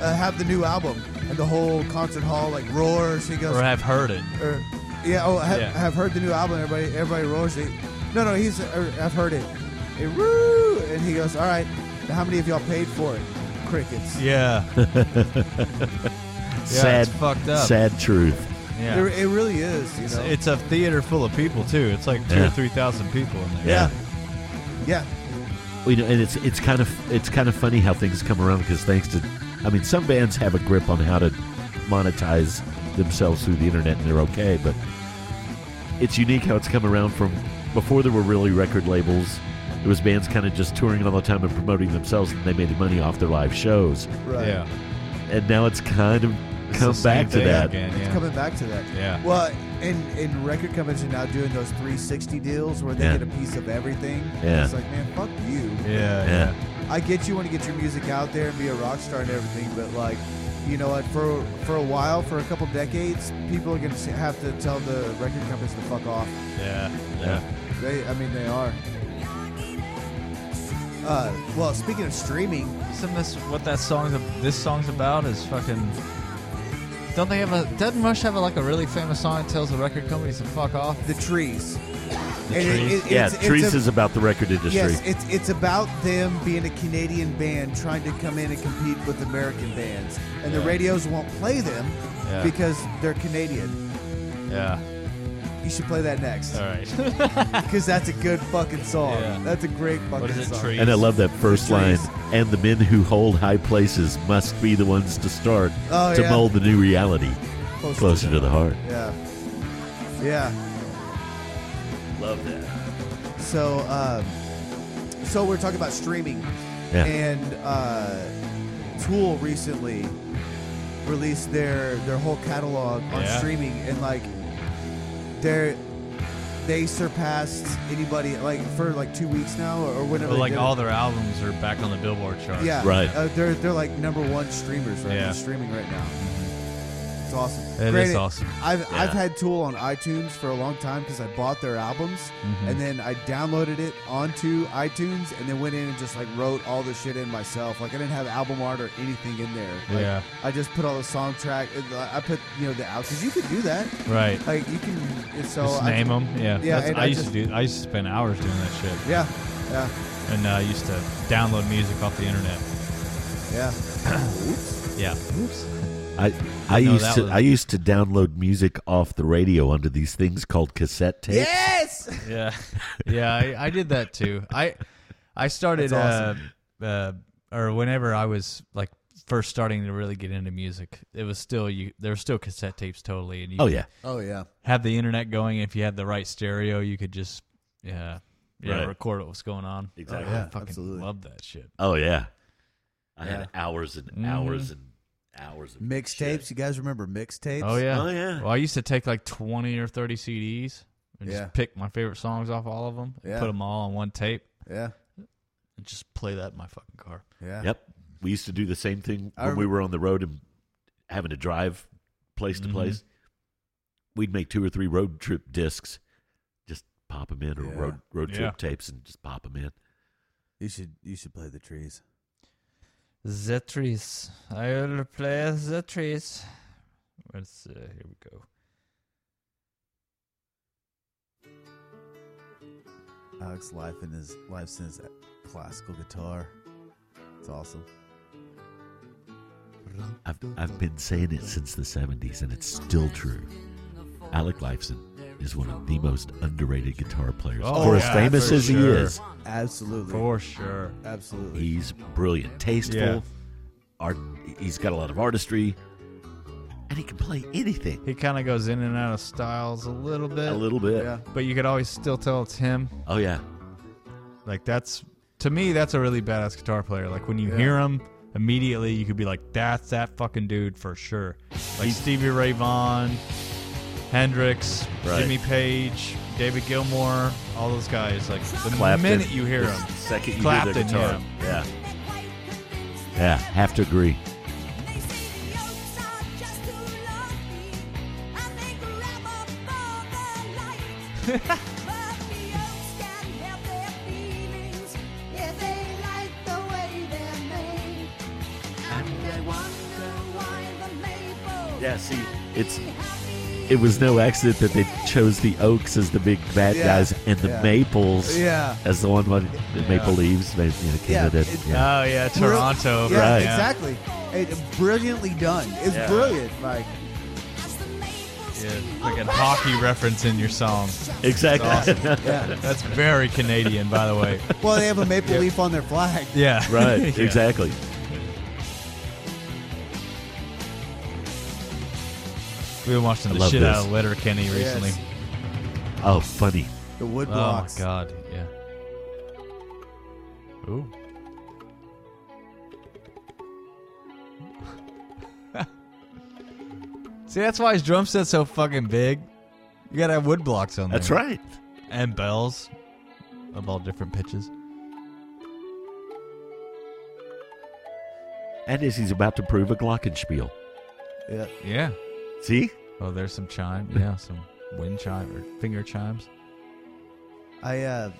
S2: uh, have the new album?" And the whole concert hall like roars. He goes,
S6: Or I've heard it.
S2: or- "Yeah, oh, have,
S6: Yeah.
S2: have heard the new album." Everybody, everybody roars. He, no, no, he's er, I've heard it. It woo, and he goes, "All right, now how many of y'all paid for it?" Crickets.
S6: Yeah.
S5: sad,
S6: it's fucked up.
S5: sad truth.
S6: yeah.
S2: It, it really is, you
S6: It's,
S2: know.
S6: it's a theater full of people too. It's like two
S5: Yeah.
S6: or three thousand people in there.
S5: Yeah.
S2: yeah,
S5: Well, you know, and it's it's kind of it's kind of funny how things come around because thanks to, I mean, some bands have a grip on how to monetize themselves through the internet and they're okay, but it's unique how it's come around from before there were really record labels. It was bands kind of just touring all the time and promoting themselves, and they made money off their live shows.
S2: right.
S6: Yeah.
S5: And now it's kind of
S6: It's the
S5: come
S6: same
S5: back to
S6: thing
S5: that.
S6: Again,
S2: It's
S6: yeah.
S2: coming back to that.
S6: Yeah.
S2: Well, and and record companies are now doing those 360 deals where they
S5: Yeah.
S2: get a piece of everything.
S5: Yeah.
S2: It's like, man, fuck you.
S6: Yeah.
S5: Yeah.
S6: Yeah.
S2: I get you want to get your music out there and be a rock star and everything, but like, you know what? For for a while, for a couple decades, people are gonna s- have to tell the record companies to fuck off.
S6: Yeah.
S2: They, I mean, they are. Uh, well, speaking of streaming,
S6: Isn't this what that song this song's about? Is fucking. Don't they have a? Doesn't Rush have a, like a really famous song that tells the record companies to fuck off?
S2: the trees. The
S5: Trees. yeah, Trees is about the record industry.
S2: Yes, it's it's about them being a Canadian band trying to come in and compete with American bands, and the
S6: Yeah.
S2: radios won't play them
S6: Yeah.
S2: because they're Canadian.
S6: Yeah.
S2: You should play that next
S6: All right.
S2: because that's a good fucking song.
S6: Yeah.
S2: That's a great fucking
S6: what is it?
S2: song.
S6: Trees.
S5: And I love that first line.
S2: Trees.
S5: And the men who hold high places must be the ones to start
S2: Oh,
S5: to
S2: yeah.
S5: mold the new reality
S2: Close
S5: closer to the heart.
S2: Yeah, yeah.
S5: Love that.
S2: So, um, so we're talking about streaming,
S5: Yeah.
S2: and uh, Tool recently released their their whole catalog on
S6: Yeah.
S2: streaming, and like they're they surpassed anybody like for like two weeks now or, or whenever.
S6: But
S2: they
S6: like
S2: did
S6: all
S2: it.
S6: their albums are back on the Billboard chart.
S2: yeah,
S5: Right.
S2: Uh, they're they're like number one streamers right
S6: Yeah.
S2: now, streaming right now. It's awesome.
S6: It is
S2: Granted,
S6: awesome.
S2: I've I've
S5: Yeah.
S2: had Tool on iTunes for a long time because I bought their albums
S6: Mm-hmm.
S2: and then I downloaded it onto iTunes and then went in and just like wrote all the shit in myself. Like I didn't have album art or anything in there. Like,
S6: Yeah.
S2: I just put all the song track. and, uh, I put you know the out because you could do that.
S6: Right.
S2: Like you can. and So
S6: Just
S2: I,
S6: name them. Yeah.
S2: Yeah,
S6: That's,
S2: and
S6: I,
S2: I
S6: used to
S2: just-
S6: do. I used to spend hours doing that shit.
S2: Yeah. Yeah.
S6: And uh, I used to download music off the internet.
S2: Yeah.
S6: Yeah. Oops.
S5: I I
S6: No,
S5: used
S6: that
S5: to
S6: was-
S5: I used to download music off the radio onto these things called cassette tapes.
S2: Yes.
S6: Yeah, yeah, I, I did that too. I I started
S2: That's awesome.
S6: uh, uh, or whenever I was like first starting to really get into music, it was still you. There were still cassette tapes, totally, and you
S5: Oh
S6: could
S5: yeah.
S2: Oh yeah.
S6: have the internet going. If you had the right stereo, you could just yeah yeah
S5: Right.
S6: record what was going on.
S5: Exactly.
S6: Oh, I fucking
S2: absolutely.
S6: love that shit.
S5: Oh yeah. I
S2: Yeah.
S5: had hours and
S6: Mm-hmm.
S5: hours and hours of shit.
S2: Mixtapes. You guys remember mixtapes?
S6: Oh yeah,
S5: Oh, yeah.
S6: Well, I used to take like twenty or thirty CDs and
S2: Yeah.
S6: just pick my favorite songs off all of them, and
S2: Yeah.
S6: put them all on one tape,
S2: Yeah.
S6: and just play that in my fucking car.
S2: Yeah.
S5: Yep. we used to do the same thing
S2: I
S5: when we
S2: remem-
S5: were on the road and having to drive place
S6: Mm-hmm.
S5: to place. We'd make two or three road trip discs, just pop them in, or
S2: Yeah.
S5: road road trip
S6: Yeah.
S5: tapes, and just pop them in.
S2: You should you should play the trees.
S6: The trees. I will play the trees. Let's, uh, here we go.
S2: Alex life and his life since classical guitar. It's awesome.
S5: I've I've been saying it since the '70s, and it's still true. Alec Lifeson is one of the most underrated guitar players.
S6: Oh,
S5: for as
S6: yeah,
S5: famous
S6: for
S5: as he
S6: sure.
S5: is,
S2: Absolutely.
S6: For sure.
S2: Absolutely.
S5: He's brilliant, tasteful.
S6: Yeah.
S5: Art. He's got a lot of artistry, and he can play anything.
S6: He kind of goes in and out of styles a little bit,
S5: A little bit.
S2: yeah.
S6: but you could always still tell it's him.
S5: Oh yeah.
S6: Like that's to me, that's a really badass guitar player. Like when you hear him immediately, you could be like, "That's that fucking dude for sure." Like Stevie Ray Vaughan, Hendrix,
S5: Right.
S6: Jimmy Page, David Gilmour, all those guys. Like the
S5: Clapton.
S6: minute you hear
S5: The
S6: him,
S5: second you
S6: Clapton,
S5: hear their guitar. Yeah. Yeah. Have to agree. Yeah. See, it's it was no accident that they chose the oaks as the big bad
S2: Yeah.
S5: guys and the
S2: Yeah.
S5: maples
S2: Yeah.
S5: as the one one the
S6: Yeah.
S5: maple leaves. They, you know,
S2: Yeah,
S5: Canada.
S2: it-
S5: yeah.
S6: oh yeah, Toronto,
S2: Yeah,
S5: Right.
S2: exactly. It, brilliantly done. It's
S5: Yeah.
S2: brilliant. Like
S6: Yeah, like a hockey reference in your song.
S5: exactly.
S2: yeah.
S6: That's very Canadian, by the way.
S2: well, they have a maple leaf on their flag.
S6: Yeah.
S5: right.
S6: Yeah.
S5: Exactly.
S6: We've been watching
S5: I
S6: the
S5: love
S6: shit
S5: this.
S6: out of Letterkenny recently.
S2: Yes.
S5: Oh, funny.
S2: The wood
S6: Oh my
S2: blocks.
S6: god, yeah. Ooh. See, that's why his drum set's so fucking big. You gotta have wood blocks on there.
S5: That's right.
S6: And bells of all different pitches.
S5: And as he's about to prove a glockenspiel.
S2: Yeah.
S6: Yeah.
S5: See?
S6: Oh, there's some chime. Yeah, some wind chime or finger chimes.
S2: I uh,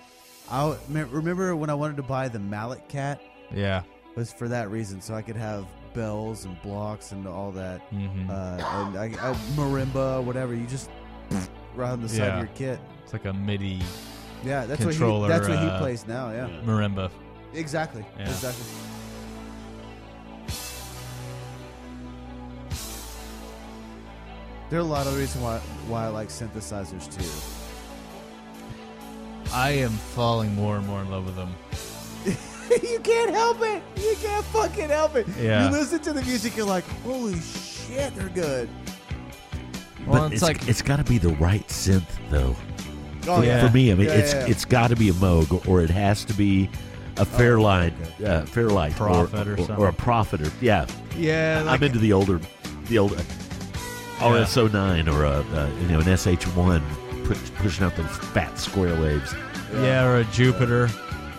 S2: I me- remember when I wanted to buy the mallet cat
S6: Yeah.
S2: was for that reason, so I could have bells and blocks and all that,
S6: Mm-hmm.
S2: uh, and I, I, marimba, whatever. You just right on the side
S6: Yeah.
S2: of your kit.
S6: it's like a MIDI
S2: Yeah, that's what he,
S6: Controller,
S2: that's what
S6: uh,
S2: he plays now. Yeah,
S6: marimba.
S2: exactly,
S6: Yeah.
S2: exactly. There are a lot of reasons why why I like synthesizers too.
S6: I am falling more and more in love with them.
S2: you can't help it. You can't fucking help it.
S6: Yeah.
S2: You listen to the music, you're like, holy shit, they're good.
S6: Well,
S5: but it's,
S6: it's like-
S5: it's got to be the right synth, though.
S2: Oh
S5: for,
S2: yeah.
S5: for me, I mean,
S2: Yeah,
S5: it's
S2: yeah, yeah.
S5: it's got to be a Moog, or it has to be a Fairlight, uh, Fairlight,
S6: Prophet or
S5: or,
S6: something.
S5: or a Profiter. Yeah,
S6: Yeah,
S5: I'm into the older, the uh, older RS09 or a uh, you know an SH1 pu- pushing out those fat square waves.
S6: Yeah, or a Jupiter.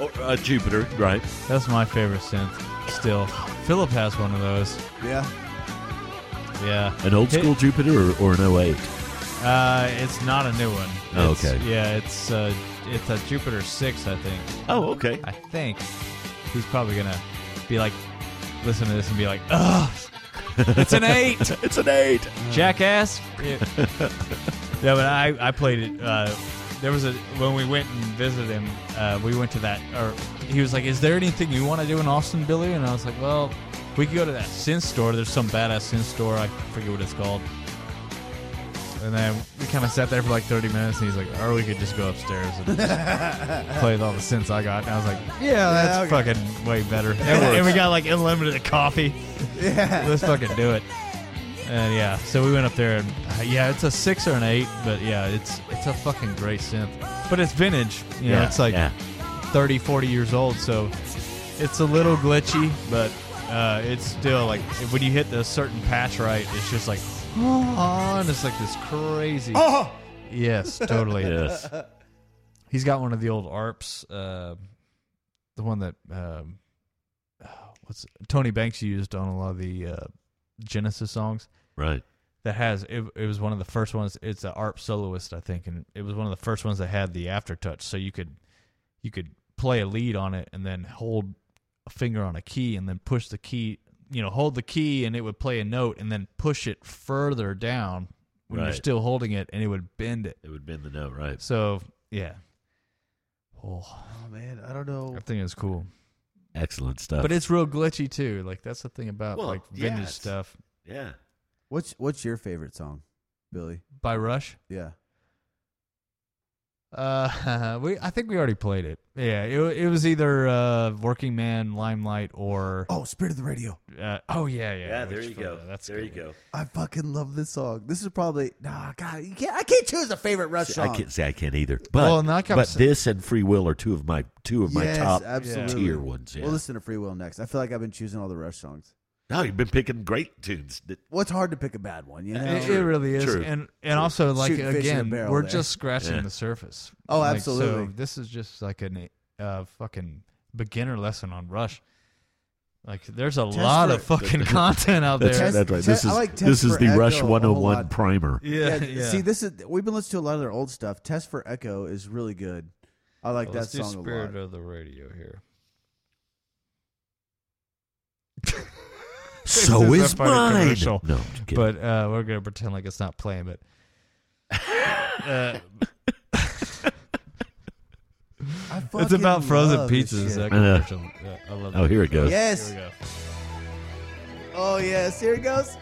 S5: Or uh, Jupiter, right?
S6: That's my favorite synth. Still, Philip has one of those.
S2: Yeah.
S6: Yeah,
S5: An old
S6: Hit-
S5: school Jupiter or, or an 08?
S6: Uh, it's not a new one.
S5: Oh,
S6: It's-
S5: okay.
S6: Yeah, it's uh, it's a Jupiter six, I think.
S5: Oh, okay.
S6: I think he's probably gonna be like, listen to this and be like, ugh, it's an eight,
S5: It's an eight.
S6: jackass. Yeah, yeah but I I played it. Uh, there was a when we went and visited him, uh, we went to that. Or he was like, "Is there anything you want to do in Austin, Billy?" And I was like, "Well, we could go to that synth store. There's some badass synth store. I forget what it's called." And then we kind of sat there for like 30 minutes, and he's like, "Or we could just go upstairs and just play with all the synths I got." And I was like, "Yeah, that's fucking way better." And, and we got like unlimited coffee. Yeah, let's fucking do it. And yeah, so we went up there, and uh, yeah, it's a six or an eight, but yeah, it's it's a fucking great synth, but it's vintage. You know, it's like
S5: yeah.
S6: thirty, forty 30, 40 years old, so it's a little glitchy, but uh, it's still like when you hit the certain patch right, it's just like, oh, and it's like this crazy. Oh! Yes, totally.
S5: yes.
S6: He's got one of the old ARPs, uh, the one that um, oh, um, what's Tony Banks used on a lot of the uh, Genesis songs.
S5: Right.
S6: that has it, it was one of the first ones it's an arp soloist i think and it was one of the first ones that had the aftertouch so you could you could play a lead on it and then hold a finger on a key and then push the key you know hold the key and it would play a note and then push it further down when you're
S5: Right.
S6: still holding it and it would bend it
S5: It would bend the note, right?
S6: so yeah oh
S10: Oh man, I don't know.
S6: i think it's cool
S5: Excellent stuff.
S6: but it's real glitchy too like that's the thing about
S5: Well,
S6: like
S5: yeah,
S6: vintage
S5: it's-
S6: stuff
S5: yeah.
S2: What's What's your favorite song, Billy?
S6: by rush
S2: Yeah.
S6: Uh, we I think we already played it. Yeah, it wa- it was either uh, Working Man, Limelight, or
S2: Oh, Spirit of the Radio.
S6: uh, oh yeah, yeah.
S5: Yeah,
S6: we
S5: there
S6: just
S5: you
S6: played
S5: go.
S6: that. That's a
S5: there you
S6: good one.
S5: go.
S2: I fucking love this song. This is probably nah. God, you can't. I can't choose a favorite Rush
S5: See, I
S2: song.
S5: can't say I can't either. But
S6: Well, and that
S5: but
S6: comes-
S5: this and Free Will are two of my two of my
S2: yes,
S5: top
S2: absolutely.
S5: tier ones. Yeah.
S2: We'll listen to Free Will next. I feel like I've been choosing all the Rush songs.
S5: no, Oh, you've been picking great tunes. Th-
S2: Well, it's hard to pick a bad one, you
S5: Uh,
S2: know.
S6: It, it really is,
S5: True.
S6: and and also like
S2: Shooting fish in a
S6: again,
S2: barrel
S6: we're
S2: there.
S6: just scratching
S5: Yeah.
S6: the surface.
S2: Oh,
S6: Like,
S2: absolutely.
S6: So this is just like a uh, fucking beginner lesson on Rush. Like, there's a lot of fucking content out
S5: That's,
S6: there.
S2: Test-
S5: that's right. This
S2: I
S5: is
S2: like Test
S5: this is
S2: for
S5: the
S2: Echo
S5: Rush
S2: a whole
S5: 101
S2: lot.
S5: primer.
S6: yeah,
S2: Yeah, See, this is we've been listening to a lot of their old stuff. Test for Echo is really good. I like
S6: Let's
S2: that
S6: do
S2: song a
S6: Spirit
S2: lot.
S6: of the Radio here.
S5: So
S6: This is a
S5: is
S6: funny
S5: mine.
S6: commercial.
S5: No, I'm kidding.
S6: but uh, we're gonna pretend like it's not playing. But uh,
S2: I
S6: it's
S2: fucking
S6: about frozen
S2: love this
S6: pizzas.
S2: shit.
S6: That
S5: I know.
S6: commercial. Yeah, uh, I love
S5: Uh, oh,
S6: that.
S5: here it goes.
S2: Yes.
S6: Here
S2: Oh yes. Here it goes.
S6: we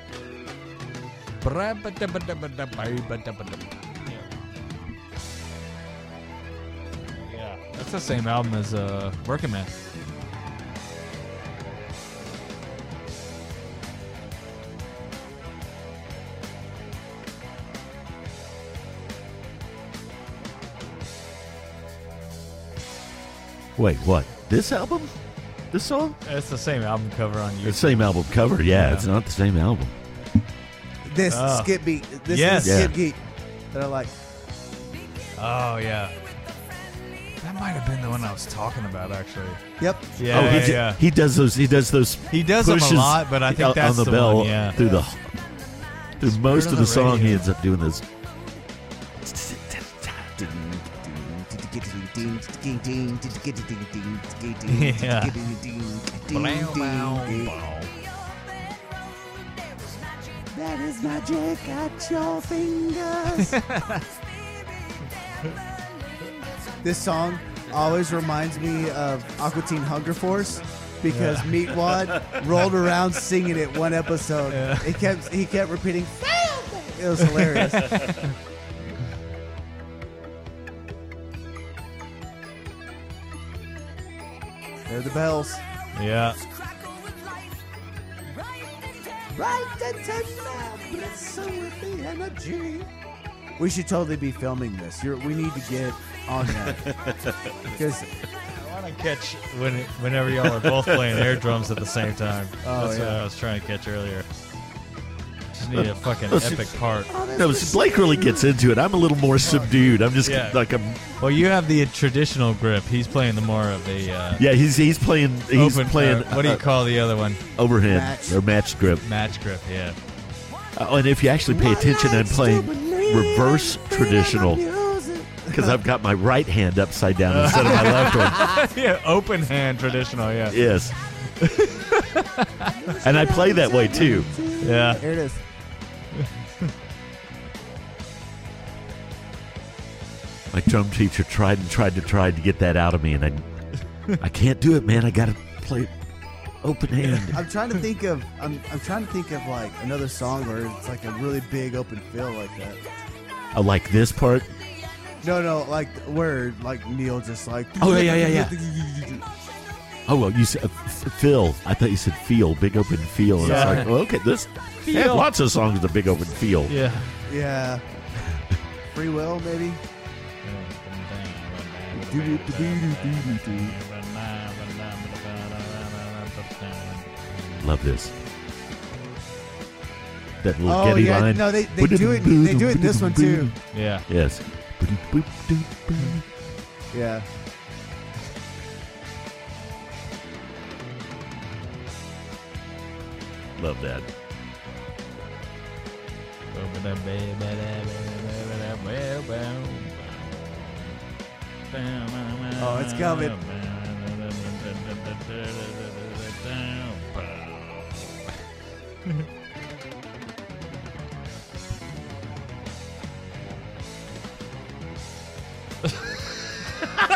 S6: go. Yeah, that's the same album as uh, Working Man.
S5: Wait, what? This album? This song?
S6: It's the same album cover on
S5: The
S6: YouTube.
S5: same album cover. Yeah,
S6: Yeah.
S5: it's not the same album.
S2: This
S6: Oh.
S2: skip beat. This is
S6: Yes.
S2: the skip
S5: Yeah.
S2: beat that I like.
S6: Oh yeah, that might have been the one I was talking about actually.
S2: Yep.
S6: Yeah,
S5: oh, he,
S6: yeah,
S5: d-
S6: yeah.
S5: he does those. He does those.
S6: He does them a
S5: pushes
S6: lot, but I think
S5: out on
S6: that's
S5: the,
S6: the
S5: bell
S6: one, yeah.
S5: through the through most
S6: of
S5: of the,
S6: the
S5: song. He
S6: Radio.
S5: ends up doing this.
S2: That is magic at your fingers. this song always reminds me of Aqua Teen Hunger Force because Meatwad rolled around singing it one episode. He kept he kept repeating. It was hilarious. They're the bells.
S6: Yeah.
S2: We should totally be filming this. You're, we need to get on that because
S6: I want to catch when whenever y'all are both playing air drums at the same time.
S2: Oh,
S6: That's what
S2: yeah.
S6: I was trying to catch earlier. Just need a fucking
S5: Let's
S6: epic part.
S5: No, Blake really gets into it. I'm a little more subdued. I'm just
S6: Yeah.
S5: like I'm.
S6: Well, you have the traditional grip. He's playing the more of the uh,
S5: Yeah, he's he's playing. He's
S6: open.
S5: playing.
S6: uh, what do you call the other one?
S5: uh, overhand
S2: Match.
S5: or match grip?
S6: Match grip. Yeah.
S5: Uh, and if you actually pay attention, I'm playing reverse traditional because I've got my right hand upside down instead of my left one.
S6: yeah. Open hand traditional. Yeah.
S5: Yes. and I play that way too.
S6: Yeah.
S2: here it is.
S5: My drum teacher tried and tried to tried to get that out of me, and I, I can't do it, man. I gotta play open hand.
S2: I'm trying to think of I'm, I'm trying to think of like another song where it's like a really big open fill like that.
S5: I like this part.
S2: No, no, like where like Neil just like
S5: Oh, yeah, yeah, yeah, Oh well, you said uh, f- feel. I thought you said feel. Big open feel. And
S6: Yeah.
S5: It's like well, okay, this. they have
S6: Feel.
S5: lots of songs with a big open feel.
S6: Yeah.
S2: yeah. Free will maybe.
S5: Love this. That little
S2: Oh
S5: Getty
S2: yeah,
S5: line.
S2: no, they, they do it they do it in this one too.
S6: Yeah.
S5: Yes.
S2: Yeah.
S5: Love that.
S6: Oh,
S9: it's coming.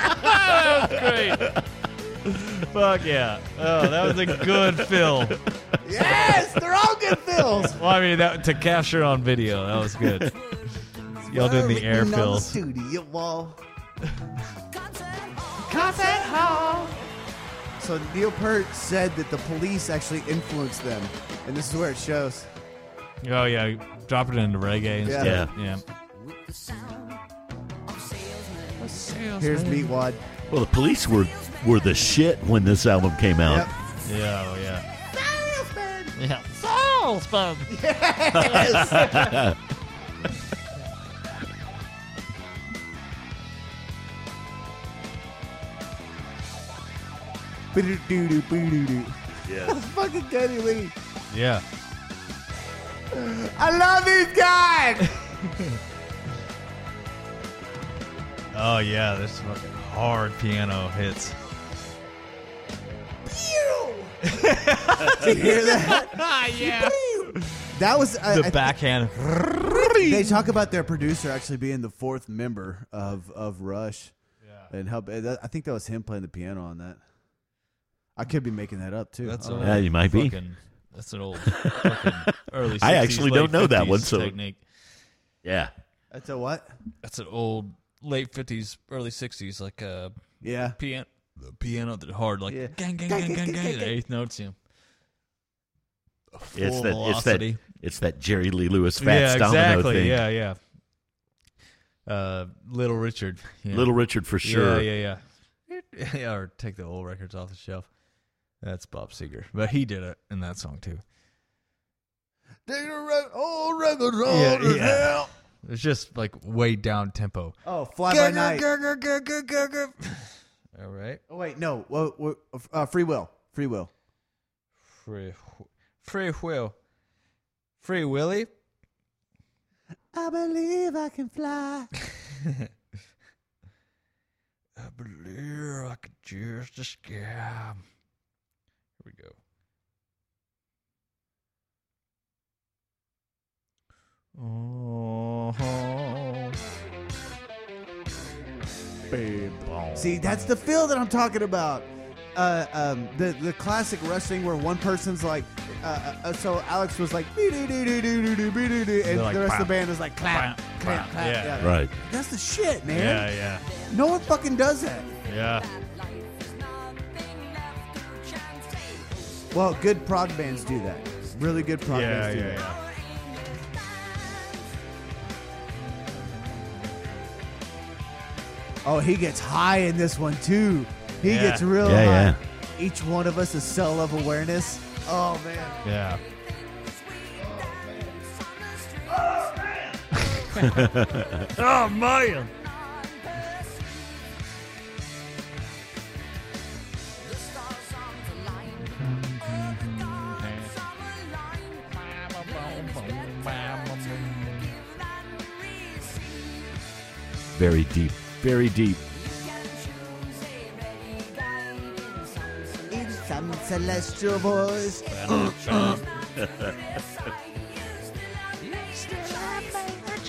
S6: Great. Fuck yeah. Oh, that was a good fill.
S9: Yes, they're all good fills.
S6: Well, I mean, that to capture on video, that was good. Y'all doing the air
S9: Written on the
S6: fills.
S9: studio wall.
S2: So Neil Peart said that the police actually influenced them, and this is where it shows.
S6: Oh yeah, drop it into reggae and
S2: Yeah.
S6: stuff. Yeah.
S7: with the sound of salesmen.
S2: Here's Meatwad.
S5: Well, the police were were the shit when this album came out.
S2: Yep.
S6: Yeah. Oh, yeah. Yeah.
S2: Boo-doo-doo-doo, boo-doo-doo.
S5: Yeah.
S2: Fucking Geddy Lee.
S6: Yeah.
S2: I love these guys.
S6: Oh yeah. There's fucking hard piano hits.
S2: Did you hear that?
S6: Ah yeah.
S2: That was I,
S6: The
S2: I-
S6: backhand.
S2: They talk about their producer actually being the fourth member of of Rush, and help. and that- I think that was him playing the piano on that. I could be making that up too. Oh,
S6: That's
S2: I don't
S6: an
S2: know.
S5: Yeah,
S6: old
S5: you might be.
S6: fucking- That's an old fucking early. 60s,
S5: I actually don't
S6: late
S5: know that
S6: 50s
S5: one, so-
S6: technique.
S5: Yeah.
S2: That's a what?
S6: That's an old late fifties, early sixties, like uh, a
S2: Yeah.
S6: piano, piano that hard, like
S2: Yeah.
S6: gang, gang, gang, gang, gang, the eighth notes. You.
S5: It's that, it's
S6: Full
S5: that
S6: velocity.
S5: it's that Jerry Lee Lewis fat
S6: yeah,
S5: domino
S6: exactly.
S5: thing.
S6: Yeah, yeah. Uh, Little Richard. Yeah.
S5: Little Richard for sure.
S6: Yeah, yeah, yeah. yeah. Or take the old records off the shelf. That's Bob Seger, but he did it in that song too.
S2: Oh, record
S6: Yeah, yeah. It's just like way down tempo.
S2: Oh, fly by night.
S6: All right.
S2: Oh wait, no. Whoa, whoa, uh, free will. Free will.
S6: Free, free will. Free Willy.
S9: I believe I can fly.
S6: I believe I could use the scam. Here we go. Oh.
S2: See, that's the feel that I'm talking about. Uh, um, the the classic wrestling where one person's like, uh, uh, uh, so Alex was like, "Doo doo doo doo doo doo doo doo doo doo," and
S6: They're like,
S2: the rest of the
S6: "Bam,
S2: band is like, clap,
S6: bam,
S2: clap,
S6: bam."
S2: clap.
S6: Yeah.
S2: Yeah.
S5: Right.
S2: That's the shit, man.
S6: Yeah, yeah,
S2: No one fucking does that.
S6: yeah.
S2: Well, good prog bands do that. Really good prog
S6: Yeah,
S2: bands do
S6: yeah,
S2: that.
S6: yeah.
S2: Oh, he gets high in this one too. He
S6: Yeah.
S2: gets real
S5: Yeah,
S2: high.
S5: yeah.
S2: Each one of us a cell of awareness. Oh man.
S6: Yeah. Oh man!
S5: Very deep. Very deep.
S9: In some celestial voice.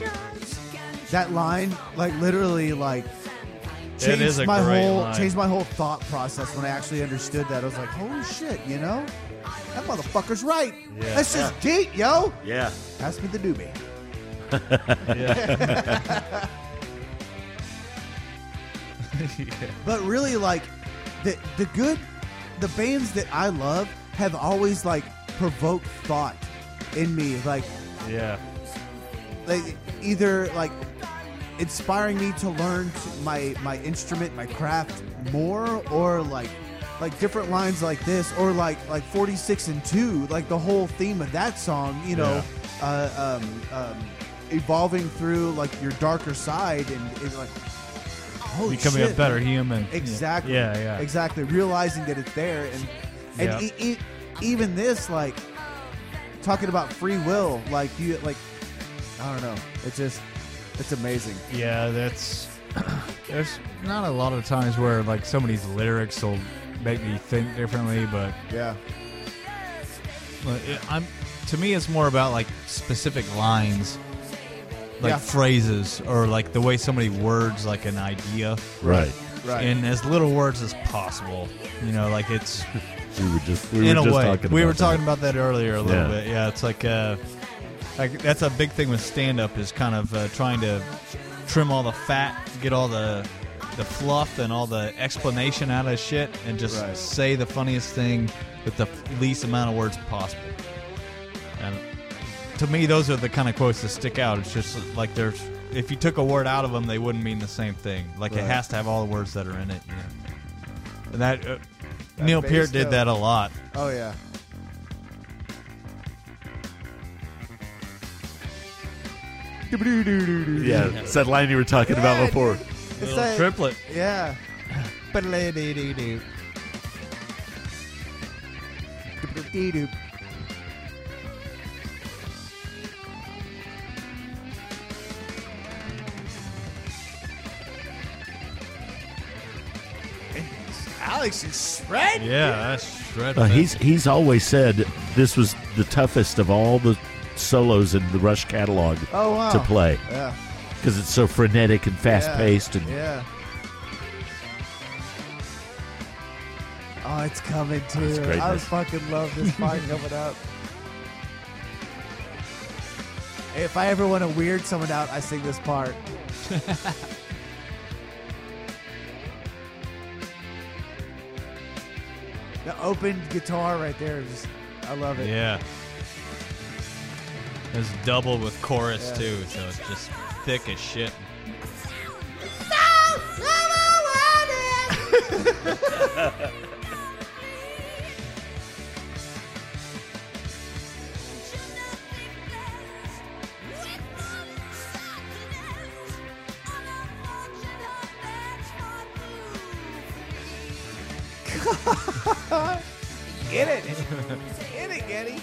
S2: That line, like literally, like changed
S6: It is a
S2: my
S6: great
S2: whole
S6: line.
S2: changed my whole thought process when I actually understood that. I was like, holy shit, you know, that motherfucker's right.
S6: Yeah.
S2: That's just deep, yo.
S5: Yeah.
S2: Pass me the doobie. But really, like the the good, the bands that I love have always like provoked thought in me, like
S6: Yeah,
S2: like either like inspiring me to learn t- my my instrument, my craft more, or like like different lines like this, or like like forty six and two, like the whole theme of that song, you know, uh, um, um, evolving through like your darker side and, and like holy
S6: becoming
S2: shit.
S6: a better human.
S2: Exactly.
S6: Yeah, yeah.
S2: Exactly. Realizing that it's there, and and
S6: Yeah.
S2: e- e- even this, like, talking about free will, like you, like I don't know. It's just, it's amazing.
S6: Yeah, that's. there's not a lot of times where like somebody's lyrics will make me think differently, but
S2: Yeah,
S6: Well, it- I'm to me it's more about like specific lines like
S2: Yeah.
S6: phrases or like the way somebody words like an idea
S5: Right.
S2: right.
S6: in as little words as possible you know like it's
S5: We were just we
S6: in
S5: were
S6: a
S5: just
S6: way
S5: talking
S6: we
S5: about
S6: were
S5: that.
S6: talking about that earlier a little
S5: Yeah.
S6: bit yeah it's like uh like that's a big thing with stand up is kind of uh, trying to trim all the fat get all the the fluff and all the explanation out of shit and just
S2: Right.
S6: say the funniest thing with the least amount of words possible and to me those are the kind of quotes that stick out it's just like there's if you took a word out of them they wouldn't mean the same thing like it
S2: Right.
S6: has to have all the words that are in it you know? and that, uh,
S2: That
S6: neil
S2: bass
S6: peart did
S2: note.
S6: that a lot
S2: oh yeah.
S5: Yeah, it's that line you were talking about before.
S2: It's
S6: Little
S2: like-
S6: triplet
S2: Yeah. Alex is shredded.
S6: Yeah, that's shred.
S5: Uh, he's he's always said this was the toughest of all the solos in the Rush catalog
S2: Oh wow.
S5: to play
S2: Yeah.
S5: because it's so frenetic and fast paced and
S2: Yeah. Oh, it's coming too.
S5: It's great,
S2: I
S5: man.
S2: fucking love this part coming up. If I ever want to weird someone out, I sing this part. the open guitar right there, is- I love it.
S6: yeah. It's doubled with chorus
S2: Yeah.
S6: too, so it's just thick as shit.
S2: Get it. Get it, get it.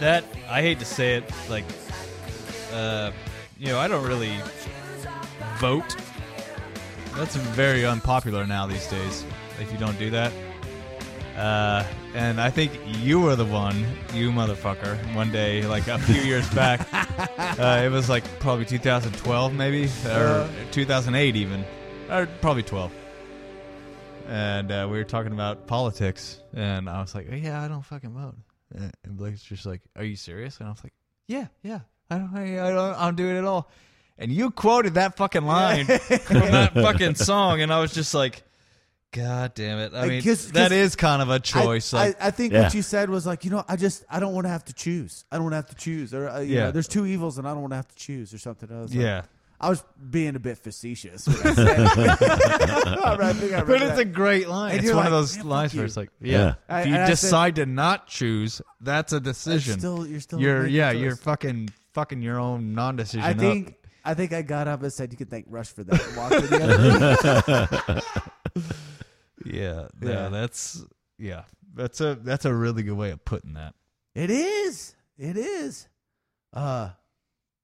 S6: That I hate to say it, like, uh, you know, I don't really vote. That's very unpopular now these days. If you don't do that, uh, and I think you were the one, you motherfucker, one day, like a few years back. Uh, it was like probably 2012, maybe, or 2008 even, or probably 12. And uh, we were talking about politics, and I was like, "Oh, "Yeah, I don't fucking vote." And and Blake's just like, "Are you serious?" And I was like, "Yeah, yeah, I don't, I, I don't, I don't do it at all." And you quoted that fucking line from that fucking song, and I was just like, "God damn it!" I
S2: Like,
S6: mean,
S2: 'cause-
S6: that
S2: 'cause
S6: is kind of a
S2: I-
S6: choice.
S2: I,
S6: like,
S2: I, think
S5: Yeah.
S2: what you said was like, you know, I just I don't want to have to choose. I don't want to have to choose. Or uh,
S6: Yeah.
S2: yeah, there's two evils, and I don't want to have to choose or something. I was like-
S6: Yeah.
S2: I was being a bit facetious. when I said it. I read- I think I read
S6: But it's
S2: that.
S6: a great line.
S2: And
S6: It's
S2: you're
S6: one of
S2: like,
S6: those
S2: "Man,
S6: lines
S2: fuck
S6: where
S2: you."
S6: it's like,
S5: Yeah.
S6: yeah.
S2: I-
S6: if you
S2: and I said-
S6: decide to not choose, that's a decision.
S2: still- you're still
S6: You're
S2: making
S6: yeah.
S2: choice.
S6: You're fucking fucking your own non-decision.
S2: I think
S6: up.
S2: I think I got up and said, "You can thank Rush for that." and walked to the other room.
S6: Yeah, yeah.
S2: Yeah.
S6: That's yeah. That's a that's a really good way of putting that.
S2: It is. It is. Uh,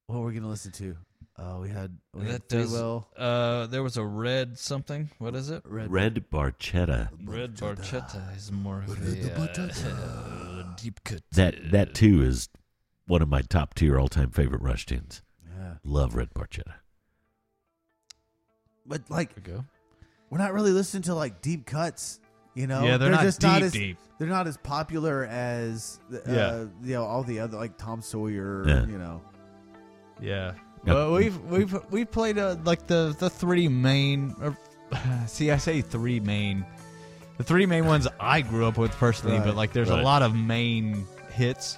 S2: what we're we gonna listen to? Uh, we had we had Free Will,
S6: Uh, there was a red something. What is it?
S2: Red,
S5: red barchetta.
S6: Red barchetta is more of uh, a deep cut.
S5: That that too is one of my top tier all time favorite Rush tunes.
S2: Yeah.
S5: Love red barchetta.
S2: but like
S6: go.
S2: we're not really listening to like deep cuts. You know,
S6: Yeah, they're not
S2: just
S6: deep,
S2: as,
S6: deep.
S2: They're not as popular as uh,
S6: Yeah.
S2: you know all the other like Tom Sawyer.
S5: Yeah.
S2: You know,
S6: Yeah.
S5: Yep.
S6: Well, we've we've we've played uh, like the the three main. Or, see, I say three main. The three main ones I grew up with personally,
S2: Right.
S6: but like there's
S5: Right.
S6: a lot of main hits.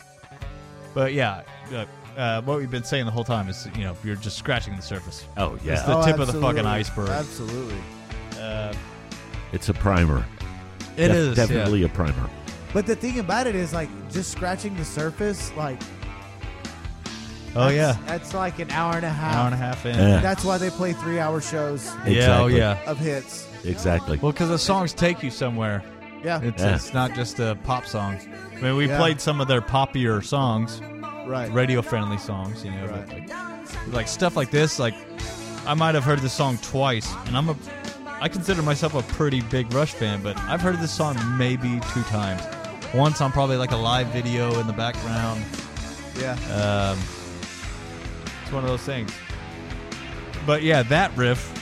S6: But yeah, uh, uh, what we've been saying the whole time is you know you're just scratching the surface.
S5: Oh
S6: It's
S5: yeah.
S6: the
S2: Oh,
S6: tip of the fucking
S2: absolutely.
S6: iceberg.
S2: Absolutely.
S6: Uh,
S5: It's a primer.
S6: it
S5: Def-
S6: is
S5: definitely a primer.
S2: But the thing about it is like just scratching the surface. Like
S6: Oh yeah,
S2: That's like an hour and a half.
S6: hour and a half in.
S5: Yeah.
S2: That's why they play three hour shows
S6: Yeah. Oh
S5: Exactly.
S6: yeah.
S2: of hits.
S5: Exactly.
S6: Well, because the songs take you somewhere.
S2: Yeah.
S6: It's,
S5: Yeah.
S6: it's not just a pop song. I mean, we
S2: Yeah.
S6: played some of their poppier songs,
S2: Right.
S6: radio friendly songs, you know, but like, like stuff like this. Like, I might have heard this song twice, and I'm a, I consider myself a pretty big Rush fan, but I've heard this song maybe two times. Once on probably like a live video in the background.
S2: Yeah.
S6: Um, it's one of those things. But yeah, that riff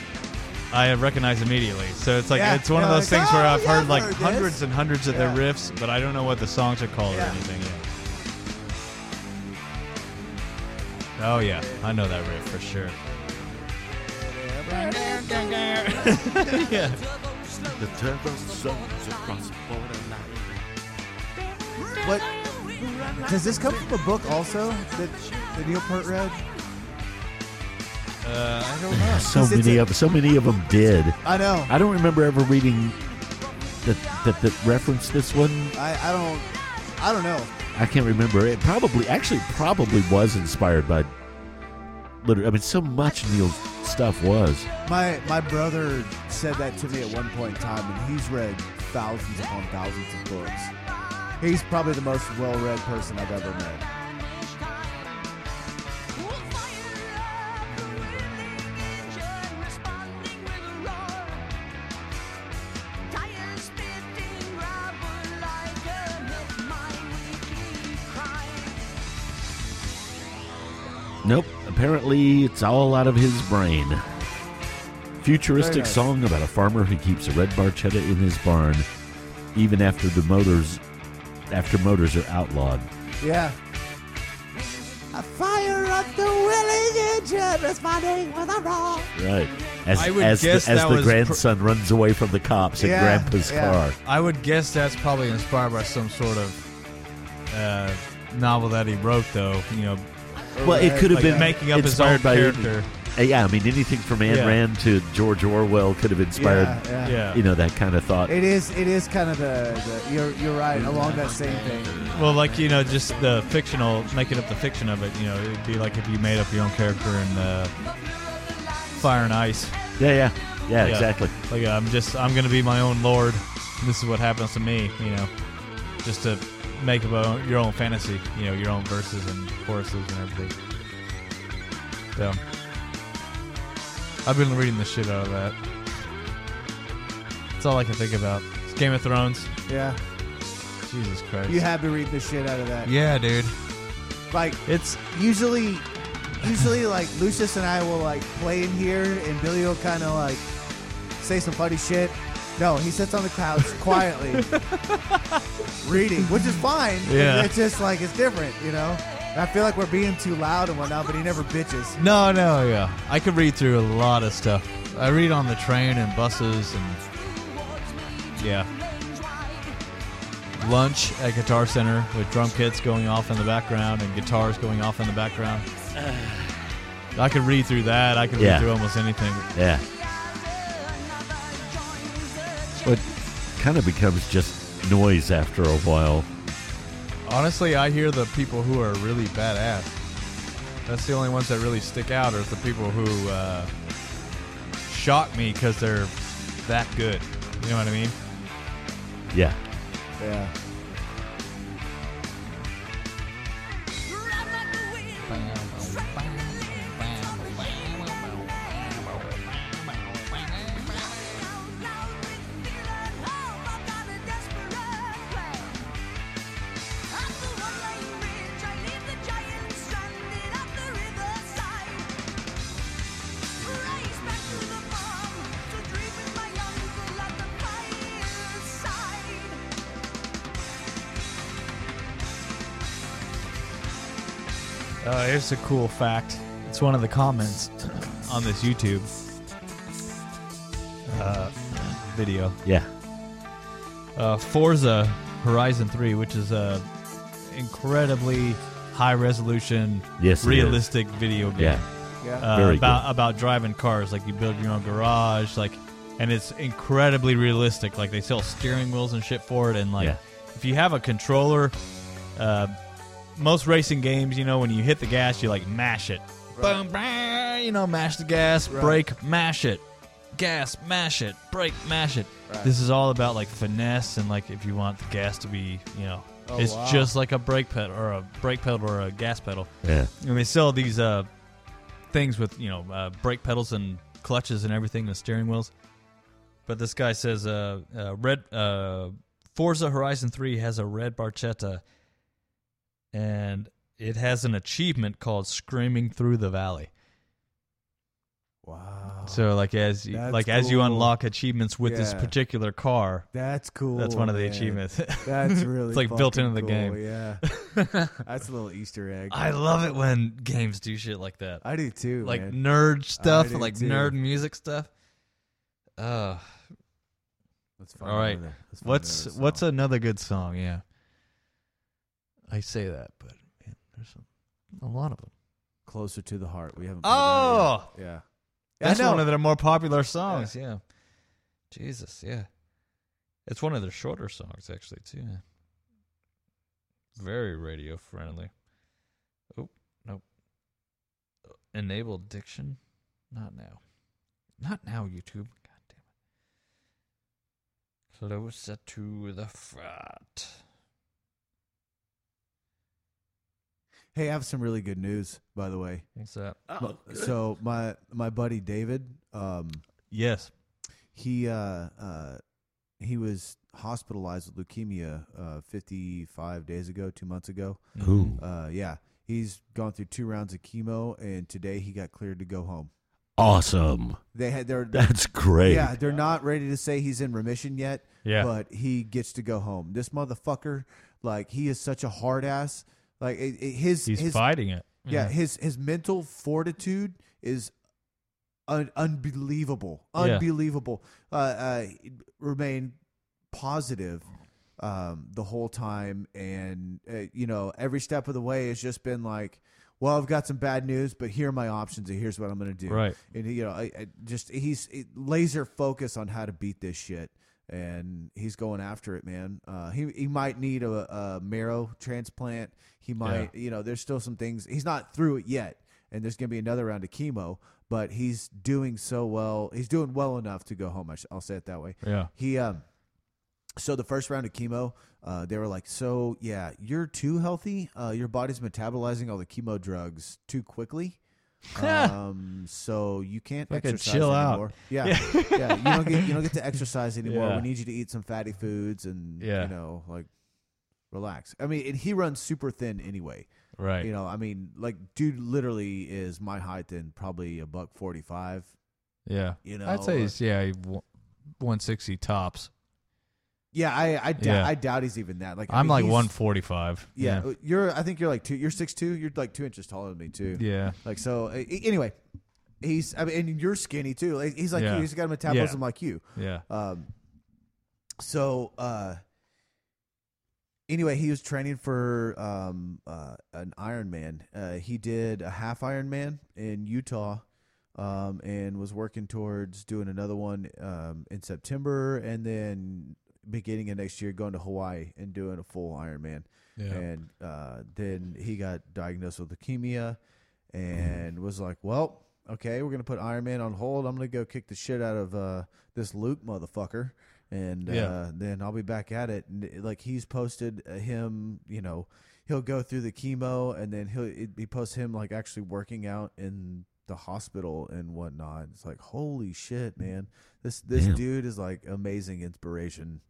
S6: I recognize immediately. So it's like
S2: Yeah,
S6: it's one of
S2: no,
S6: those
S2: it's,
S6: things where
S2: "Oh,
S6: I've
S2: yeah,
S6: heard
S2: I've
S6: like
S2: heard this."
S6: hundreds and hundreds of
S2: Yeah.
S6: their riffs, but I don't know what the songs are called or
S2: Yeah.
S6: anything yet. Oh yeah, I know that riff for sure. yeah.
S5: The turbo sons across border line.
S2: What? Does this come from a book also that, that Neil Peart read?
S6: Uh, I don't know.
S5: So
S2: It's- it's
S5: many
S2: a-
S5: of so many of them did.
S2: I know.
S5: I don't remember ever reading that that, that referenced this one.
S2: I, I don't. I don't know.
S5: I can't remember. It probably actually probably was inspired by. Literally, I mean, so much Neil's stuff was.
S2: My my brother said that to me at one point in time, and he's read thousands upon thousands of books. He's probably the most well-read person I've ever met.
S5: Nope. Apparently, it's all out of his brain. Futuristic
S2: Very nice.
S5: song about a farmer who keeps a red barchetta in his barn, even after the motors, after motors are outlawed.
S2: Yeah.
S9: I fire up the willing engine, responding with a roar.
S5: Right. As
S6: I would
S5: as
S6: guess
S5: the, as
S6: that
S5: the
S6: was pr-
S5: grandson runs away from the cops in
S2: Yeah,
S5: grandpa's
S2: yeah.
S5: car.
S6: I would guess that's probably inspired by some sort of uh, novel that he wrote, though. You know,
S5: Well, it could have
S6: like
S5: been
S6: making up his
S5: inspired
S6: own
S5: by
S6: character.
S5: Uh, yeah, I mean, anything from Ayn
S6: Yeah.
S5: Rand to George Orwell could have inspired,
S2: Yeah, yeah.
S6: Yeah.
S5: you know, that kind of thought.
S2: It is. It is kind of the, the you're you're right along that same thing.
S6: Well, like you know, just the fictional, making up the fiction of it. You know, it'd be like if you made up your own character in uh, Fire and Ice.
S5: yeah, yeah, yeah,
S6: Yeah.
S5: exactly.
S6: Like I'm just, I'm gonna be my own lord. This is what happens to me. You know, just to make up a- your own fantasy. You know, your own verses and choruses and everything. So, I've been reading the shit out of that. That's all I can think about. It's Game of Thrones.
S2: Yeah.
S6: Jesus Christ.
S2: You had to read the shit out of that.
S6: yeah, dude.
S2: Like
S6: It's
S2: usually usually like Lucius and I will like play in here and Billy will kind of like say some funny shit. No, he sits on the couch quietly reading, which is fine.
S6: Yeah.
S2: It's just like it's different, you know. And I feel like we're being too loud and whatnot, but he never bitches.
S6: No, no, yeah. I could read through a lot of stuff. I read on the train and buses and yeah. Lunch at Guitar Center with drum kits going off in the background and guitars going off in the background. I could read through that. I could
S5: Yeah.
S6: read through almost anything.
S5: Yeah. But kind of becomes just noise after a while.
S6: Honestly, I hear the people who are really badass. That's the only ones that really stick out, are the people who uh, shock me because they're that good. You know what I mean?
S5: Yeah.
S2: Yeah.
S6: Uh, here's a cool fact. It's one of the comments on this YouTube uh, video.
S5: Yeah.
S6: Uh, Forza Horizon 3, which is a incredibly high resolution,
S5: Yes, it is.
S6: realistic video game
S5: Yeah.
S2: Yeah.
S6: uh,
S5: Very
S6: about
S5: good.
S6: about driving cars. Like you build your own garage, like, and it's incredibly realistic. Like they sell steering wheels and shit for it, and like
S5: Yeah.
S6: if you have a controller, uh, most racing games, you know, when you hit the gas, you like mash it. Boom, brah, you know, mash the gas, brake, mash it. Gas, mash it, brake, mash it. This is all about like finesse and like if you want the gas to be, you know, it's
S2: Oh, wow.
S6: just like a brake pedal or a brake pedal or a gas pedal.
S5: Yeah.
S6: And they sell these uh, things with you know uh, brake pedals and clutches and everything, the steering wheels. But this guy says, uh, uh, "Red uh, Forza Horizon Three has a red barchetta, and it has an achievement called Screaming Through the Valley."
S2: Wow.
S6: So like as you,
S2: Oh, That's
S6: like as you
S2: cool.
S6: unlock achievements with this
S2: Yeah.
S6: particular car,
S2: That's cool.
S6: that's one of the
S2: man.
S6: achievements.
S2: That's really
S6: It's like built
S2: fucking
S6: into the
S2: cool,
S6: game.
S2: Yeah. That's a little Easter egg.
S6: I love it when games do shit like that.
S2: I do too.
S6: like
S2: man.
S6: nerd stuff,
S2: do
S6: like
S2: too.
S6: nerd music stuff. Uh,
S2: Let's
S6: all right.
S2: another- let's find
S6: what's
S2: another
S6: what's
S2: song.
S6: another good song? Yeah, I say that, but man, there's a, a lot of them.
S2: closer to the heart? We haven't. played that
S6: Oh,
S2: yet. yeah.
S6: that's
S2: I know.
S6: one of their more popular songs. Yeah. Jesus, yeah, it's one of their shorter songs actually too. Very radio friendly. Oh nope. Enable diction, not now, not now. YouTube, god damn it. Closer to the front.
S2: Hey, I have some really good news, by the way.
S6: What's that?
S2: So my my buddy David, um,
S6: Yes.
S2: he uh, uh, he was hospitalized with leukemia uh, 55 days ago, two months ago.
S5: Ooh.
S2: Uh, yeah, he's gone through two rounds of chemo, and today he got cleared to go home.
S5: Awesome.
S2: They had their
S5: That's great.
S2: yeah, they're not ready to say he's in remission yet.
S6: Yeah.
S2: but he gets to go home. This motherfucker, like he is such a hard ass. Like it, it- his
S6: He's
S2: his
S6: fighting it.
S2: yeah, his his mental fortitude is un- unbelievable,
S6: Yeah.
S2: unbelievable. Uh, uh, remain positive um, the whole time, and uh, you know every step of the way has just been like, well, I've got some bad news, but here are my options, and here's what I'm going to do.
S6: Right.
S2: and you know, I, I just he's laser focused on how to beat this shit. And he's going after it, man. Uh, he he might need a, a marrow transplant. He might, you know, there's still some things. He's not through it yet, and there's going to be another round of chemo. But he's doing so well. He's doing well enough to go home. I sh- I'll say it that way.
S6: Yeah.
S2: He um so the first round of chemo, uh, they were like, "So yeah, you're too healthy. Uh, your body's metabolizing all the chemo drugs too quickly. Um, so you can't
S6: Fucking
S2: exercise
S6: chill out.
S2: anymore. Yeah, yeah. You don't get you don't get to exercise anymore.
S6: Yeah.
S2: We need you to eat some fatty foods and
S6: Yeah.
S2: you know like relax. I mean, and he runs super thin anyway.
S6: Right.
S2: You know, I mean, like dude, literally is my height and probably a buck forty five.
S6: Yeah.
S2: You know,
S6: I'd say
S2: uh,
S6: he's yeah, he w- 160 tops.
S2: Yeah, I I, dou-
S6: Yeah.
S2: I doubt he's even that. Like I
S6: I'm
S2: mean,
S6: like
S2: he's-
S6: 145.
S2: Yeah, you're. I think you're like two. You're six two. You're like two inches taller than me too.
S6: Yeah.
S2: Like so. a- a- Anyway, he's. I mean, and you're skinny too. Like, He's like
S6: Yeah.
S2: you. He's got a metabolism
S6: Yeah.
S2: like you.
S6: Yeah.
S2: Um. So. uh Anyway, he was training for um uh an Ironman. Uh, he did a half Ironman in Utah. Um, and was working towards doing another one um, in September, and then beginning of next year, going to Hawaii and doing a full Ironman and uh, then he got diagnosed with leukemia
S6: Mm-hmm.
S2: and was like, "Well, okay, we're gonna put Iron Man on hold. I'm gonna go kick the shit out of uh, this Luke motherfucker, and
S6: Yeah.
S2: uh, then I'll be back at it." And, uh, like he's posted uh, him, you know, he'll go through the chemo, and then he'll it, he posts him like actually working out in the hospital and whatnot. It's like, holy shit, man! This this
S5: Damn.
S2: dude is like amazing inspiration.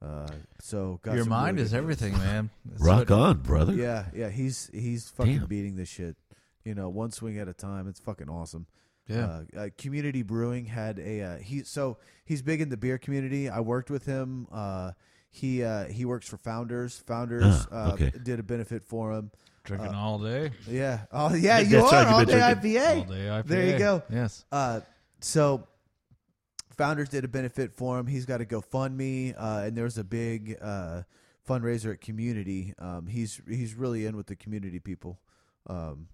S2: Uh, so got
S6: Your
S2: some
S6: mind
S2: really
S6: is
S2: good-
S6: everything, man. That's
S5: Rock
S6: what-
S5: on, brother.
S2: yeah, yeah, he's he's fucking
S5: Damn.
S2: beating this shit. You know, one swing at a time. It's fucking awesome.
S6: Yeah.
S2: Uh, uh, community Brewing had a uh, he. So he's big in the beer community. I worked with him. Uh, he uh, he works for Founders. Founders
S5: Ah,
S2: uh,
S5: okay.
S2: did a benefit for him.
S6: Drinking
S2: uh,
S6: all day.
S2: Yeah. Oh yeah, you
S5: That's
S2: are
S5: how
S2: all
S5: you've
S2: day
S5: been
S2: IPA.
S6: All day IPA.
S2: There you go.
S6: Yes.
S2: Uh, so founders did a benefit for him. He's got a GoFundMe, uh, and there's a big uh, fundraiser at community. Um, he's he's really in with the community people, um,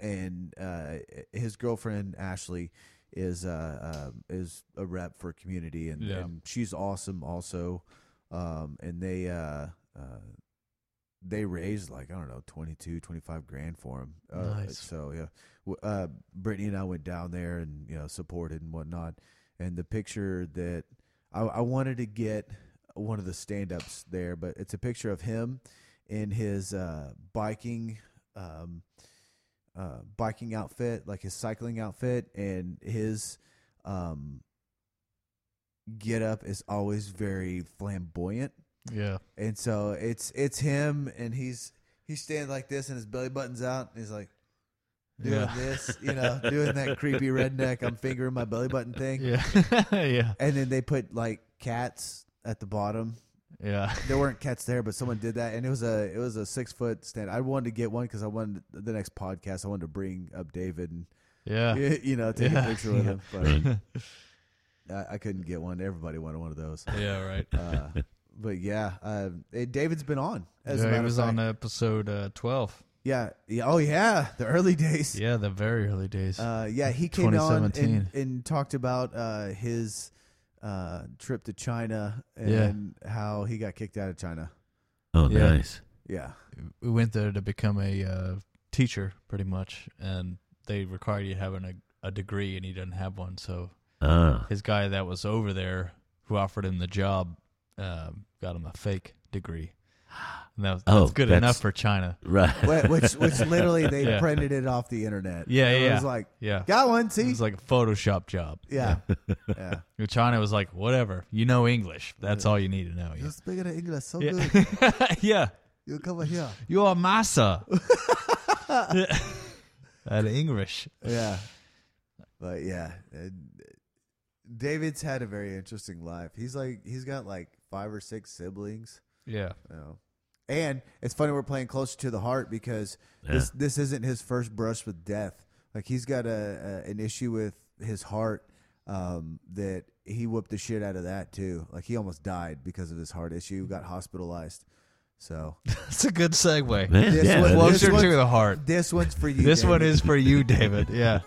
S2: and uh, his girlfriend Ashley is uh, um is a rep for community, and,
S6: Yeah.
S2: and she's awesome also. Um, and they uh, uh, they raised like I don't know 22, 25 grand for him. Uh,
S6: Nice.
S2: So yeah, W- uh, Brittany and I went down there and you know supported and whatnot. And the picture that I, I wanted to get one of the stand ups there, but it's a picture of him in his uh, biking. Um, uh, biking outfit, like his cycling outfit, and his um, get up is always very flamboyant.
S6: Yeah.
S2: And so it's it's him, and he's he's standing like this, and his belly button's out, and he's like doing
S6: Yeah.
S2: this, you know, doing that creepy redneck. I'm fingering my belly button thing,
S6: Yeah. yeah.
S2: and then they put like cats at the bottom.
S6: Yeah.
S2: There weren't cats there, but someone did that, and it was a it was a six foot stand. I wanted to get one because I wanted the next podcast. I wanted to bring up David and
S6: Yeah.
S2: you know take
S6: Yeah.
S2: a picture with
S6: Yeah.
S2: him, but I, I couldn't get one. Everybody wanted one of those.
S6: Yeah, right.
S2: Uh, but yeah, uh, eh, David's been on. As a
S6: yeah,
S2: matter
S6: he
S2: of
S6: was on
S2: fact.
S6: episode uh, 12.
S2: Yeah. yeah. Oh yeah, the early days.
S6: Yeah, the very early days.
S2: Uh, yeah, he came on and,
S6: 2017.
S2: and talked about uh, his uh, trip to China
S6: Yeah.
S2: and how he got kicked out of China.
S5: Oh,
S6: Yeah.
S5: nice.
S2: Yeah.
S6: we went there to become a uh, teacher, pretty much, and they require you having a, a degree, and he didn't have one. So
S5: Ah,
S6: his guy that was over there who offered him the job um, got him a fake degree. And that was,
S5: Oh,
S6: that's good
S5: that's-
S6: enough for China.
S5: right.
S2: Wh- Which which literally they
S6: Yeah.
S2: printed it off the internet.
S6: Yeah,
S2: It
S6: yeah.
S2: was like
S6: Yeah.
S2: got one.
S6: It
S2: See.
S6: was like a Photoshop job.
S2: yeah. yeah.
S6: And China was like, whatever. You know English. That's all you need to know.
S2: You're speaking of English so
S6: Yeah.
S2: good.
S6: yeah.
S2: You come here.
S6: You are massa. At English.
S2: Yeah. But yeah, uh, David's had a very interesting life. He's like he's got like five or six siblings.
S6: Yeah.
S2: You know. And it's funny we're playing closer to the heart because this this isn't his first brush with death. Like he's got a, a an issue with his heart um, that he whooped the shit out of that too. Like he almost died because of his heart issue. Got hospitalized. So
S6: That's a good segue.
S5: Man,
S2: This
S5: yeah,
S2: one-
S5: that
S2: this
S5: is-
S6: Closer
S2: one's-
S6: to the heart.
S2: this one's for you.
S6: This one
S2: David.
S6: is for you, David. Yeah.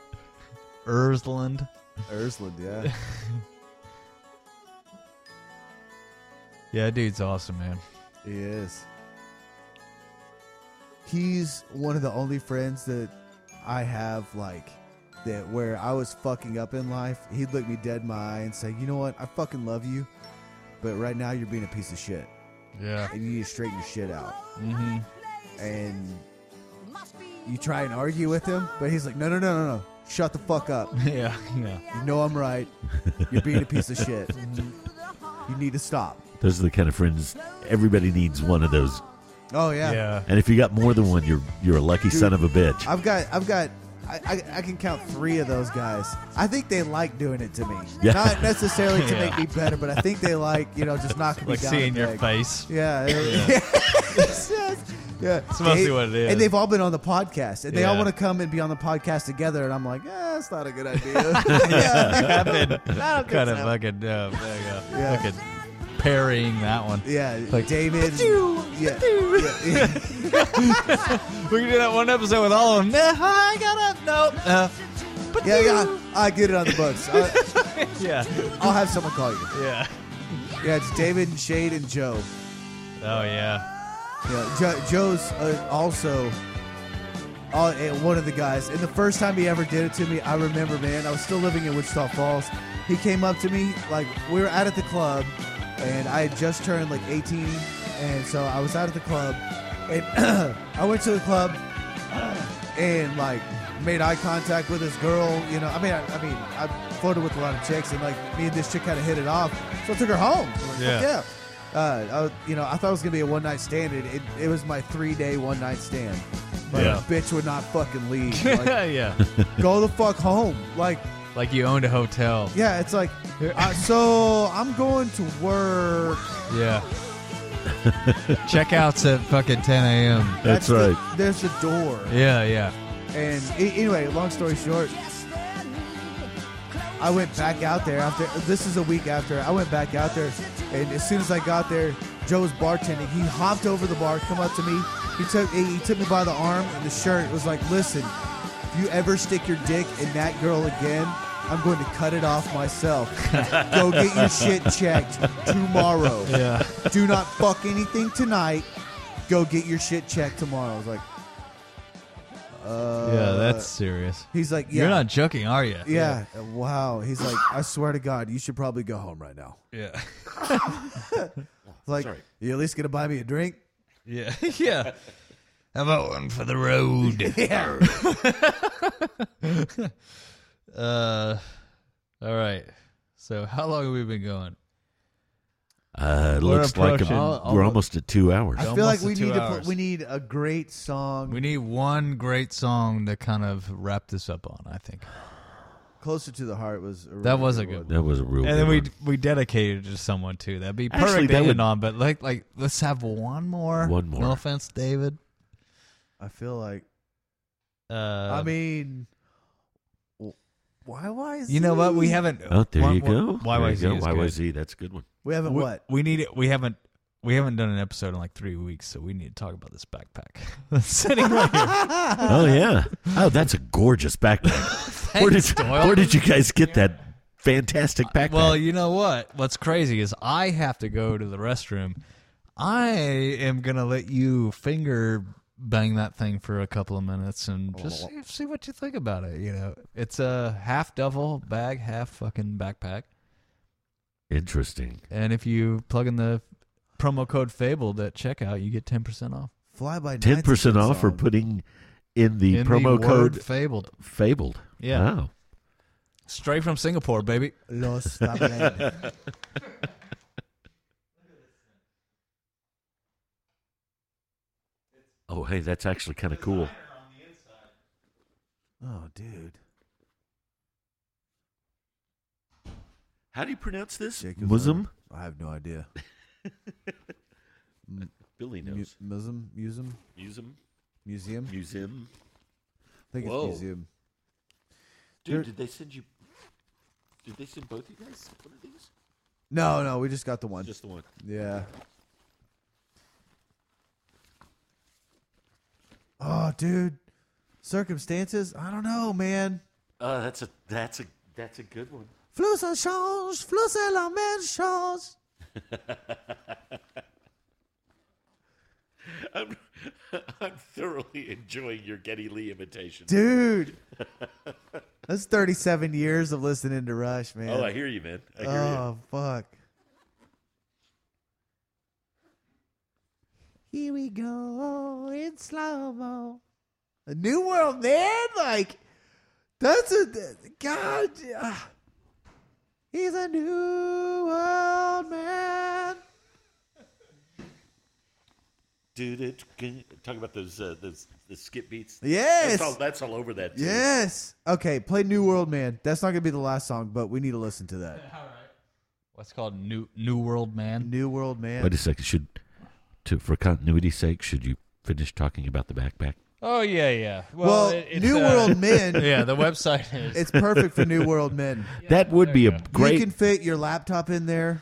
S6: Erzland.
S2: Ursland. Yeah.
S6: Yeah, dude's awesome, man.
S2: He is. He's one of the only friends that I have, like, that where I was fucking up in life, he'd look me dead in my eye and say, You know what? I fucking love you, but right now you're being a piece of shit.
S6: Yeah.
S2: And you need to straighten your shit out.
S6: Mm-hmm.
S2: And you try and argue with him, but he's like, No, no, no, no, no. Shut the fuck up.
S6: Yeah. Yeah.
S2: You know I'm right. You're being a piece of shit. You need to stop.
S5: Those are the kind of friends everybody needs one of those.
S2: Oh, yeah.
S6: Yeah.
S5: And if you got more than one, you're you're a lucky son of a bitch.
S2: I've got, I've got, I, I, I can count three of those guys. I think they like doing it to me,
S5: Yeah.
S2: not necessarily to
S6: Yeah.
S2: make me better, but I think they like, you know, just knocking
S6: Like
S2: me down.
S6: seeing
S2: a
S6: your
S2: peg.
S6: face.
S2: Yeah, Yes, yes. yeah. It's
S6: mostly what it is.
S2: And they've all been on the podcast, and they all
S6: Yeah.
S2: want to come and be on the podcast together. And I'm like, eh, it's not a good idea. yeah.
S6: kind
S2: think
S6: of
S2: so.
S6: fucking uh, fucking-
S2: Yeah.
S6: fucking parrying that one.
S2: Yeah,
S6: Like,
S2: David. Yeah, yeah,
S6: We can do that one episode with all of them. Nah, I got up. Nope. Uh,
S2: yeah, yeah. I get it on the books. I,
S6: yeah.
S2: I'll have someone call you.
S6: Yeah.
S2: Yeah, it's David and Shade and Joe.
S6: Oh yeah.
S2: Yeah, jo- Joe's uh, also uh, eh, one of the guys. And the first time he ever did it to me, I remember, man, I was still living in Wichita Falls. He came up to me, like, we were out at the club, and I had just turned like 18. And so I was out at the club, and I went to the club and, like, made eye contact with this girl. You know, I mean, I, I mean, I flirted with a lot of chicks, and, like, me and this chick kind of hit it off. So I took her home. I'm like,
S6: Yeah.
S2: "Fuck yeah. Uh, I, was- you know, I thought it was gonna be a one night stand. It, it, it was my three day one night stand. But
S6: Yeah.
S2: bitch would not fucking leave. Like,
S6: yeah.
S2: go the fuck home. Like,
S6: Like you owned a hotel.
S2: yeah, it's like, uh, so I'm going to work.
S6: Yeah. Checkouts at fucking 10 a.m.
S5: That's
S2: the-
S5: right.
S2: there's the door.
S6: Yeah, yeah.
S2: And a- anyway, long story short, I went back out there after. This is a week after. I went back out there, and as soon as I got there, Joe was bartending. He hopped over the bar, come up to me. He took he, he took me by the arm and the shirt. was like, listen, if you ever stick your dick in that girl again, I'm going to cut it off myself. Go get your shit checked tomorrow.
S6: Yeah.
S2: Do not fuck anything tonight. go get your shit checked tomorrow. I was like, uh,
S6: yeah, that's serious.
S2: He's like, yeah,
S6: You're not joking, are you?
S2: yeah, Uh, wow. He's like, I swear to God, you should probably go home right now.
S6: Yeah.
S2: Like,
S5: Sorry.
S2: you at least gonna buy me a drink?
S6: Yeah. yeah. How about one for the road?
S2: Yeah.
S6: Uh, all right. So how long have we been going?
S5: Uh, it
S6: We're
S5: looks like a-
S6: approaching- I'll-
S5: we're
S6: I'll-
S5: almost at two hours.
S2: I feel like
S6: Almost
S2: we
S6: two
S2: need to put,
S6: hours.
S2: we need a great song
S6: We need one great song to kind of wrap this up on, I think.
S2: closer to the heart was a
S6: That
S2: really
S6: was a good
S5: That was a real.
S6: And then
S5: good
S6: we
S5: one.
S6: we dedicated it to someone too. That'd be perfect
S5: Actually,
S6: to
S5: that
S6: end
S5: would-
S6: on. But like like let's have one more.
S5: One
S6: No
S5: more.
S6: offense, David.
S2: I feel like
S6: Uh,
S2: I mean w- why why is
S6: you know what? We haven't.
S5: Oh, there
S6: one
S5: you
S6: more-
S5: go. There you
S6: YYZ.
S5: go.
S6: is good.
S5: YYZ. That's a good one.
S2: we haven't
S6: We,
S2: what?
S6: we need it. We haven't. We haven't done an episode in like three weeks, so we need to talk about this backpack that's sitting right here.
S5: Oh yeah. Oh, that's a gorgeous backpack. where did
S6: Thanks, Doyle. Uh,
S5: where did you guys get that fantastic backpack?
S6: Well, you know what? What's crazy is I have to go to the restroom. I am gonna let you finger bang that thing for a couple of minutes and just see, see what you think about it. You know, it's a half duffel bag, half fucking backpack.
S5: Interesting.
S6: And if you plug in the promo code Fabled at checkout, you get ten percent off.
S2: Fly by Night's a
S5: Ten percent
S2: good
S5: off for
S2: song.
S5: putting in the
S6: In
S5: promo
S6: the word
S5: code
S6: Fabled,
S5: Fabled.
S6: Yeah.
S5: Wow.
S6: straight from Singapore, baby.
S2: Los Tablen.
S5: Oh hey, that's actually kind of cool.
S2: Oh dude.
S5: How do you pronounce this?
S2: Jacob's
S5: Muslim.
S2: I have no idea.
S5: Billy
S2: Mu-
S5: knows.
S2: Muslim museum
S5: Museum.
S2: museum. I
S5: Museum.
S2: think
S5: Whoa.
S2: it's museum.
S5: Dude,
S2: There-
S5: did they send you? Did they send both of you guys one of these?
S2: No, no, we just got the one.
S5: Just the one.
S2: yeah. Oh, dude. Circumstances? I don't know, man.
S5: Uh, that's a that's a that's a good one.
S2: Flus en change, flus en la même chose.
S5: I'm, I'm thoroughly enjoying your Getty Lee imitation.
S2: Dude. That's 37 years of listening to Rush, man.
S5: Oh, I hear you, man. I hear
S2: Oh, fuck. Here we go in slow mo. A new world, man. Like that's a god. ah. He's a new world man.
S5: you. Dude, it, talk about those uh, those the skip beats.
S2: Yes.
S5: that's all, that's all over that. Too.
S2: Yes. Okay, play New World Man. That's not gonna be the last song, but we need to listen to that.
S6: What's called New New World Man.
S2: New World Man.
S5: Wait a second. Should to for continuity's sake, should you finish talking about the backpack?
S6: Oh yeah, yeah.
S2: well,
S6: it- it's,
S2: New
S6: uh,
S2: World Men.
S6: Yeah, the website is.
S2: It's perfect for New World Men.
S5: that would be a
S2: You
S5: great.
S2: can fit your laptop in there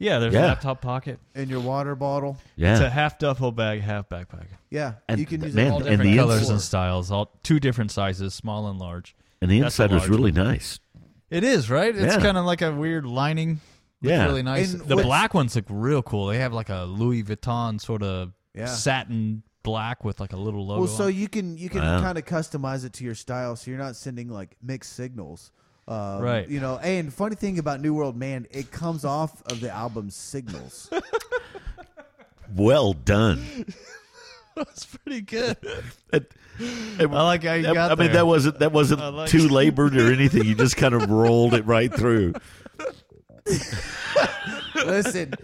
S6: Yeah, there's
S5: Yeah.
S6: a laptop pocket.
S2: and your water bottle.
S5: yeah.
S6: It's a half duffel bag, half backpack.
S2: Yeah,
S5: And
S2: you can
S5: th-
S2: use
S5: man,
S2: it all
S5: and
S2: different
S5: the
S6: colors
S5: inside-
S6: and styles, all two different sizes, small and large.
S5: and the
S6: that's a
S5: inside was
S6: large
S5: really nice.
S6: It is right. It's
S5: Yeah.
S6: kind of like a weird lining. Looks
S5: Yeah.
S6: really nice.
S2: And
S6: the
S2: what's-
S6: black ones look real cool. They have like a Louis Vuitton sort of
S2: Yeah.
S6: satin black with like a little logo.
S2: Well, so
S6: on.
S2: you can you can
S5: Wow.
S2: kind of customize it to your style, so you're not sending like mixed signals. Um,
S6: Right.
S2: You know, and funny thing about New World Man, it comes off of the album Signals.
S5: Well done.
S6: it's pretty good.
S5: It- it-
S6: I like how you
S5: I-
S6: got
S5: I mean,
S6: there.
S5: that wasn't that wasn't
S6: like-
S5: too labored or anything. You just kind of rolled it right through.
S2: Listen,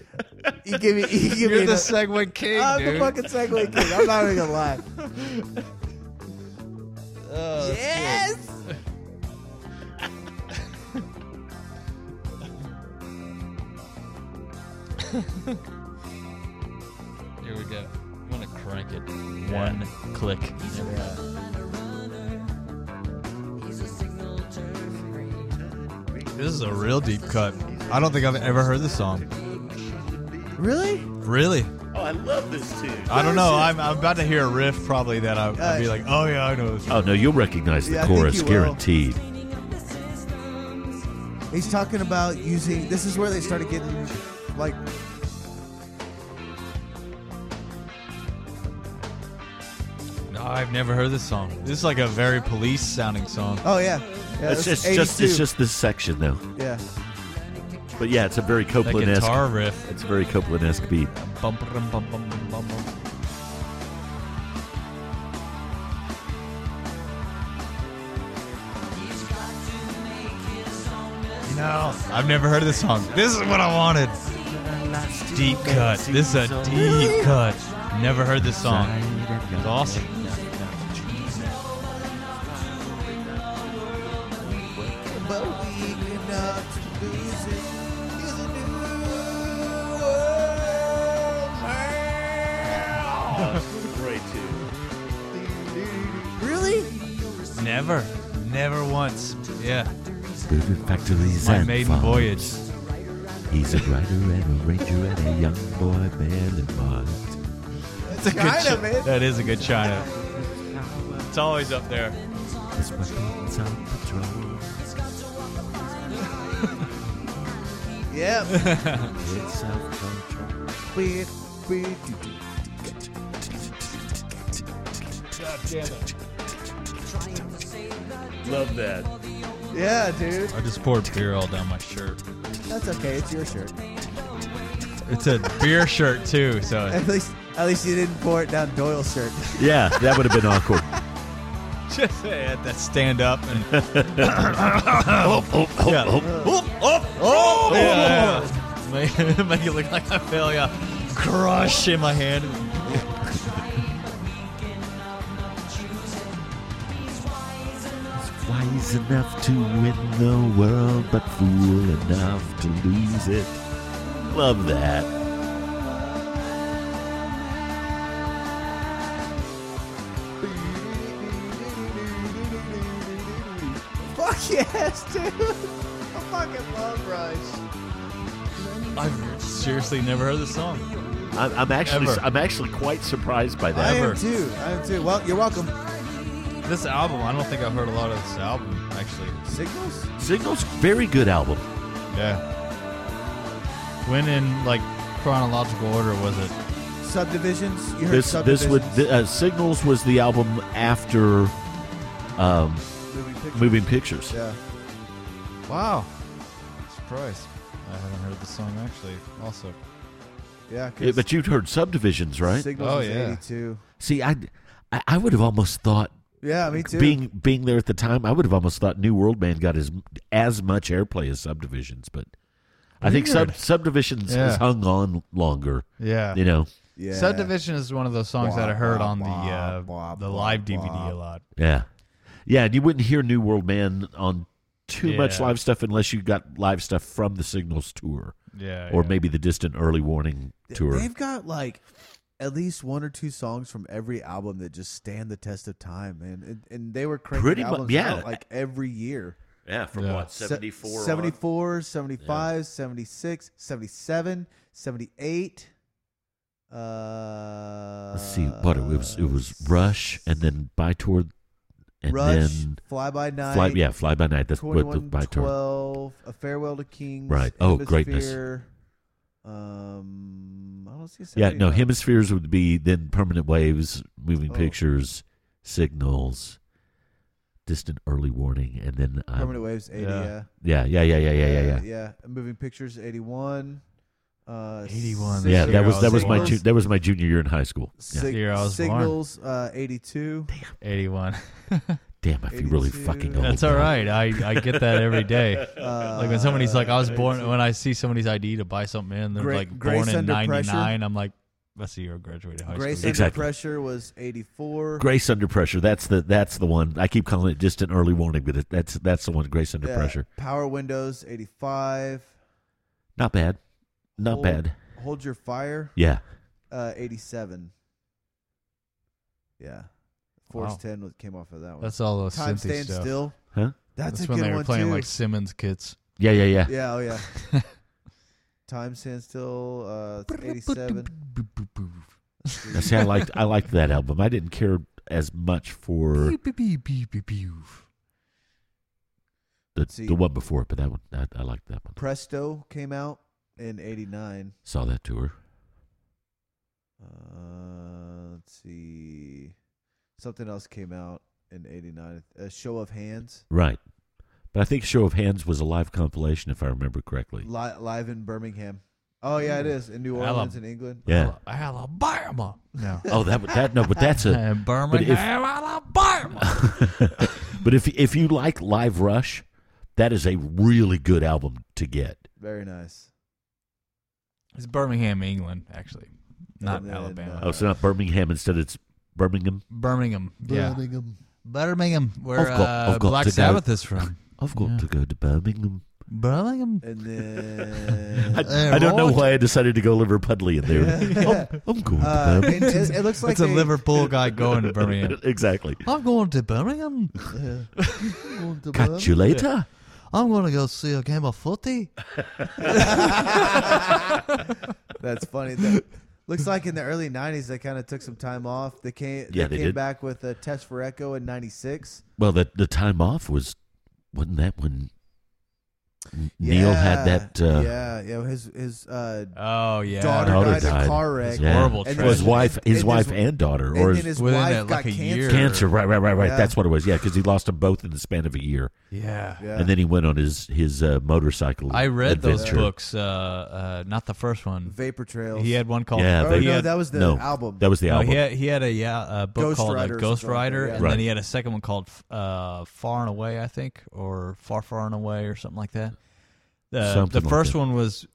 S2: you give me you give
S6: You're
S2: me ano-
S6: the Segway king,
S2: I'm
S6: dude.
S2: the fucking Segway King. I'm not even gonna lie.
S6: Oh,
S2: yes.
S6: Here we go. I'm gonna crank it. One click. There we go. This is a real deep cut. I don't think I've ever heard this song.
S2: Really?
S6: Really?
S5: Oh, I love this tune.
S6: I don't know. I'm, I'm about to hear a riff probably that I, I'd be like, oh yeah, I know this.
S5: Oh no, you'll recognize the
S2: Yeah, I think
S5: chorus,
S2: you will.
S5: guaranteed.
S2: He's talking about using. This is where they started getting like
S5: Uh,
S6: I've never heard this song. This is like a very police sounding song.
S2: Oh yeah, yeah
S5: it's
S2: it was
S5: just, just it's
S2: 82.
S5: just this section though.
S2: yeah.
S5: But yeah, it's a very
S6: That
S5: Copeland esque.
S6: guitar riff.
S5: It's a very Copeland esque beat.
S6: Bum, bum, bum, bum, bum, bum, bum. No, I've never heard this song. This is what I wanted. Deep cut. This is a deep cut. Never heard this song. It's awesome.
S2: But we cannot lose it. It's a new
S6: Oh,
S5: Great too.
S2: world. Really?
S6: Never, never once. Yeah,
S5: Factories
S6: my
S5: and
S6: maiden
S5: farms.
S6: voyage.
S5: He's a writer and a ranger and a young boy band and bond.
S6: That's a good
S2: China,
S6: chi-
S2: man.
S6: That is a good China. It's always up there.
S5: His weapons on patrol.
S2: Yep.
S5: It's self-control.
S2: we, we, do, do.
S5: Love that.
S2: Yeah, dude.
S6: I just poured beer all down my shirt.
S2: That's okay. It's your shirt.
S6: It's a beer shirt too, so
S2: At least, at least you didn't pour it down Doyle's shirt.
S5: Yeah, that would have been awkward.
S6: just had to stand up and
S5: Oh, oh,
S6: Yeah.
S5: oh.
S6: oh, yeah, yeah. Make, make it look like I fell. Yeah, crush in my hand.
S5: Wise enough to win the world, but fool enough to lose it. Love that.
S2: Fuck yes, dude. I fucking love Rush.
S6: I've seriously never heard this song.
S5: I'm, I'm actually
S6: Ever.
S5: I'm actually quite surprised by
S2: I
S5: that.
S2: am too. I am too. Well, you're welcome.
S6: This album, I don't think I've heard a lot of this album actually.
S2: Signals?
S5: Signals, very good album.
S6: Yeah. When in like chronological order was it?
S2: Subdivisions? You heard
S5: This this
S2: subdivisions?
S5: would th- uh, Signals was the album after um,
S2: Moving pictures.
S5: Moving Pictures.
S2: Yeah.
S6: Wow. Surprise. I haven't heard the song actually. Also,
S2: Yeah.
S5: Yeah,
S2: 'cause
S5: but you'd heard Subdivisions, right?
S2: Signals
S6: Oh,
S2: was
S6: yeah.
S2: 82.
S5: See, I I, I would have almost thought
S2: Yeah, me too.
S5: being being there at the time, I would have almost thought New World Band got as as much airplay as Subdivisions, but I think sub, Subdivisions has
S6: Yeah.
S5: hung on longer.
S6: yeah.
S5: You know,
S2: yeah.
S6: Subdivision is one of those songs that I heard on the
S2: Blah,
S6: uh,
S2: blah,
S6: the
S2: blah,
S6: live
S2: blah.
S6: DVD a lot.
S5: yeah, yeah. And you wouldn't hear New World Band on too much
S6: Yeah.
S5: live stuff unless you got live stuff from the Signals tour
S6: Yeah.
S5: or maybe the Distant Early Warning tour.
S2: They've got like at least one or two songs from every album that just stand the test of time, man. And, and they were cranking
S5: Pretty mu-
S2: albums
S5: yeah.
S2: out like every year.
S5: yeah, from
S6: Yeah.
S5: what
S2: Se-
S5: 74 on?
S2: 74, 75, 76, 77, 78. Uh,
S5: Let's see what it was. It was Rush, and then By Tour, and
S2: Rush,
S5: then
S2: Fly By Night.
S5: Fly. Yeah, Fly by Night. That's what the
S2: 21,
S5: By Tour.
S2: 12, A Farewell to Kings.
S5: Right. Oh, greatness.
S2: Hemisphere. Um, I don't see.
S5: Yeah,
S2: 70
S5: no,
S2: on there.
S5: hemispheres would be then permanent waves, moving
S2: Oh.
S5: pictures, signals, distant early warning, and then um,
S2: Permanent Waves, 80,
S6: Yeah.
S2: yeah.
S5: Yeah, yeah, yeah, yeah, yeah, yeah, yeah.
S2: Yeah, Moving Pictures, 81. Uh,
S6: 81,
S5: Yeah, that was that was my
S2: Signals-
S5: ju- that was my junior year in high school. Yeah.
S2: Sig-
S6: Year I was born.
S2: Signals, uh, 82.
S6: 81.
S5: Damn, I feel really
S2: 82.
S5: fucking old.
S6: That's
S5: now.
S6: all right. I, I get that every day.
S2: Uh,
S6: Like when somebody's like, I was born, when I see somebody's ID to buy something in, they're
S2: Gra-
S6: like
S2: Grace
S6: born in
S2: Under Pressure?
S6: 99. I'm like, that's the year I graduated high
S2: Grace Under
S6: school.
S5: Exactly.
S2: Pressure was 84.
S5: Grace under pressure. That's the that's the one. I keep calling it distant early warning, but it, that's that's the one. Grace under
S2: Yeah,
S5: pressure.
S2: Power Windows, 85.
S5: Not bad. Not
S2: Hold-
S5: bad.
S2: Hold Your Fire,
S5: Yeah.
S2: uh, 87. Yeah. Force
S6: Wow.
S2: 10 was, came off of that one.
S6: That's all those
S2: Time
S6: synthy
S2: Stand
S6: stuff.
S2: Still.
S5: Huh?
S2: That's,
S6: That's
S2: a
S6: when
S2: good
S6: they were
S2: one,
S6: playing
S2: too.
S6: like Simmons kits.
S5: Yeah, yeah, yeah.
S2: yeah, oh, yeah. Time Stand Still, uh, 87.
S5: Now, see, I liked I liked that album. I didn't care as much for the
S2: See.
S5: the one before, it, but that one I, I liked that one.
S2: Presto came out in 89.
S5: Saw that tour.
S2: Uh, let's see. Something else came out in '89. A Show of Hands,
S5: Right. But I think Show of Hands was a live compilation, if I remember correctly.
S2: li- live in Birmingham. Oh yeah, it is in New Orleans, in England.
S5: Yeah.
S6: Alabama. No.
S5: Oh, that that no, but that's a.
S6: Uh, Birmingham,
S5: if-
S6: Alabama.
S5: But if if you like Live Rush, that is a really good album to get.
S2: Very nice.
S6: it's Birmingham, England, actually. Not
S2: And then, uh,
S6: Alabama.
S5: Oh, it's not Birmingham. Instead, it's Birmingham.
S6: Birmingham. Yeah. Birmingham, where
S5: I've got-
S6: uh,
S5: I've got
S6: Black
S5: to go.
S6: Sabbath is from.
S5: I've got to go to Birmingham.
S6: Birmingham.
S2: And then
S5: I,
S6: Uh,
S5: I don't know
S6: Rod-
S5: why I decided to go Liverpudlian there. I'm, I'm going
S2: uh,
S5: to
S2: it,
S5: Birmingham.
S2: it- it looks like
S6: It's a
S2: they-
S6: Liverpool guy going to Birmingham.
S5: exactly.
S6: I'm going to Birmingham.
S5: Catch you later.
S6: I'm going to go see a game of footy.
S2: That's funny. That, looks like in the early '90s they kind of took some time off. They came.
S5: Yeah,
S2: they,
S5: they
S2: came
S5: did.
S2: back with a Test for Echo in '96.
S5: Well, the the time off was wasn't that when Neil had that uh,
S2: yeah, yeah. His his uh,
S6: Oh yeah.
S2: Daughter
S5: daughter
S2: died in a
S5: died.
S2: car wreck.
S5: Yeah.
S6: Horrible
S5: And
S6: tragedy.
S5: his wife,
S2: And
S5: his
S2: his-
S5: wife and daughter,
S2: and
S5: or his
S2: then his
S6: Within
S2: wife
S6: that,
S2: got
S6: like, a
S2: cancer.
S6: year.
S5: cancer. Right, right, right, right.
S2: Yeah.
S5: That's what it was. Yeah, because he lost them both in the span of a year,
S6: Yeah.
S2: Yeah.
S5: and then he went on his his uh, motorcycle.
S6: I read those
S5: adventure.
S6: books. Uh, uh, not the first one.
S2: Vapor Trails.
S6: He had one called.
S5: Yeah,
S2: Oh
S5: they-
S6: he
S2: no,
S6: had,
S2: that was the
S5: no,
S2: album.
S5: That was the
S6: no,
S5: album.
S6: he had, he had a yeah a book
S2: Ghost
S6: called
S2: Rider
S6: uh,
S2: or
S6: Ghost
S2: something like
S6: Rider,
S2: that, yeah.
S6: and
S5: Right.
S6: then he had a second one called uh, Far and Away, I think, or Far Far and Away, or something like that. The
S5: Something
S6: the
S5: like
S6: first
S5: that.
S6: one was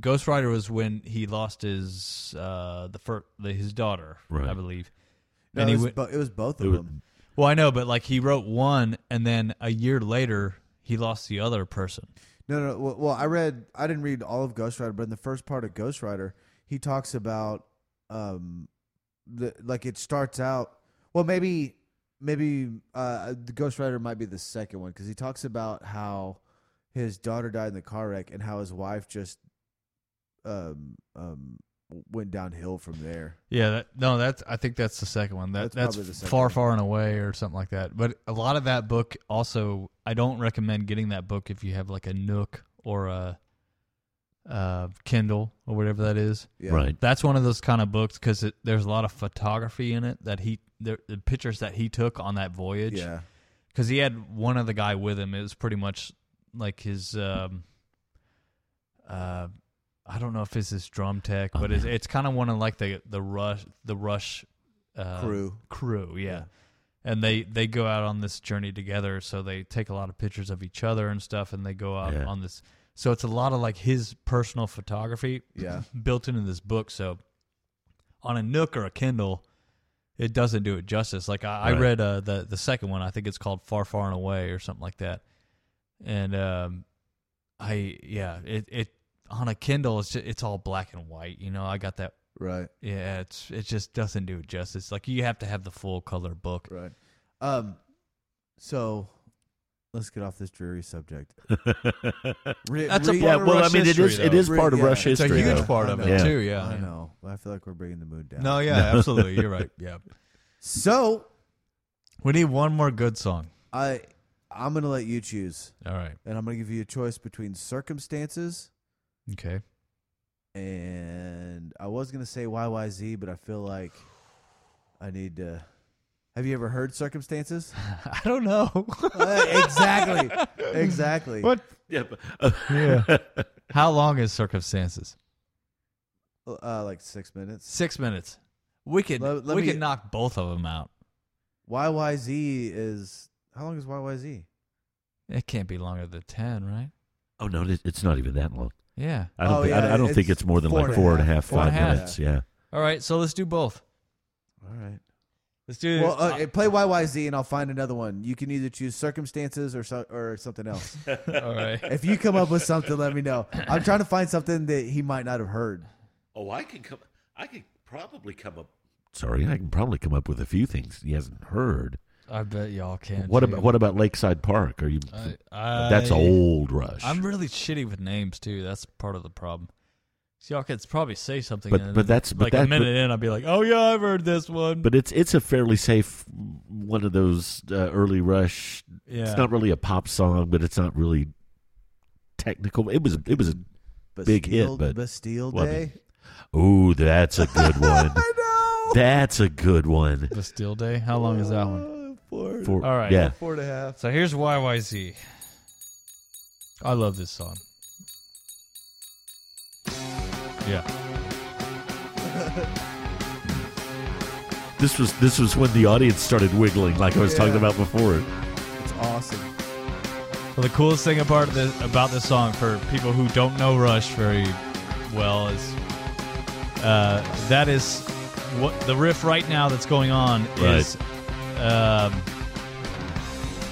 S6: Ghost Rider was when he lost his uh, the, fir- the his daughter,
S5: Right.
S6: I believe.
S2: No, it,
S6: and he
S2: was
S6: went-
S2: bo- it was both
S5: It
S2: of
S5: was-
S2: them.
S6: Well, I know, but like he wrote one, and then a year later he lost the other person.
S2: No, no. Well, well, I read. I didn't read all of Ghost Rider, but in the first part of Ghost Rider, he talks about, um, the like it starts out. Well, maybe, maybe uh, the Ghost Rider might be the second one because he talks about how his daughter died in the car wreck and how his wife just, um, um, went downhill from there.
S6: Yeah, that, no, that's I think that's the second one. That,
S2: That's
S6: that's
S2: probably the second
S6: far,
S2: one.
S6: far and away, or something like that. But a lot of that book also, I don't recommend getting that book if you have like a Nook or a uh, Kindle or whatever that is.
S2: Yeah.
S5: Right.
S6: That's one of those kind of books because there's a lot of photography in it that he, there, the pictures that he took on that voyage.
S2: Yeah.
S6: because he had one other guy with him. It was pretty much like his, um, uh, I don't know if it's his drum tech,
S5: Oh,
S6: but it's,
S5: man.
S6: it's kind of one of like the the rush the rush uh,
S2: Crew.
S6: crew, yeah.
S2: Yeah.
S6: And they they go out on this journey together, so they take a lot of pictures of each other and stuff, and they go out
S5: Yeah.
S6: on this. So it's a lot of like his personal photography,
S2: Yeah.
S6: built into this book. So on a Nook or a Kindle, it doesn't do it justice. Like I, I
S5: Right.
S6: read uh, the the second one. I think it's called Far Far and Away or something like that. And um, I yeah, it it on a Kindle it's just, it's all black and white. You know, I got that.
S2: Right.
S6: Yeah, it's it just doesn't do it justice. Like you have to have the full color book.
S2: Right. Um. So, let's get off this dreary subject. Re-
S6: That's a
S2: re-
S5: yeah,
S6: Part of
S5: well, I
S6: Rush
S5: mean, it
S6: history,
S5: is it
S6: though.
S5: is part of
S2: Yeah.
S5: Rush
S2: It's
S6: a
S5: history.
S6: huge
S5: though.
S6: part of
S2: I
S6: it
S2: know.
S6: too. Yeah.
S2: I know. I feel like we're bringing the mood down.
S6: No, yeah, absolutely. You're right. Yeah.
S2: So
S6: We need one more good song.
S2: I, I'm gonna let you choose,
S6: All right.
S2: and I'm gonna give you a choice between circumstances
S6: Okay.
S2: and I was gonna say YYZ, but I feel like I need to. Have you ever heard circumstances?
S6: I don't know.
S2: Uh, exactly. Exactly.
S6: What?
S5: Yeah, but- uh,
S6: How long is circumstances?
S2: Uh, like six minutes.
S6: Six minutes. We could
S2: Let- let
S6: we
S2: me-
S6: could knock both of them out.
S2: YYZ is how long is YYZ?
S6: It can't be longer than ten, right?
S5: oh no, it- it's not even that long.
S6: Yeah.
S5: I don't.
S2: Oh,
S5: think, I-
S2: yeah,
S5: I, don't think
S2: it's
S5: it's more than
S2: four
S5: like
S2: and a
S5: four and a
S2: half.
S5: half,
S6: Four and
S5: five
S6: a half.
S5: minutes. Yeah.
S6: All right. So let's do both.
S2: All right.
S6: Let's do.
S2: Well, uh, play YYZ and I'll find another one. You can either choose circumstances or so, or something else.
S6: all right.
S2: if you come up with something, let me know. I'm trying to find something that he might not have heard.
S5: Oh, I can come. I could probably come up. Sorry, I can probably come up with a few things he hasn't heard.
S6: I bet y'all can.
S5: What
S6: too.
S5: about what about Lakeside Park? Are you?
S6: I- Uh, I-
S5: that's old Rush.
S6: I'm really shitty with names too. That's part of the problem. So y'all could probably say something,
S5: But-
S6: and
S5: but that's- but
S6: like
S5: that-
S6: a minute in, I'd be like, "Oh yeah, I've heard this one."
S5: but it's it's a fairly safe one of those uh, early Rush.
S6: yeah,
S5: It's not really a pop song, but it's not really technical. It was it was a
S2: But
S5: Big hit,
S2: Steel-
S5: but-
S2: Bastille
S5: well, I
S2: Day.
S5: mean- ooh that's a good one.
S2: I know.
S5: That's a good one.
S6: Bastille Day. How long is that one?
S5: For,
S6: All right.
S5: Yeah.
S2: Four and a half.
S6: So here's YYZ. I love this song. Yeah.
S5: This was this was when the audience started wiggling, like I was talking
S2: Yeah.
S5: about before.
S2: It's awesome.
S6: Well, the coolest thing about this, about this song for people who don't know Rush very well is uh, that is what the riff right now that's going on
S5: Right.
S6: is um,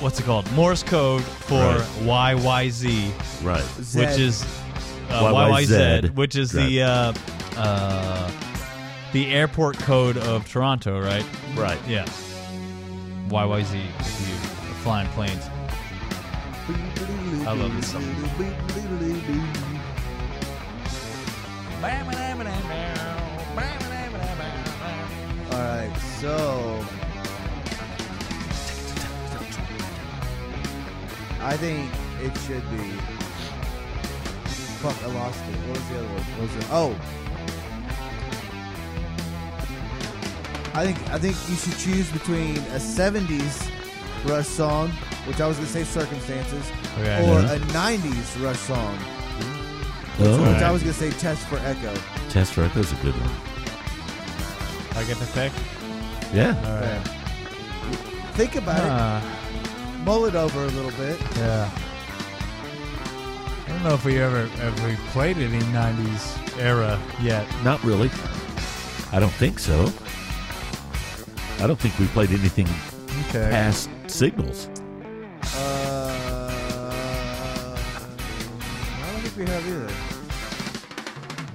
S6: what's it called? Morse code for YYZ,
S5: Right.
S2: Zed.
S6: which is uh,
S5: YYZ,
S6: YYZ, which is the uh, uh, the airport code of Toronto, right?
S5: Right.
S6: Yeah. YYZ, if you flying planes. I love this song.
S2: All right, so I think it should be. Fuck, I lost it. What was the other one? What was the oh? I think I think you should choose between a '70s Rush song, which I was gonna say "Circumstances,"
S6: Okay.
S2: or a '90s Rush song,
S5: Oh,
S2: which I was gonna say "Test for Echo."
S5: Test Rock was a good one.
S6: I get the pick.
S5: Yeah.
S2: Think about
S6: Uh,
S2: it, mull it over a little bit.
S6: yeah. I don't know if we ever if we played any '90s era yet.
S5: Not really. I don't think so. I don't think we played anything
S6: Okay.
S5: past signals.
S2: Uh, I don't think we have either.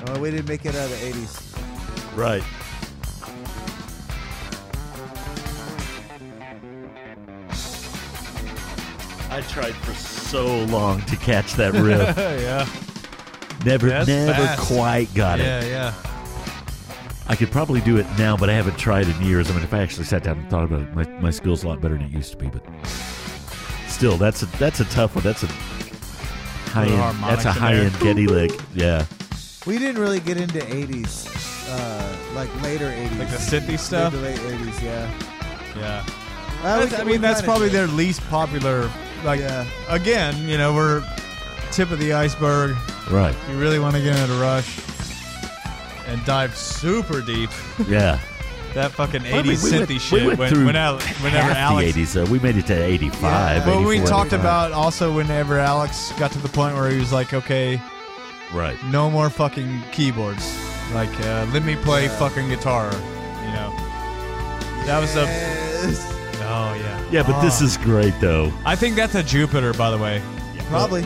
S2: Oh, we didn't make it out of the 80s.
S5: Right. I tried for so long to catch that riff.
S6: yeah.
S5: never,
S6: That's
S5: never
S6: fast.
S5: quite got it.
S6: Yeah. Yeah.
S5: I could probably do it now, but I haven't tried in years. I mean, if I actually sat down and thought about it, my, my skill's a lot better than it used to be. But still, that's a that's a tough one. That's a high end.
S6: harmonics
S5: That's a
S6: in
S5: high
S6: there.
S5: end Getty lick. Yeah,
S2: We didn't really get into 80s, uh, like later 80s.
S6: Like the synthy stuff?
S2: Like the late 80s, yeah.
S6: Yeah.
S2: Uh,
S6: That's,
S2: we-
S6: I
S2: we
S6: mean, that's
S2: kinda
S6: probably
S2: did.
S6: their least popular. Like,
S2: Yeah.
S6: again, you know, we're tip of the iceberg.
S5: right.
S6: You really want to get into Rush and dive super deep.
S5: Yeah,
S6: That fucking 80s
S5: Well, I mean, we went-
S6: synthy
S5: we
S6: shit.
S5: went
S6: when,
S5: through
S6: when Al- whenever
S5: half
S6: Alex.
S5: the 80s. Though. We made it to 85.
S6: But we
S5: 84,
S6: talked
S5: 85.
S6: about also whenever Alex got to the point where he was like, okay,
S5: right.
S6: no more fucking keyboards. Like, uh, let me play fucking guitar. You know, that was the.
S2: Yes.
S6: Oh yeah.
S5: Yeah, but this
S6: Ah.
S5: is great though.
S6: I think that's a Jupiter, by the way.
S2: Probably.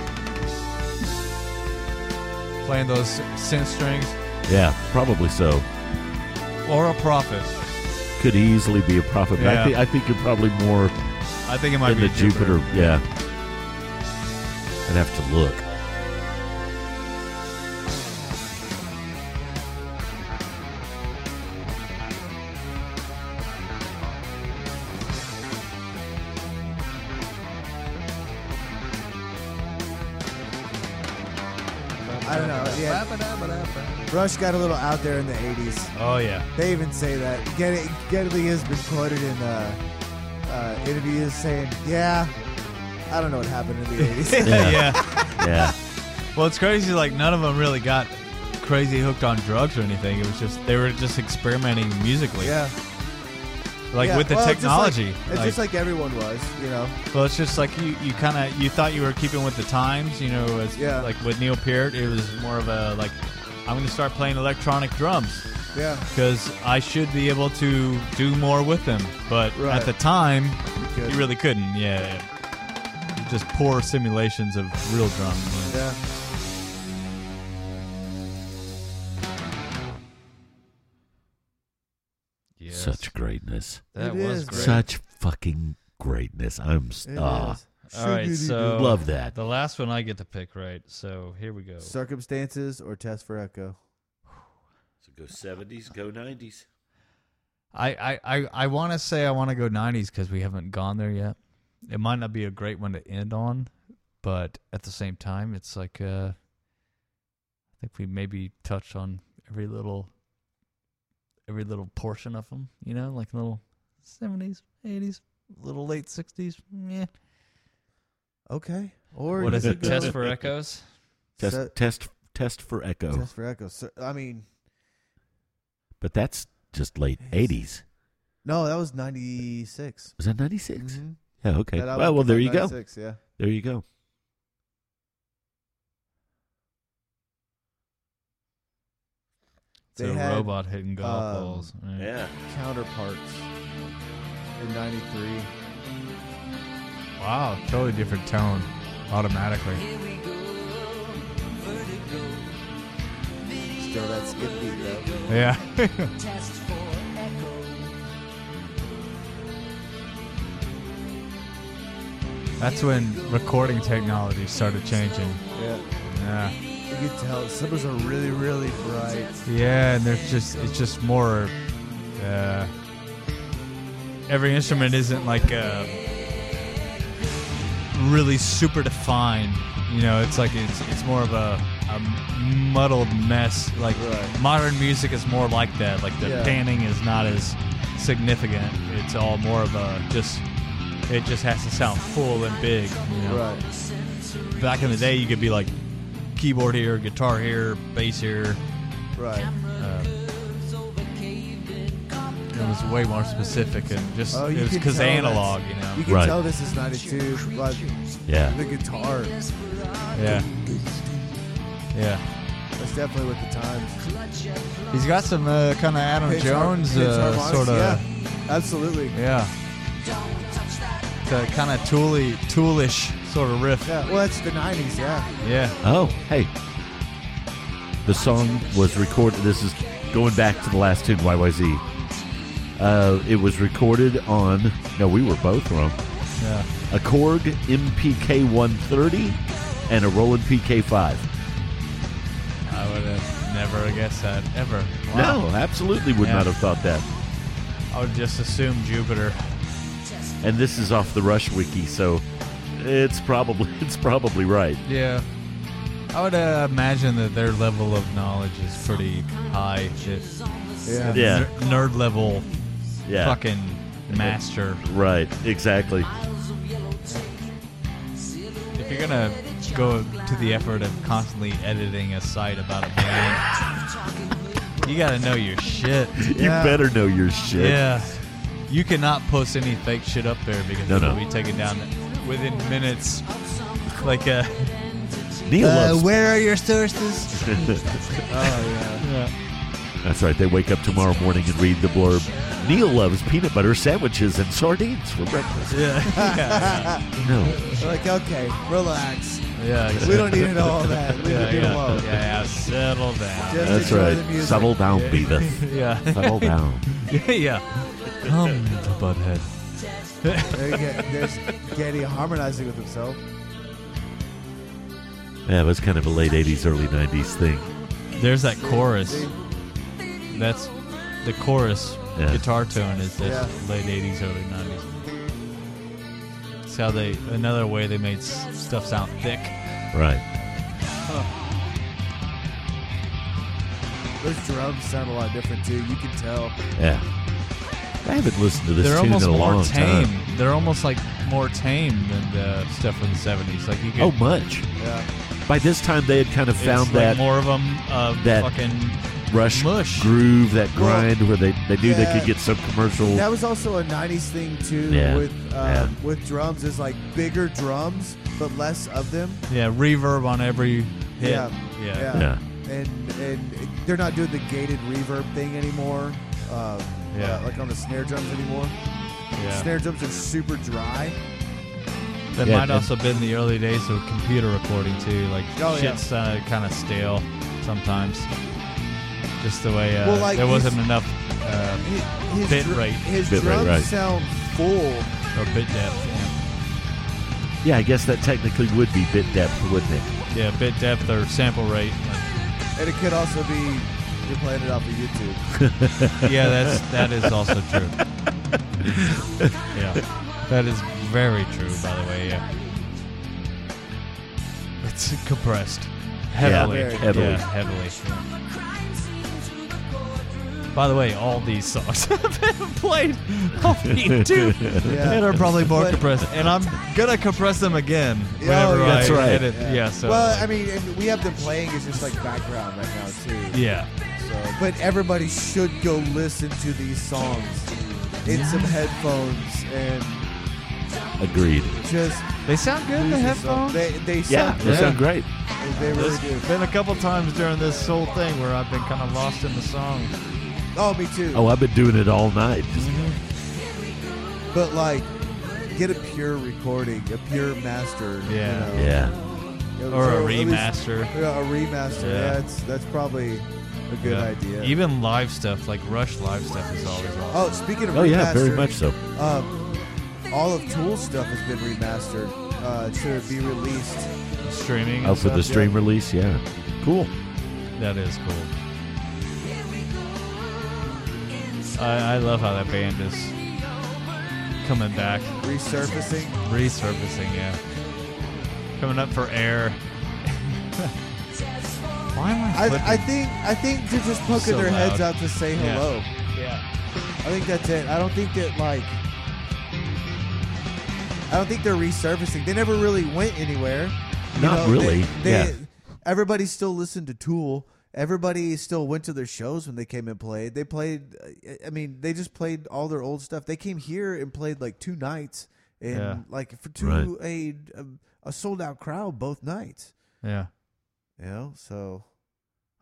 S6: Playing those synth strings.
S5: Yeah, probably so.
S6: Or a prophet.
S5: Could easily be a prophet. But
S6: Yeah.
S5: I, think I think you're probably more
S6: I think it might
S5: in
S6: be
S5: the
S6: a
S5: Jupiter.
S6: Jupiter.
S5: Yeah, I'd have to look.
S2: I don't know. Yeah. Rush got a little out there in the 80s.
S6: Oh yeah.
S2: They even say that. Getty, Getty has been quoted in uh, uh, interviews saying, yeah, I don't know what happened in the 80s.
S5: Yeah.
S6: yeah.
S5: Yeah.
S6: Well, it's crazy. Like none of them really got crazy hooked on drugs or anything. It was just they were just experimenting musically,
S2: yeah.
S6: like
S2: Yeah,
S6: with the
S2: well, it's just like-
S6: technology.
S2: It's just like, everyone was, you know.
S6: well, it's just like you, you kind of you thought you were keeping with the times. You know, as,
S2: Yeah.
S6: like with Neil Peart, it was more of a like I'm going to start playing electronic drums
S2: Yeah,
S6: because I should be able to do more with them. But
S2: Right.
S6: at the time,
S2: couldn't.
S6: you really couldn't. Yeah. yeah. Just poor simulations of real drum.
S2: yeah.
S5: Such greatness.
S6: That
S2: It
S6: was
S2: is,
S6: great.
S5: Such fucking greatness. I'm s- ah,
S6: All right, so
S5: love that.
S6: The last one I get to pick, right? So here we go.
S2: Circumstances or test for echo.
S5: So go 70s, go 90s.
S6: I I I, I want to say I want to go '90s because we haven't gone there yet. It might not be a great one to end on, but at the same time, it's like uh, I think we maybe touched on every little every little portion of them, you know, like little 70s, 80s, little late 60s. Yeah.
S2: Okay. Or
S6: What
S2: you
S6: is it?
S2: could go-
S6: Test for echoes?
S5: Test
S2: So-
S5: test test for echo.
S2: Test for echo. So, I mean,
S5: But that's just late eighties.
S2: no, that was ninety six.
S5: Was that ninety Yeah, okay.
S2: That
S5: Well,
S2: album
S5: well,
S2: came
S5: there
S2: out
S5: you go.
S2: 96, Yeah.
S5: There you go.
S6: It's a
S2: They had,
S6: robot hitting golf
S2: um,
S6: balls. Right.
S2: Counterparts in ninety three.
S6: Wow, totally different tone automatically.
S2: Still that skip beat though.
S6: Yeah. That's when recording technology started changing.
S2: Yeah.
S6: Yeah.
S2: You can tell symbols are really, really bright.
S6: Yeah, and there's just it's just more. Uh, every instrument isn't like uh, really super defined. You know, it's like it's it's more of a, a muddled mess. Like
S2: Right.
S6: modern music is more like that. Like the
S2: Yeah.
S6: panning is not as significant. It's all more of a just. It just has to sound full and big. You know?
S2: Right.
S6: Back in the day, you could be like keyboard here, guitar here, bass here.
S2: Right.
S6: Um, It was way more specific and just
S2: Oh, you
S6: it was
S2: can
S6: because
S2: tell
S6: analog, you
S2: that's-
S6: know.
S2: You can
S5: Right.
S2: tell this is '92, but
S5: Yeah.
S2: the guitar is
S6: yeah, yeah.
S2: definitely with the times.
S6: He's got some uh, kind of Adam
S2: Pitch har-
S6: Jones
S2: pitch
S6: uh,
S2: harmonics,
S6: sort of, yeah.
S2: yeah, absolutely.
S6: It's a kind of tooly, toolish sort of riff.
S2: Yeah, well, that's the '90s, yeah.
S6: Yeah,
S5: Oh, hey. The song was recorded. This is going back to the last tune, YYZ. Uh, it was recorded on. No, we were both wrong.
S6: yeah.
S5: A Korg MPK 130 and a Roland PK 5.
S6: I would have never guessed that ever.
S5: No, absolutely would
S6: Yeah.
S5: not have thought that.
S6: I would just assume Jupiter.
S5: And this is off the Rush Wiki, so it's probably it's probably right.
S6: Yeah. I would uh, imagine that their level of knowledge is pretty high. If
S2: Yeah.
S5: Yeah.
S6: Nerd level
S5: Yeah,
S6: fucking master.
S5: right, exactly.
S6: If you're gonna go to the effort of constantly editing a site about a band, you gotta know your shit.
S2: Yeah.
S5: You better know your shit.
S6: Yeah. You cannot post any fake shit up there because
S5: No,
S6: it'll
S5: no.
S6: be taken down within minutes. Like, uh,
S5: Neil
S2: Uh,
S5: loves.
S6: where are your sources?
S2: Oh,
S5: That's right. They wake up tomorrow morning and read the blurb. Neil loves peanut butter sandwiches and sardines for breakfast.
S6: Yeah,
S5: No,
S2: They're like, okay, relax.
S6: yeah,
S2: We don't need all that. Leave
S6: yeah,
S2: it
S6: yeah,
S2: alone.
S6: yeah, settle down.
S2: Just
S5: that's
S2: enjoy
S5: right.
S2: the music.
S5: Settle down, Beavis.
S6: Yeah,
S5: Settle down.
S6: yeah. Come to Butthead.
S2: There you go. There's Getty harmonizing with himself.
S5: Yeah, it was kind of a late '80s, early '90s thing.
S6: There's that chorus. That's the chorus
S5: Yeah.
S6: guitar tone is this
S2: Yeah.
S6: late '80s, early '90s. It's how they another way they made s- stuff sound thick.
S5: Right.
S2: Those drums sound a lot different too. You can tell.
S5: Yeah. I haven't listened to this
S6: They're
S5: tune in
S6: almost
S5: a long
S6: more tame.
S5: time.
S6: They're almost like more tame than the stuff from the '70s. Like you could,
S5: Oh, much.
S2: Yeah.
S5: By this time, they had kind of
S6: it's
S5: found
S6: like
S5: that
S6: more of them uh,
S5: that-
S6: fucking
S5: rush
S6: mush.
S5: groove, that grind where they, they knew they
S2: Yeah.
S5: could get some commercial.
S2: That was also a '90s thing too
S5: Yeah.
S2: with um,
S5: Yeah.
S2: with drums is like bigger drums but less of them.
S6: yeah reverb on every hit.
S2: Yeah.
S6: yeah,
S5: yeah.
S2: And and they're not doing the gated reverb thing anymore. Um,
S6: Yeah.
S2: uh, like on the snare drums anymore.
S6: yeah.
S2: Snare drums are super dry.
S6: That
S5: Yeah,
S6: might
S5: it-
S6: also been the early days of computer recording too. Like
S2: Oh, yeah.
S6: shit sounded kind of stale sometimes. Just the way uh,
S2: Well, like,
S6: there wasn't
S2: his-
S6: enough uh,
S2: His, his
S6: Bit rate.
S2: His
S5: Bit rate,
S2: drums
S5: right.
S2: sound full.
S6: or bit depth. Yeah.
S5: Yeah, I guess that technically would be bit depth, wouldn't it?
S6: yeah, bit depth or sample rate.
S2: And it could also be you're playing it off of YouTube.
S6: Like, yeah, that's that is also true. yeah, that is very true. By the way, yeah, it's compressed heavily.
S2: very.
S5: Heavily.
S6: Yeah, heavily. yeah. By the way, all these songs have been played on YouTube
S2: Yeah.
S6: and are probably more
S2: But-
S6: compressed. And I'm gonna compress them again
S2: Yeah, oh,
S6: whenever
S2: yeah.
S6: I
S2: That's right.
S6: edit. Yeah. so
S2: well, I mean, and we have them playing as just like background right now too.
S6: yeah,
S2: So, but everybody should go listen to these songs in some headphones and
S5: Agreed.
S2: just
S6: they sound good in the
S2: lose yourself.
S6: headphones.
S2: They they
S5: Yeah,
S2: sound
S5: they sound great.
S2: great. They really
S6: There's
S2: do.
S6: been a couple times during this whole thing where I've been kind of lost in the song.
S2: Oh, me too.
S5: Oh, I've been doing it all night. Just-
S2: Mm-hmm. But like, get a pure recording, a pure master. you
S6: Yeah.
S2: know.
S5: Yeah.
S6: Or a
S2: at least-
S6: remaster.
S2: Yeah, a remaster.
S6: Yeah.
S2: Yeah, that's that's probably a good
S6: Yeah.
S2: idea.
S6: Even live stuff, like Rush live stuff, is always awesome.
S2: oh, speaking of
S5: Oh,
S2: remaster,
S5: yeah, very much so.
S2: Um, all of Tool's stuff has been remastered uh, to be released.
S6: streaming.
S5: Oh,
S6: and
S5: for the
S6: stuff,
S5: stream release, yeah. Cool.
S6: yeah. That is cool. I, I love how that band is coming back,
S2: Resurfacing.
S6: resurfacing. Yeah, coming up for air. Why am I
S2: I,
S6: flipping?
S2: I think I think they're just poking
S6: So
S2: their heads
S6: loud.
S2: out to say
S6: Yeah.
S2: hello.
S6: yeah.
S2: I think that's it. I don't think that like I don't think they're resurfacing. They never really went anywhere. You
S5: Not
S2: know,
S5: really, yeah.
S2: Everybody still listened to Tool. Everybody still went to their shows when they came and played. They played. I- I mean, they just played all their old stuff. They came here and played like two nights and
S6: Yeah.
S2: like for two a, a sold out crowd both nights.
S6: Yeah,
S2: You know, so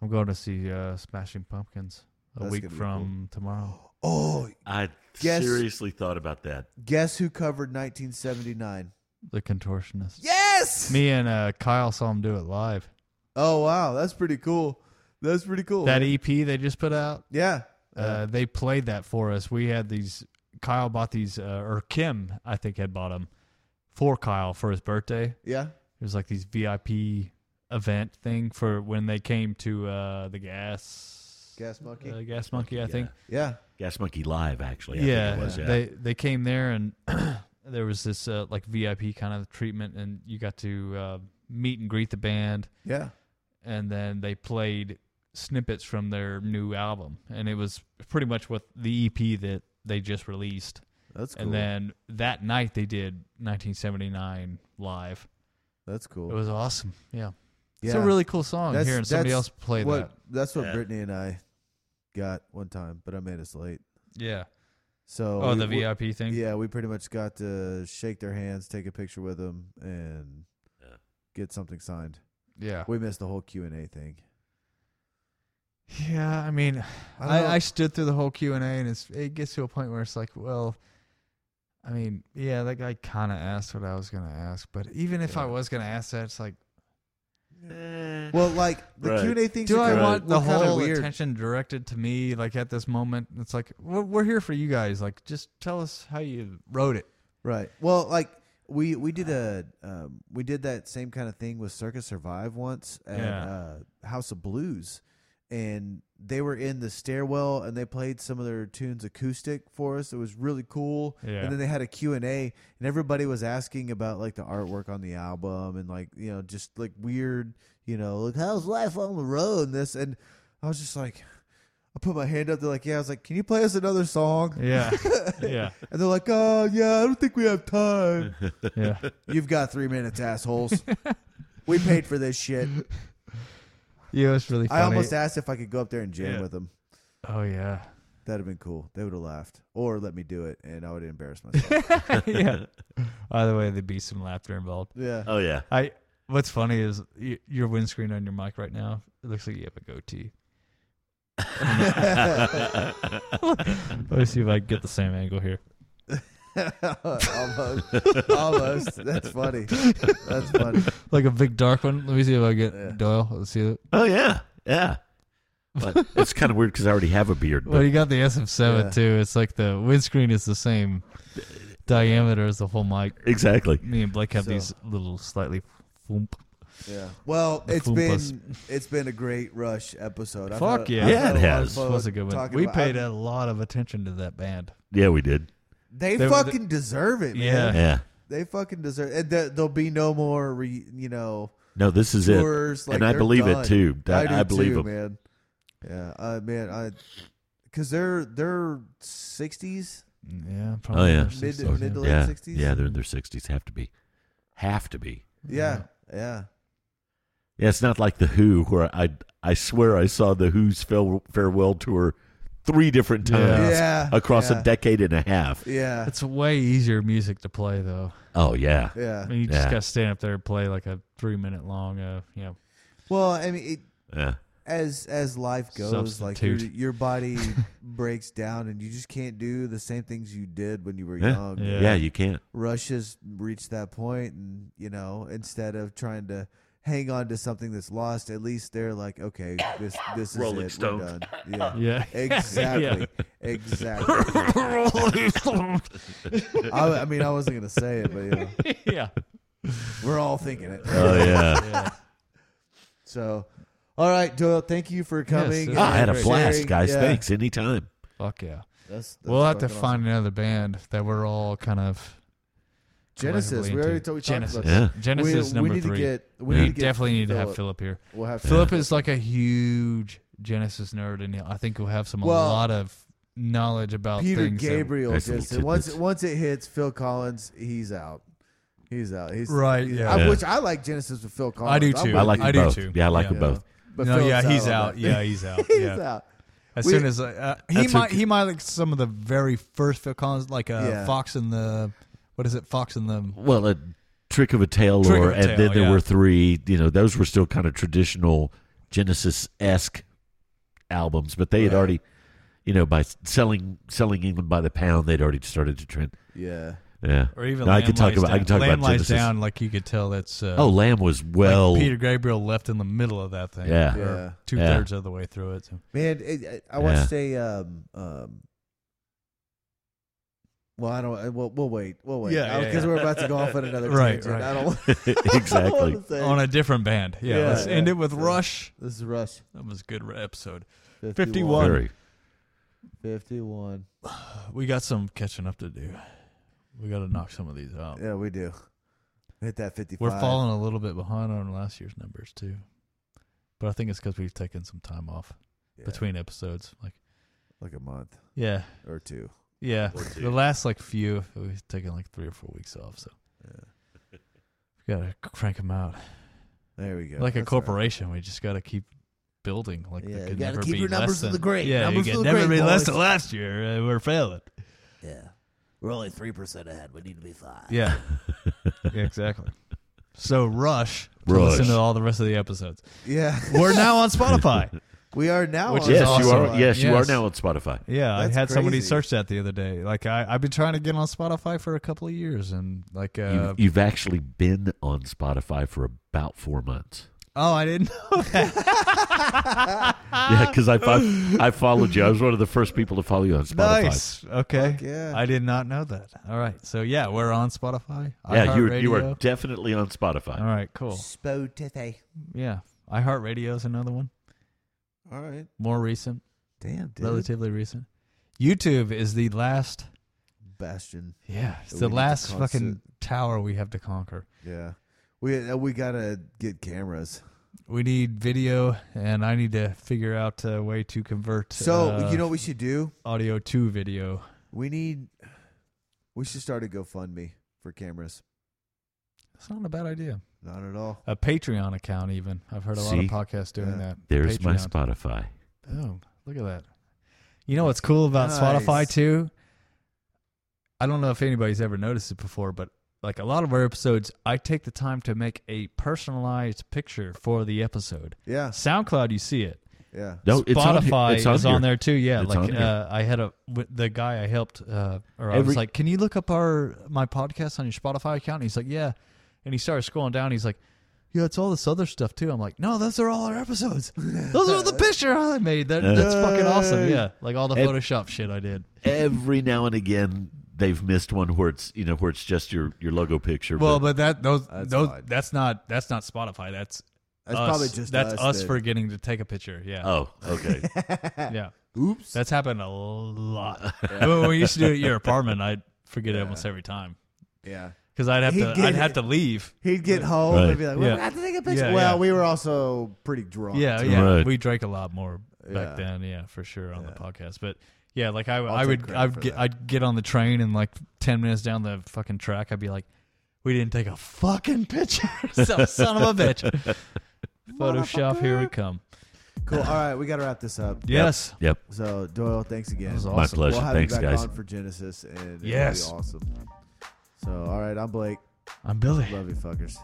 S6: I'm going to see uh, Smashing Pumpkins a
S2: That's
S6: week
S2: gonna be
S6: from tomorrow.
S2: oh,
S5: I
S2: Guess-
S5: seriously thought about that.
S2: guess who covered 1979?
S6: The Contortionist.
S2: Yes,
S6: Me and uh, Kyle saw him do it live.
S2: Oh wow, that's pretty cool. That's pretty cool.
S6: That EP they just put out.
S2: yeah.
S6: Uh, they played that for us. We had these. Kyle bought these, uh, or Kim, I think, had bought them for Kyle for his birthday. It
S2: yeah.
S6: was like these VIP event thing for when they came to uh, the gas
S2: Gas Monkey.
S6: uh, gas monkey, I think.
S2: yeah. Oh,
S5: Gas Monkey Live, actually. I think
S6: Yeah,
S5: it was,
S6: they they came there and there was this uh, like VIP kind of treatment, and you got to uh, meet and greet the band,
S2: Yeah.
S6: and then they played snippets from their new album, and it was pretty much what the EP that they just released.
S2: That's cool.
S6: And then that night they did 1979 live.
S2: that's cool.
S6: It was awesome. Yeah. It's
S2: Yeah.
S6: a really cool song
S2: That's-
S6: hearing somebody
S2: that's
S6: else play
S2: what, That's what
S5: Yeah.
S2: Brittany and I got one time, but I made us late.
S6: that. Yeah.
S2: So
S6: Oh,
S2: we-
S6: the
S2: we-
S6: VIP thing?
S2: Yeah, we pretty much got to shake their hands, take a picture with them, and
S5: Yeah.
S2: get something signed.
S6: Yeah.
S2: We missed the whole Q and A thing.
S6: Yeah, I mean,
S2: don't
S6: I,
S2: know.
S6: I, stood through the whole Q and A, and it's, it gets to a point where it's like, well, I mean, yeah, that guy kind of asked what I was gonna ask, but even if I was gonna ask that, it's like,
S5: yeah.
S2: Well, like the
S5: Right.
S2: Q and A thing.
S6: do I want the
S2: kind
S6: whole
S2: weird.
S6: attention directed to me, like at this moment? It's like, we're, we're here for you guys. Like, just tell us how you wrote it.
S2: Right. Well, like we we did a um, we did that same kind of thing with Circus Survive once at
S6: Yeah.
S2: uh, House of Blues, and they were in the stairwell and they played some of their tunes acoustic for us. It was really cool.
S6: Yeah.
S2: And then they had a Q and A, and everybody was asking about like the artwork on the album and like you know just like weird you know like how's life on the road and this and I was just like. I put my hand up. They're like, "Yeah." I was like, "Can you play us another song?"
S6: Yeah, yeah,
S2: And they're like, "Oh, yeah, I don't think we have time."
S6: yeah.
S2: You've got three minutes, assholes. we paid for this shit.
S6: Yeah, it was really funny.
S2: I almost asked if I could go up there and jam
S6: Yeah.
S2: with them.
S6: oh yeah,
S2: That'd have been cool. They would have laughed, or let me do it, and I would have embarrassed myself.
S6: yeah. Either way, there'd be some laughter involved.
S2: yeah.
S5: oh, yeah.
S6: I. What's funny is y- your windscreen on your mic right now. It looks like you have a goatee. Let me see if I can get the same angle here.
S2: Uh, almost, almost. That's funny. That's funny.
S6: Like a big dark one. Let me see if I get
S2: Yeah.
S6: Doyle. Let's see. it.
S5: Oh, yeah. Yeah. But it's kind of weird because I already have a beard.
S6: Well,
S5: But
S6: you got the SF7
S2: Yeah.
S6: too. It's like the windscreen is the same diameter as the whole mic.
S5: exactly.
S6: Me and Blake have
S2: So-
S6: these little slightly. Whoomp.
S2: Yeah. Well,
S6: The
S2: it's
S6: fool
S2: been
S6: bus.
S2: it's been a great rush episode. I've
S6: Fuck
S2: had-
S6: yeah.
S2: I've
S5: Yeah,
S2: had a lot
S5: it
S2: of
S5: has.
S2: fun
S6: That was a good one.
S2: talking
S6: We
S2: about-
S6: paid
S2: I-
S6: a lot of attention to that band.
S5: Yeah, we did.
S2: They,
S6: they-
S2: fucking deserve it, man.
S6: Yeah.
S5: Yeah.
S2: They fucking deserve. And there, there'll be no more, re, you know.
S5: No, this is
S2: tours,
S5: it.
S2: like,
S5: and I
S2: they're
S5: believe
S2: done.
S5: it, too. I,
S2: do
S5: I believe
S2: too,
S5: him.
S2: man. Yeah, uh, man. I because they're they're sixties,
S6: Yeah,
S5: Oh
S6: probably.
S5: yeah,
S2: mid mid to late
S5: yeah,
S2: sixties.
S5: yeah. They're in their sixties. Have to be, have to be.
S2: yeah, yeah.
S5: Yeah, it's not like the Who, where I I swear I saw the Who's fare- farewell tour three different times
S2: Yeah,
S5: across
S2: yeah.
S5: a decade and a half.
S2: yeah,
S6: It's way easier music to play though.
S5: Oh yeah,
S2: yeah.
S6: I mean, you just
S5: Yeah.
S6: gotta stand up there and play like a three minute long, uh, you know,
S2: Well, I mean, it,
S5: yeah.
S2: as as life goes, like your,
S6: Substitute.
S2: your body breaks down, and you just can't do the same things you did when you were
S5: Yeah.
S2: young.
S6: Yeah.
S5: yeah, You can't.
S2: Russia's reached that point, and you know, instead of trying to hang on to something that's lost, at least they're like, okay, this this is
S5: Rolling
S2: it.
S5: Stone.
S2: We're done. Yeah.
S6: yeah.
S2: Exactly. Exactly. I, I mean, I wasn't gonna say it, but you know,
S6: yeah.
S2: we're all thinking it.
S5: Oh yeah.
S2: So, all right, Doyle, thank you for coming.
S6: this
S5: Ah, I had a
S2: and
S5: blast,
S2: sharing.
S5: guys.
S2: Yeah.
S5: Thanks anytime.
S6: Fuck yeah.
S2: That's- that's
S6: we'll have to
S2: fucking awesome.
S6: find another band that we're all kind of
S2: Genesis.
S6: collectively
S2: We already
S6: into.
S2: told we talked
S6: Genesis.
S2: about
S5: Yeah.
S2: this.
S6: Genesis
S2: we,
S6: is number
S2: we need
S6: three.
S2: To get, we
S5: Yeah.
S2: need to get
S6: Definitely need to
S2: Philip.
S6: have Philip here.
S2: We'll have
S6: Philip is like a huge Genesis nerd, and I think we'll have some
S2: Well,
S6: a lot of knowledge about
S2: Peter
S6: things. that-
S2: Gabriel.
S5: Nice little
S2: just once
S5: tidbits.
S2: once it hits Phil Collins, he's out. He's out. He's
S6: Right,
S2: he's
S6: yeah.
S2: out.
S5: Yeah.
S2: Which I like Genesis with Phil Collins.
S6: I do
S2: I'm
S6: too.
S2: with
S5: I like
S2: you.
S6: I
S5: them
S6: do
S5: both.
S6: too.
S5: Yeah, I like
S2: Yeah.
S5: them both.
S2: But
S6: no,
S2: Philip's
S6: yeah, he's
S2: on
S6: out.
S2: that.
S6: Yeah, he's out.
S2: he's
S6: yeah.
S2: out.
S6: As
S2: We-
S6: soon as uh, he
S5: That's
S6: might,
S5: okay.
S6: he might like some of the very first Phil Collins, like uh,
S2: Yeah.
S6: Fox and the what is it? Fox and the
S5: Well, a trick of a tail,
S6: Trick
S5: or
S6: of a
S5: and
S6: Tale,
S5: then there
S6: yeah.
S5: were three. You know, those were still kind of traditional Genesis esque albums, but they had
S2: Right.
S5: already, you know, by s- selling selling England by the pound, they'd already started to trend.
S2: Yeah.
S5: Yeah,
S6: or even
S5: No, I
S6: Land
S5: could talk
S6: Lies
S5: about I
S6: Down.
S5: could talk
S6: Land
S5: about
S6: Lies
S5: Genesis.
S6: down. Like you could tell that's uh,
S5: Oh, Lamb was
S6: like
S5: well.
S6: Peter Gabriel left in the middle of that thing.
S5: Yeah.
S2: Yeah.
S6: two thirds of the way through it. So.
S2: Man, it, it- I watched a um um. Well, I don't. We'll, we'll wait. We'll wait.
S6: Yeah, yeah,
S2: because
S6: yeah.
S2: we're about to go off on another
S6: Right,
S2: tangent.
S6: right.
S2: I don't. want- I don't
S5: exactly.
S2: wanna say.
S6: On a different band. Yeah,
S2: Yeah,
S6: let's
S2: yeah.
S6: end it with
S2: Yeah.
S6: Rush.
S2: this is Rush.
S6: That was a good re- episode. 51.
S5: Very.
S2: Fifty-one.
S6: We got some catching up to do. We got to knock some of these
S5: Oh.
S6: out.
S2: Yeah, we do. Hit that 55.
S6: We're falling a little bit behind on last year's numbers too, but I think it's because we've taken some time off
S2: Yeah,
S6: between episodes. Like,
S2: like a month
S6: yeah,
S2: or two.
S6: yeah. The last like few, we've taken like three or four weeks off, so
S2: Yeah.
S6: we gotta crank them out
S2: There we go. That's
S6: like a
S2: all right.
S6: corporation. We just gotta keep building. Like,
S2: Yeah,
S6: yeah,
S2: you
S6: could
S2: gotta
S6: never
S2: keep
S6: be
S2: your
S6: less
S2: numbers to
S6: than-
S2: the great.
S6: Yeah,
S2: Numbers
S6: you
S2: to
S6: can
S2: the
S6: never
S2: great,
S6: be less than
S2: boys.
S6: last year. Uh, we're failing.
S2: Yeah. We're only 3% ahead. We need to be 5.
S6: Yeah. exactly. So Rush, to
S5: Rush.
S6: listen to all the rest of the episodes.
S2: Yeah.
S6: We're now on Spotify.
S2: We are now
S6: Which
S2: on
S5: Yes, you
S6: awesome.
S5: are. Yes, you are
S6: Yes.
S5: now on Spotify.
S6: Yeah,
S2: That's
S6: I had somebody
S2: crazy.
S6: search that the other day. Like I, I've been trying to get on Spotify for a couple of years, and like, uh,
S5: You, you've actually been on Spotify for about four months.
S6: oh, I didn't. know that. Ah.
S5: Yeah, because I, fo- I followed you. I was one of the first people to follow you on Spotify.
S6: nice. Okay.
S2: Fuck yeah.
S6: I did not know that. All right. So yeah, we're on Spotify.
S5: Yeah, you you are
S6: iHeartRadio.
S5: definitely on Spotify.
S6: All right. Cool.
S2: Spotify.
S6: Yeah, iHeartRadio is another one.
S2: All right.
S6: More recent,
S2: Damn, dude.
S6: relatively recent. YouTube is the last
S2: Bastion.
S6: Yeah, it's
S2: that
S6: the
S2: we need to
S6: last
S2: conquer.
S6: fucking tower we have to conquer.
S2: Yeah. We uh, we got to get cameras.
S6: We need video, and I need to figure out a way to convert.
S2: So,
S6: uh,
S2: you know what we should do?
S6: audio to video.
S2: We need we should start a GoFundMe for cameras.
S6: It's not a bad idea.
S2: Not at all.
S6: A Patreon account, even. I've heard a lot of
S5: See?
S6: podcasts doing
S2: Yeah.
S6: that.
S5: There's my
S6: Patreon.
S5: Spotify.
S6: Boom! Look at that. You know what's cool about
S2: Nice.
S6: Spotify too? I don't know if anybody's ever noticed it before, but like a lot of our episodes, I take the time to make a personalized picture for the episode.
S2: Yeah.
S6: SoundCloud, you see it.
S2: Yeah.
S5: No, it's on here-
S6: Spotify
S5: it's on
S6: is on
S5: here.
S6: there too. Yeah,
S5: It's on
S6: like
S5: here.
S6: uh, I had a w- the guy I helped, uh, or I
S5: Every-
S6: was like, "Can you look up our my podcast on your Spotify account?" And he's like, "Yeah," and he started scrolling down. He's like, "Yeah, it's all this other stuff too." I'm like, "No, those are all our episodes. Those are the picture I made. That, that's fucking awesome. Yeah, like all the
S5: Ev-
S6: Photoshop shit I did.
S5: Every now and again, they've missed one where it's you know where it's just your your logo picture.
S6: Well, but that those
S2: That's
S6: those
S2: fine.
S6: that's not that's not Spotify. That's
S2: That's
S6: us.
S2: probably just
S6: that's us,
S2: that-
S6: forgetting to take a picture. Yeah.
S5: oh, okay.
S6: Yeah.
S2: Oops.
S6: That's happened a lot. when we used to do it at your apartment, I'd forget it almost every time
S2: yeah.
S6: because I'd have
S2: He
S6: to
S2: did
S6: I'd have
S2: it.
S6: to leave.
S2: He'd get home
S5: Right.
S2: and be like, well,
S6: Yeah.
S2: we have to take a picture.
S6: Yeah,
S2: well,
S6: yeah.
S2: we were also pretty drunk.
S6: Yeah, yeah.
S5: Right.
S6: We drank a lot more back
S2: Yeah.
S6: then. Yeah, for sure on the podcast. But yeah, like I, I
S2: take
S6: would,
S2: credit
S6: I would
S2: for
S6: get,
S2: that.
S6: I'd get on the train and like ten minutes down the fucking track, I'd be like, "We didn't take a fucking picture, so, son of a bitch." Photoshop, here we come.
S2: Cool. All right, we got to wrap this up.
S6: Yes,
S5: Yep.
S2: So Doyle, thanks again.
S6: was
S5: My
S6: Awesome.
S5: pleasure.
S2: We'll have
S5: Thanks,
S2: you back
S5: guys.
S2: on for Genesis, and it'll
S6: Yes.
S2: be awesome. So, all right, I'm Blake.
S6: I'm Billy.
S2: Love you, fuckers.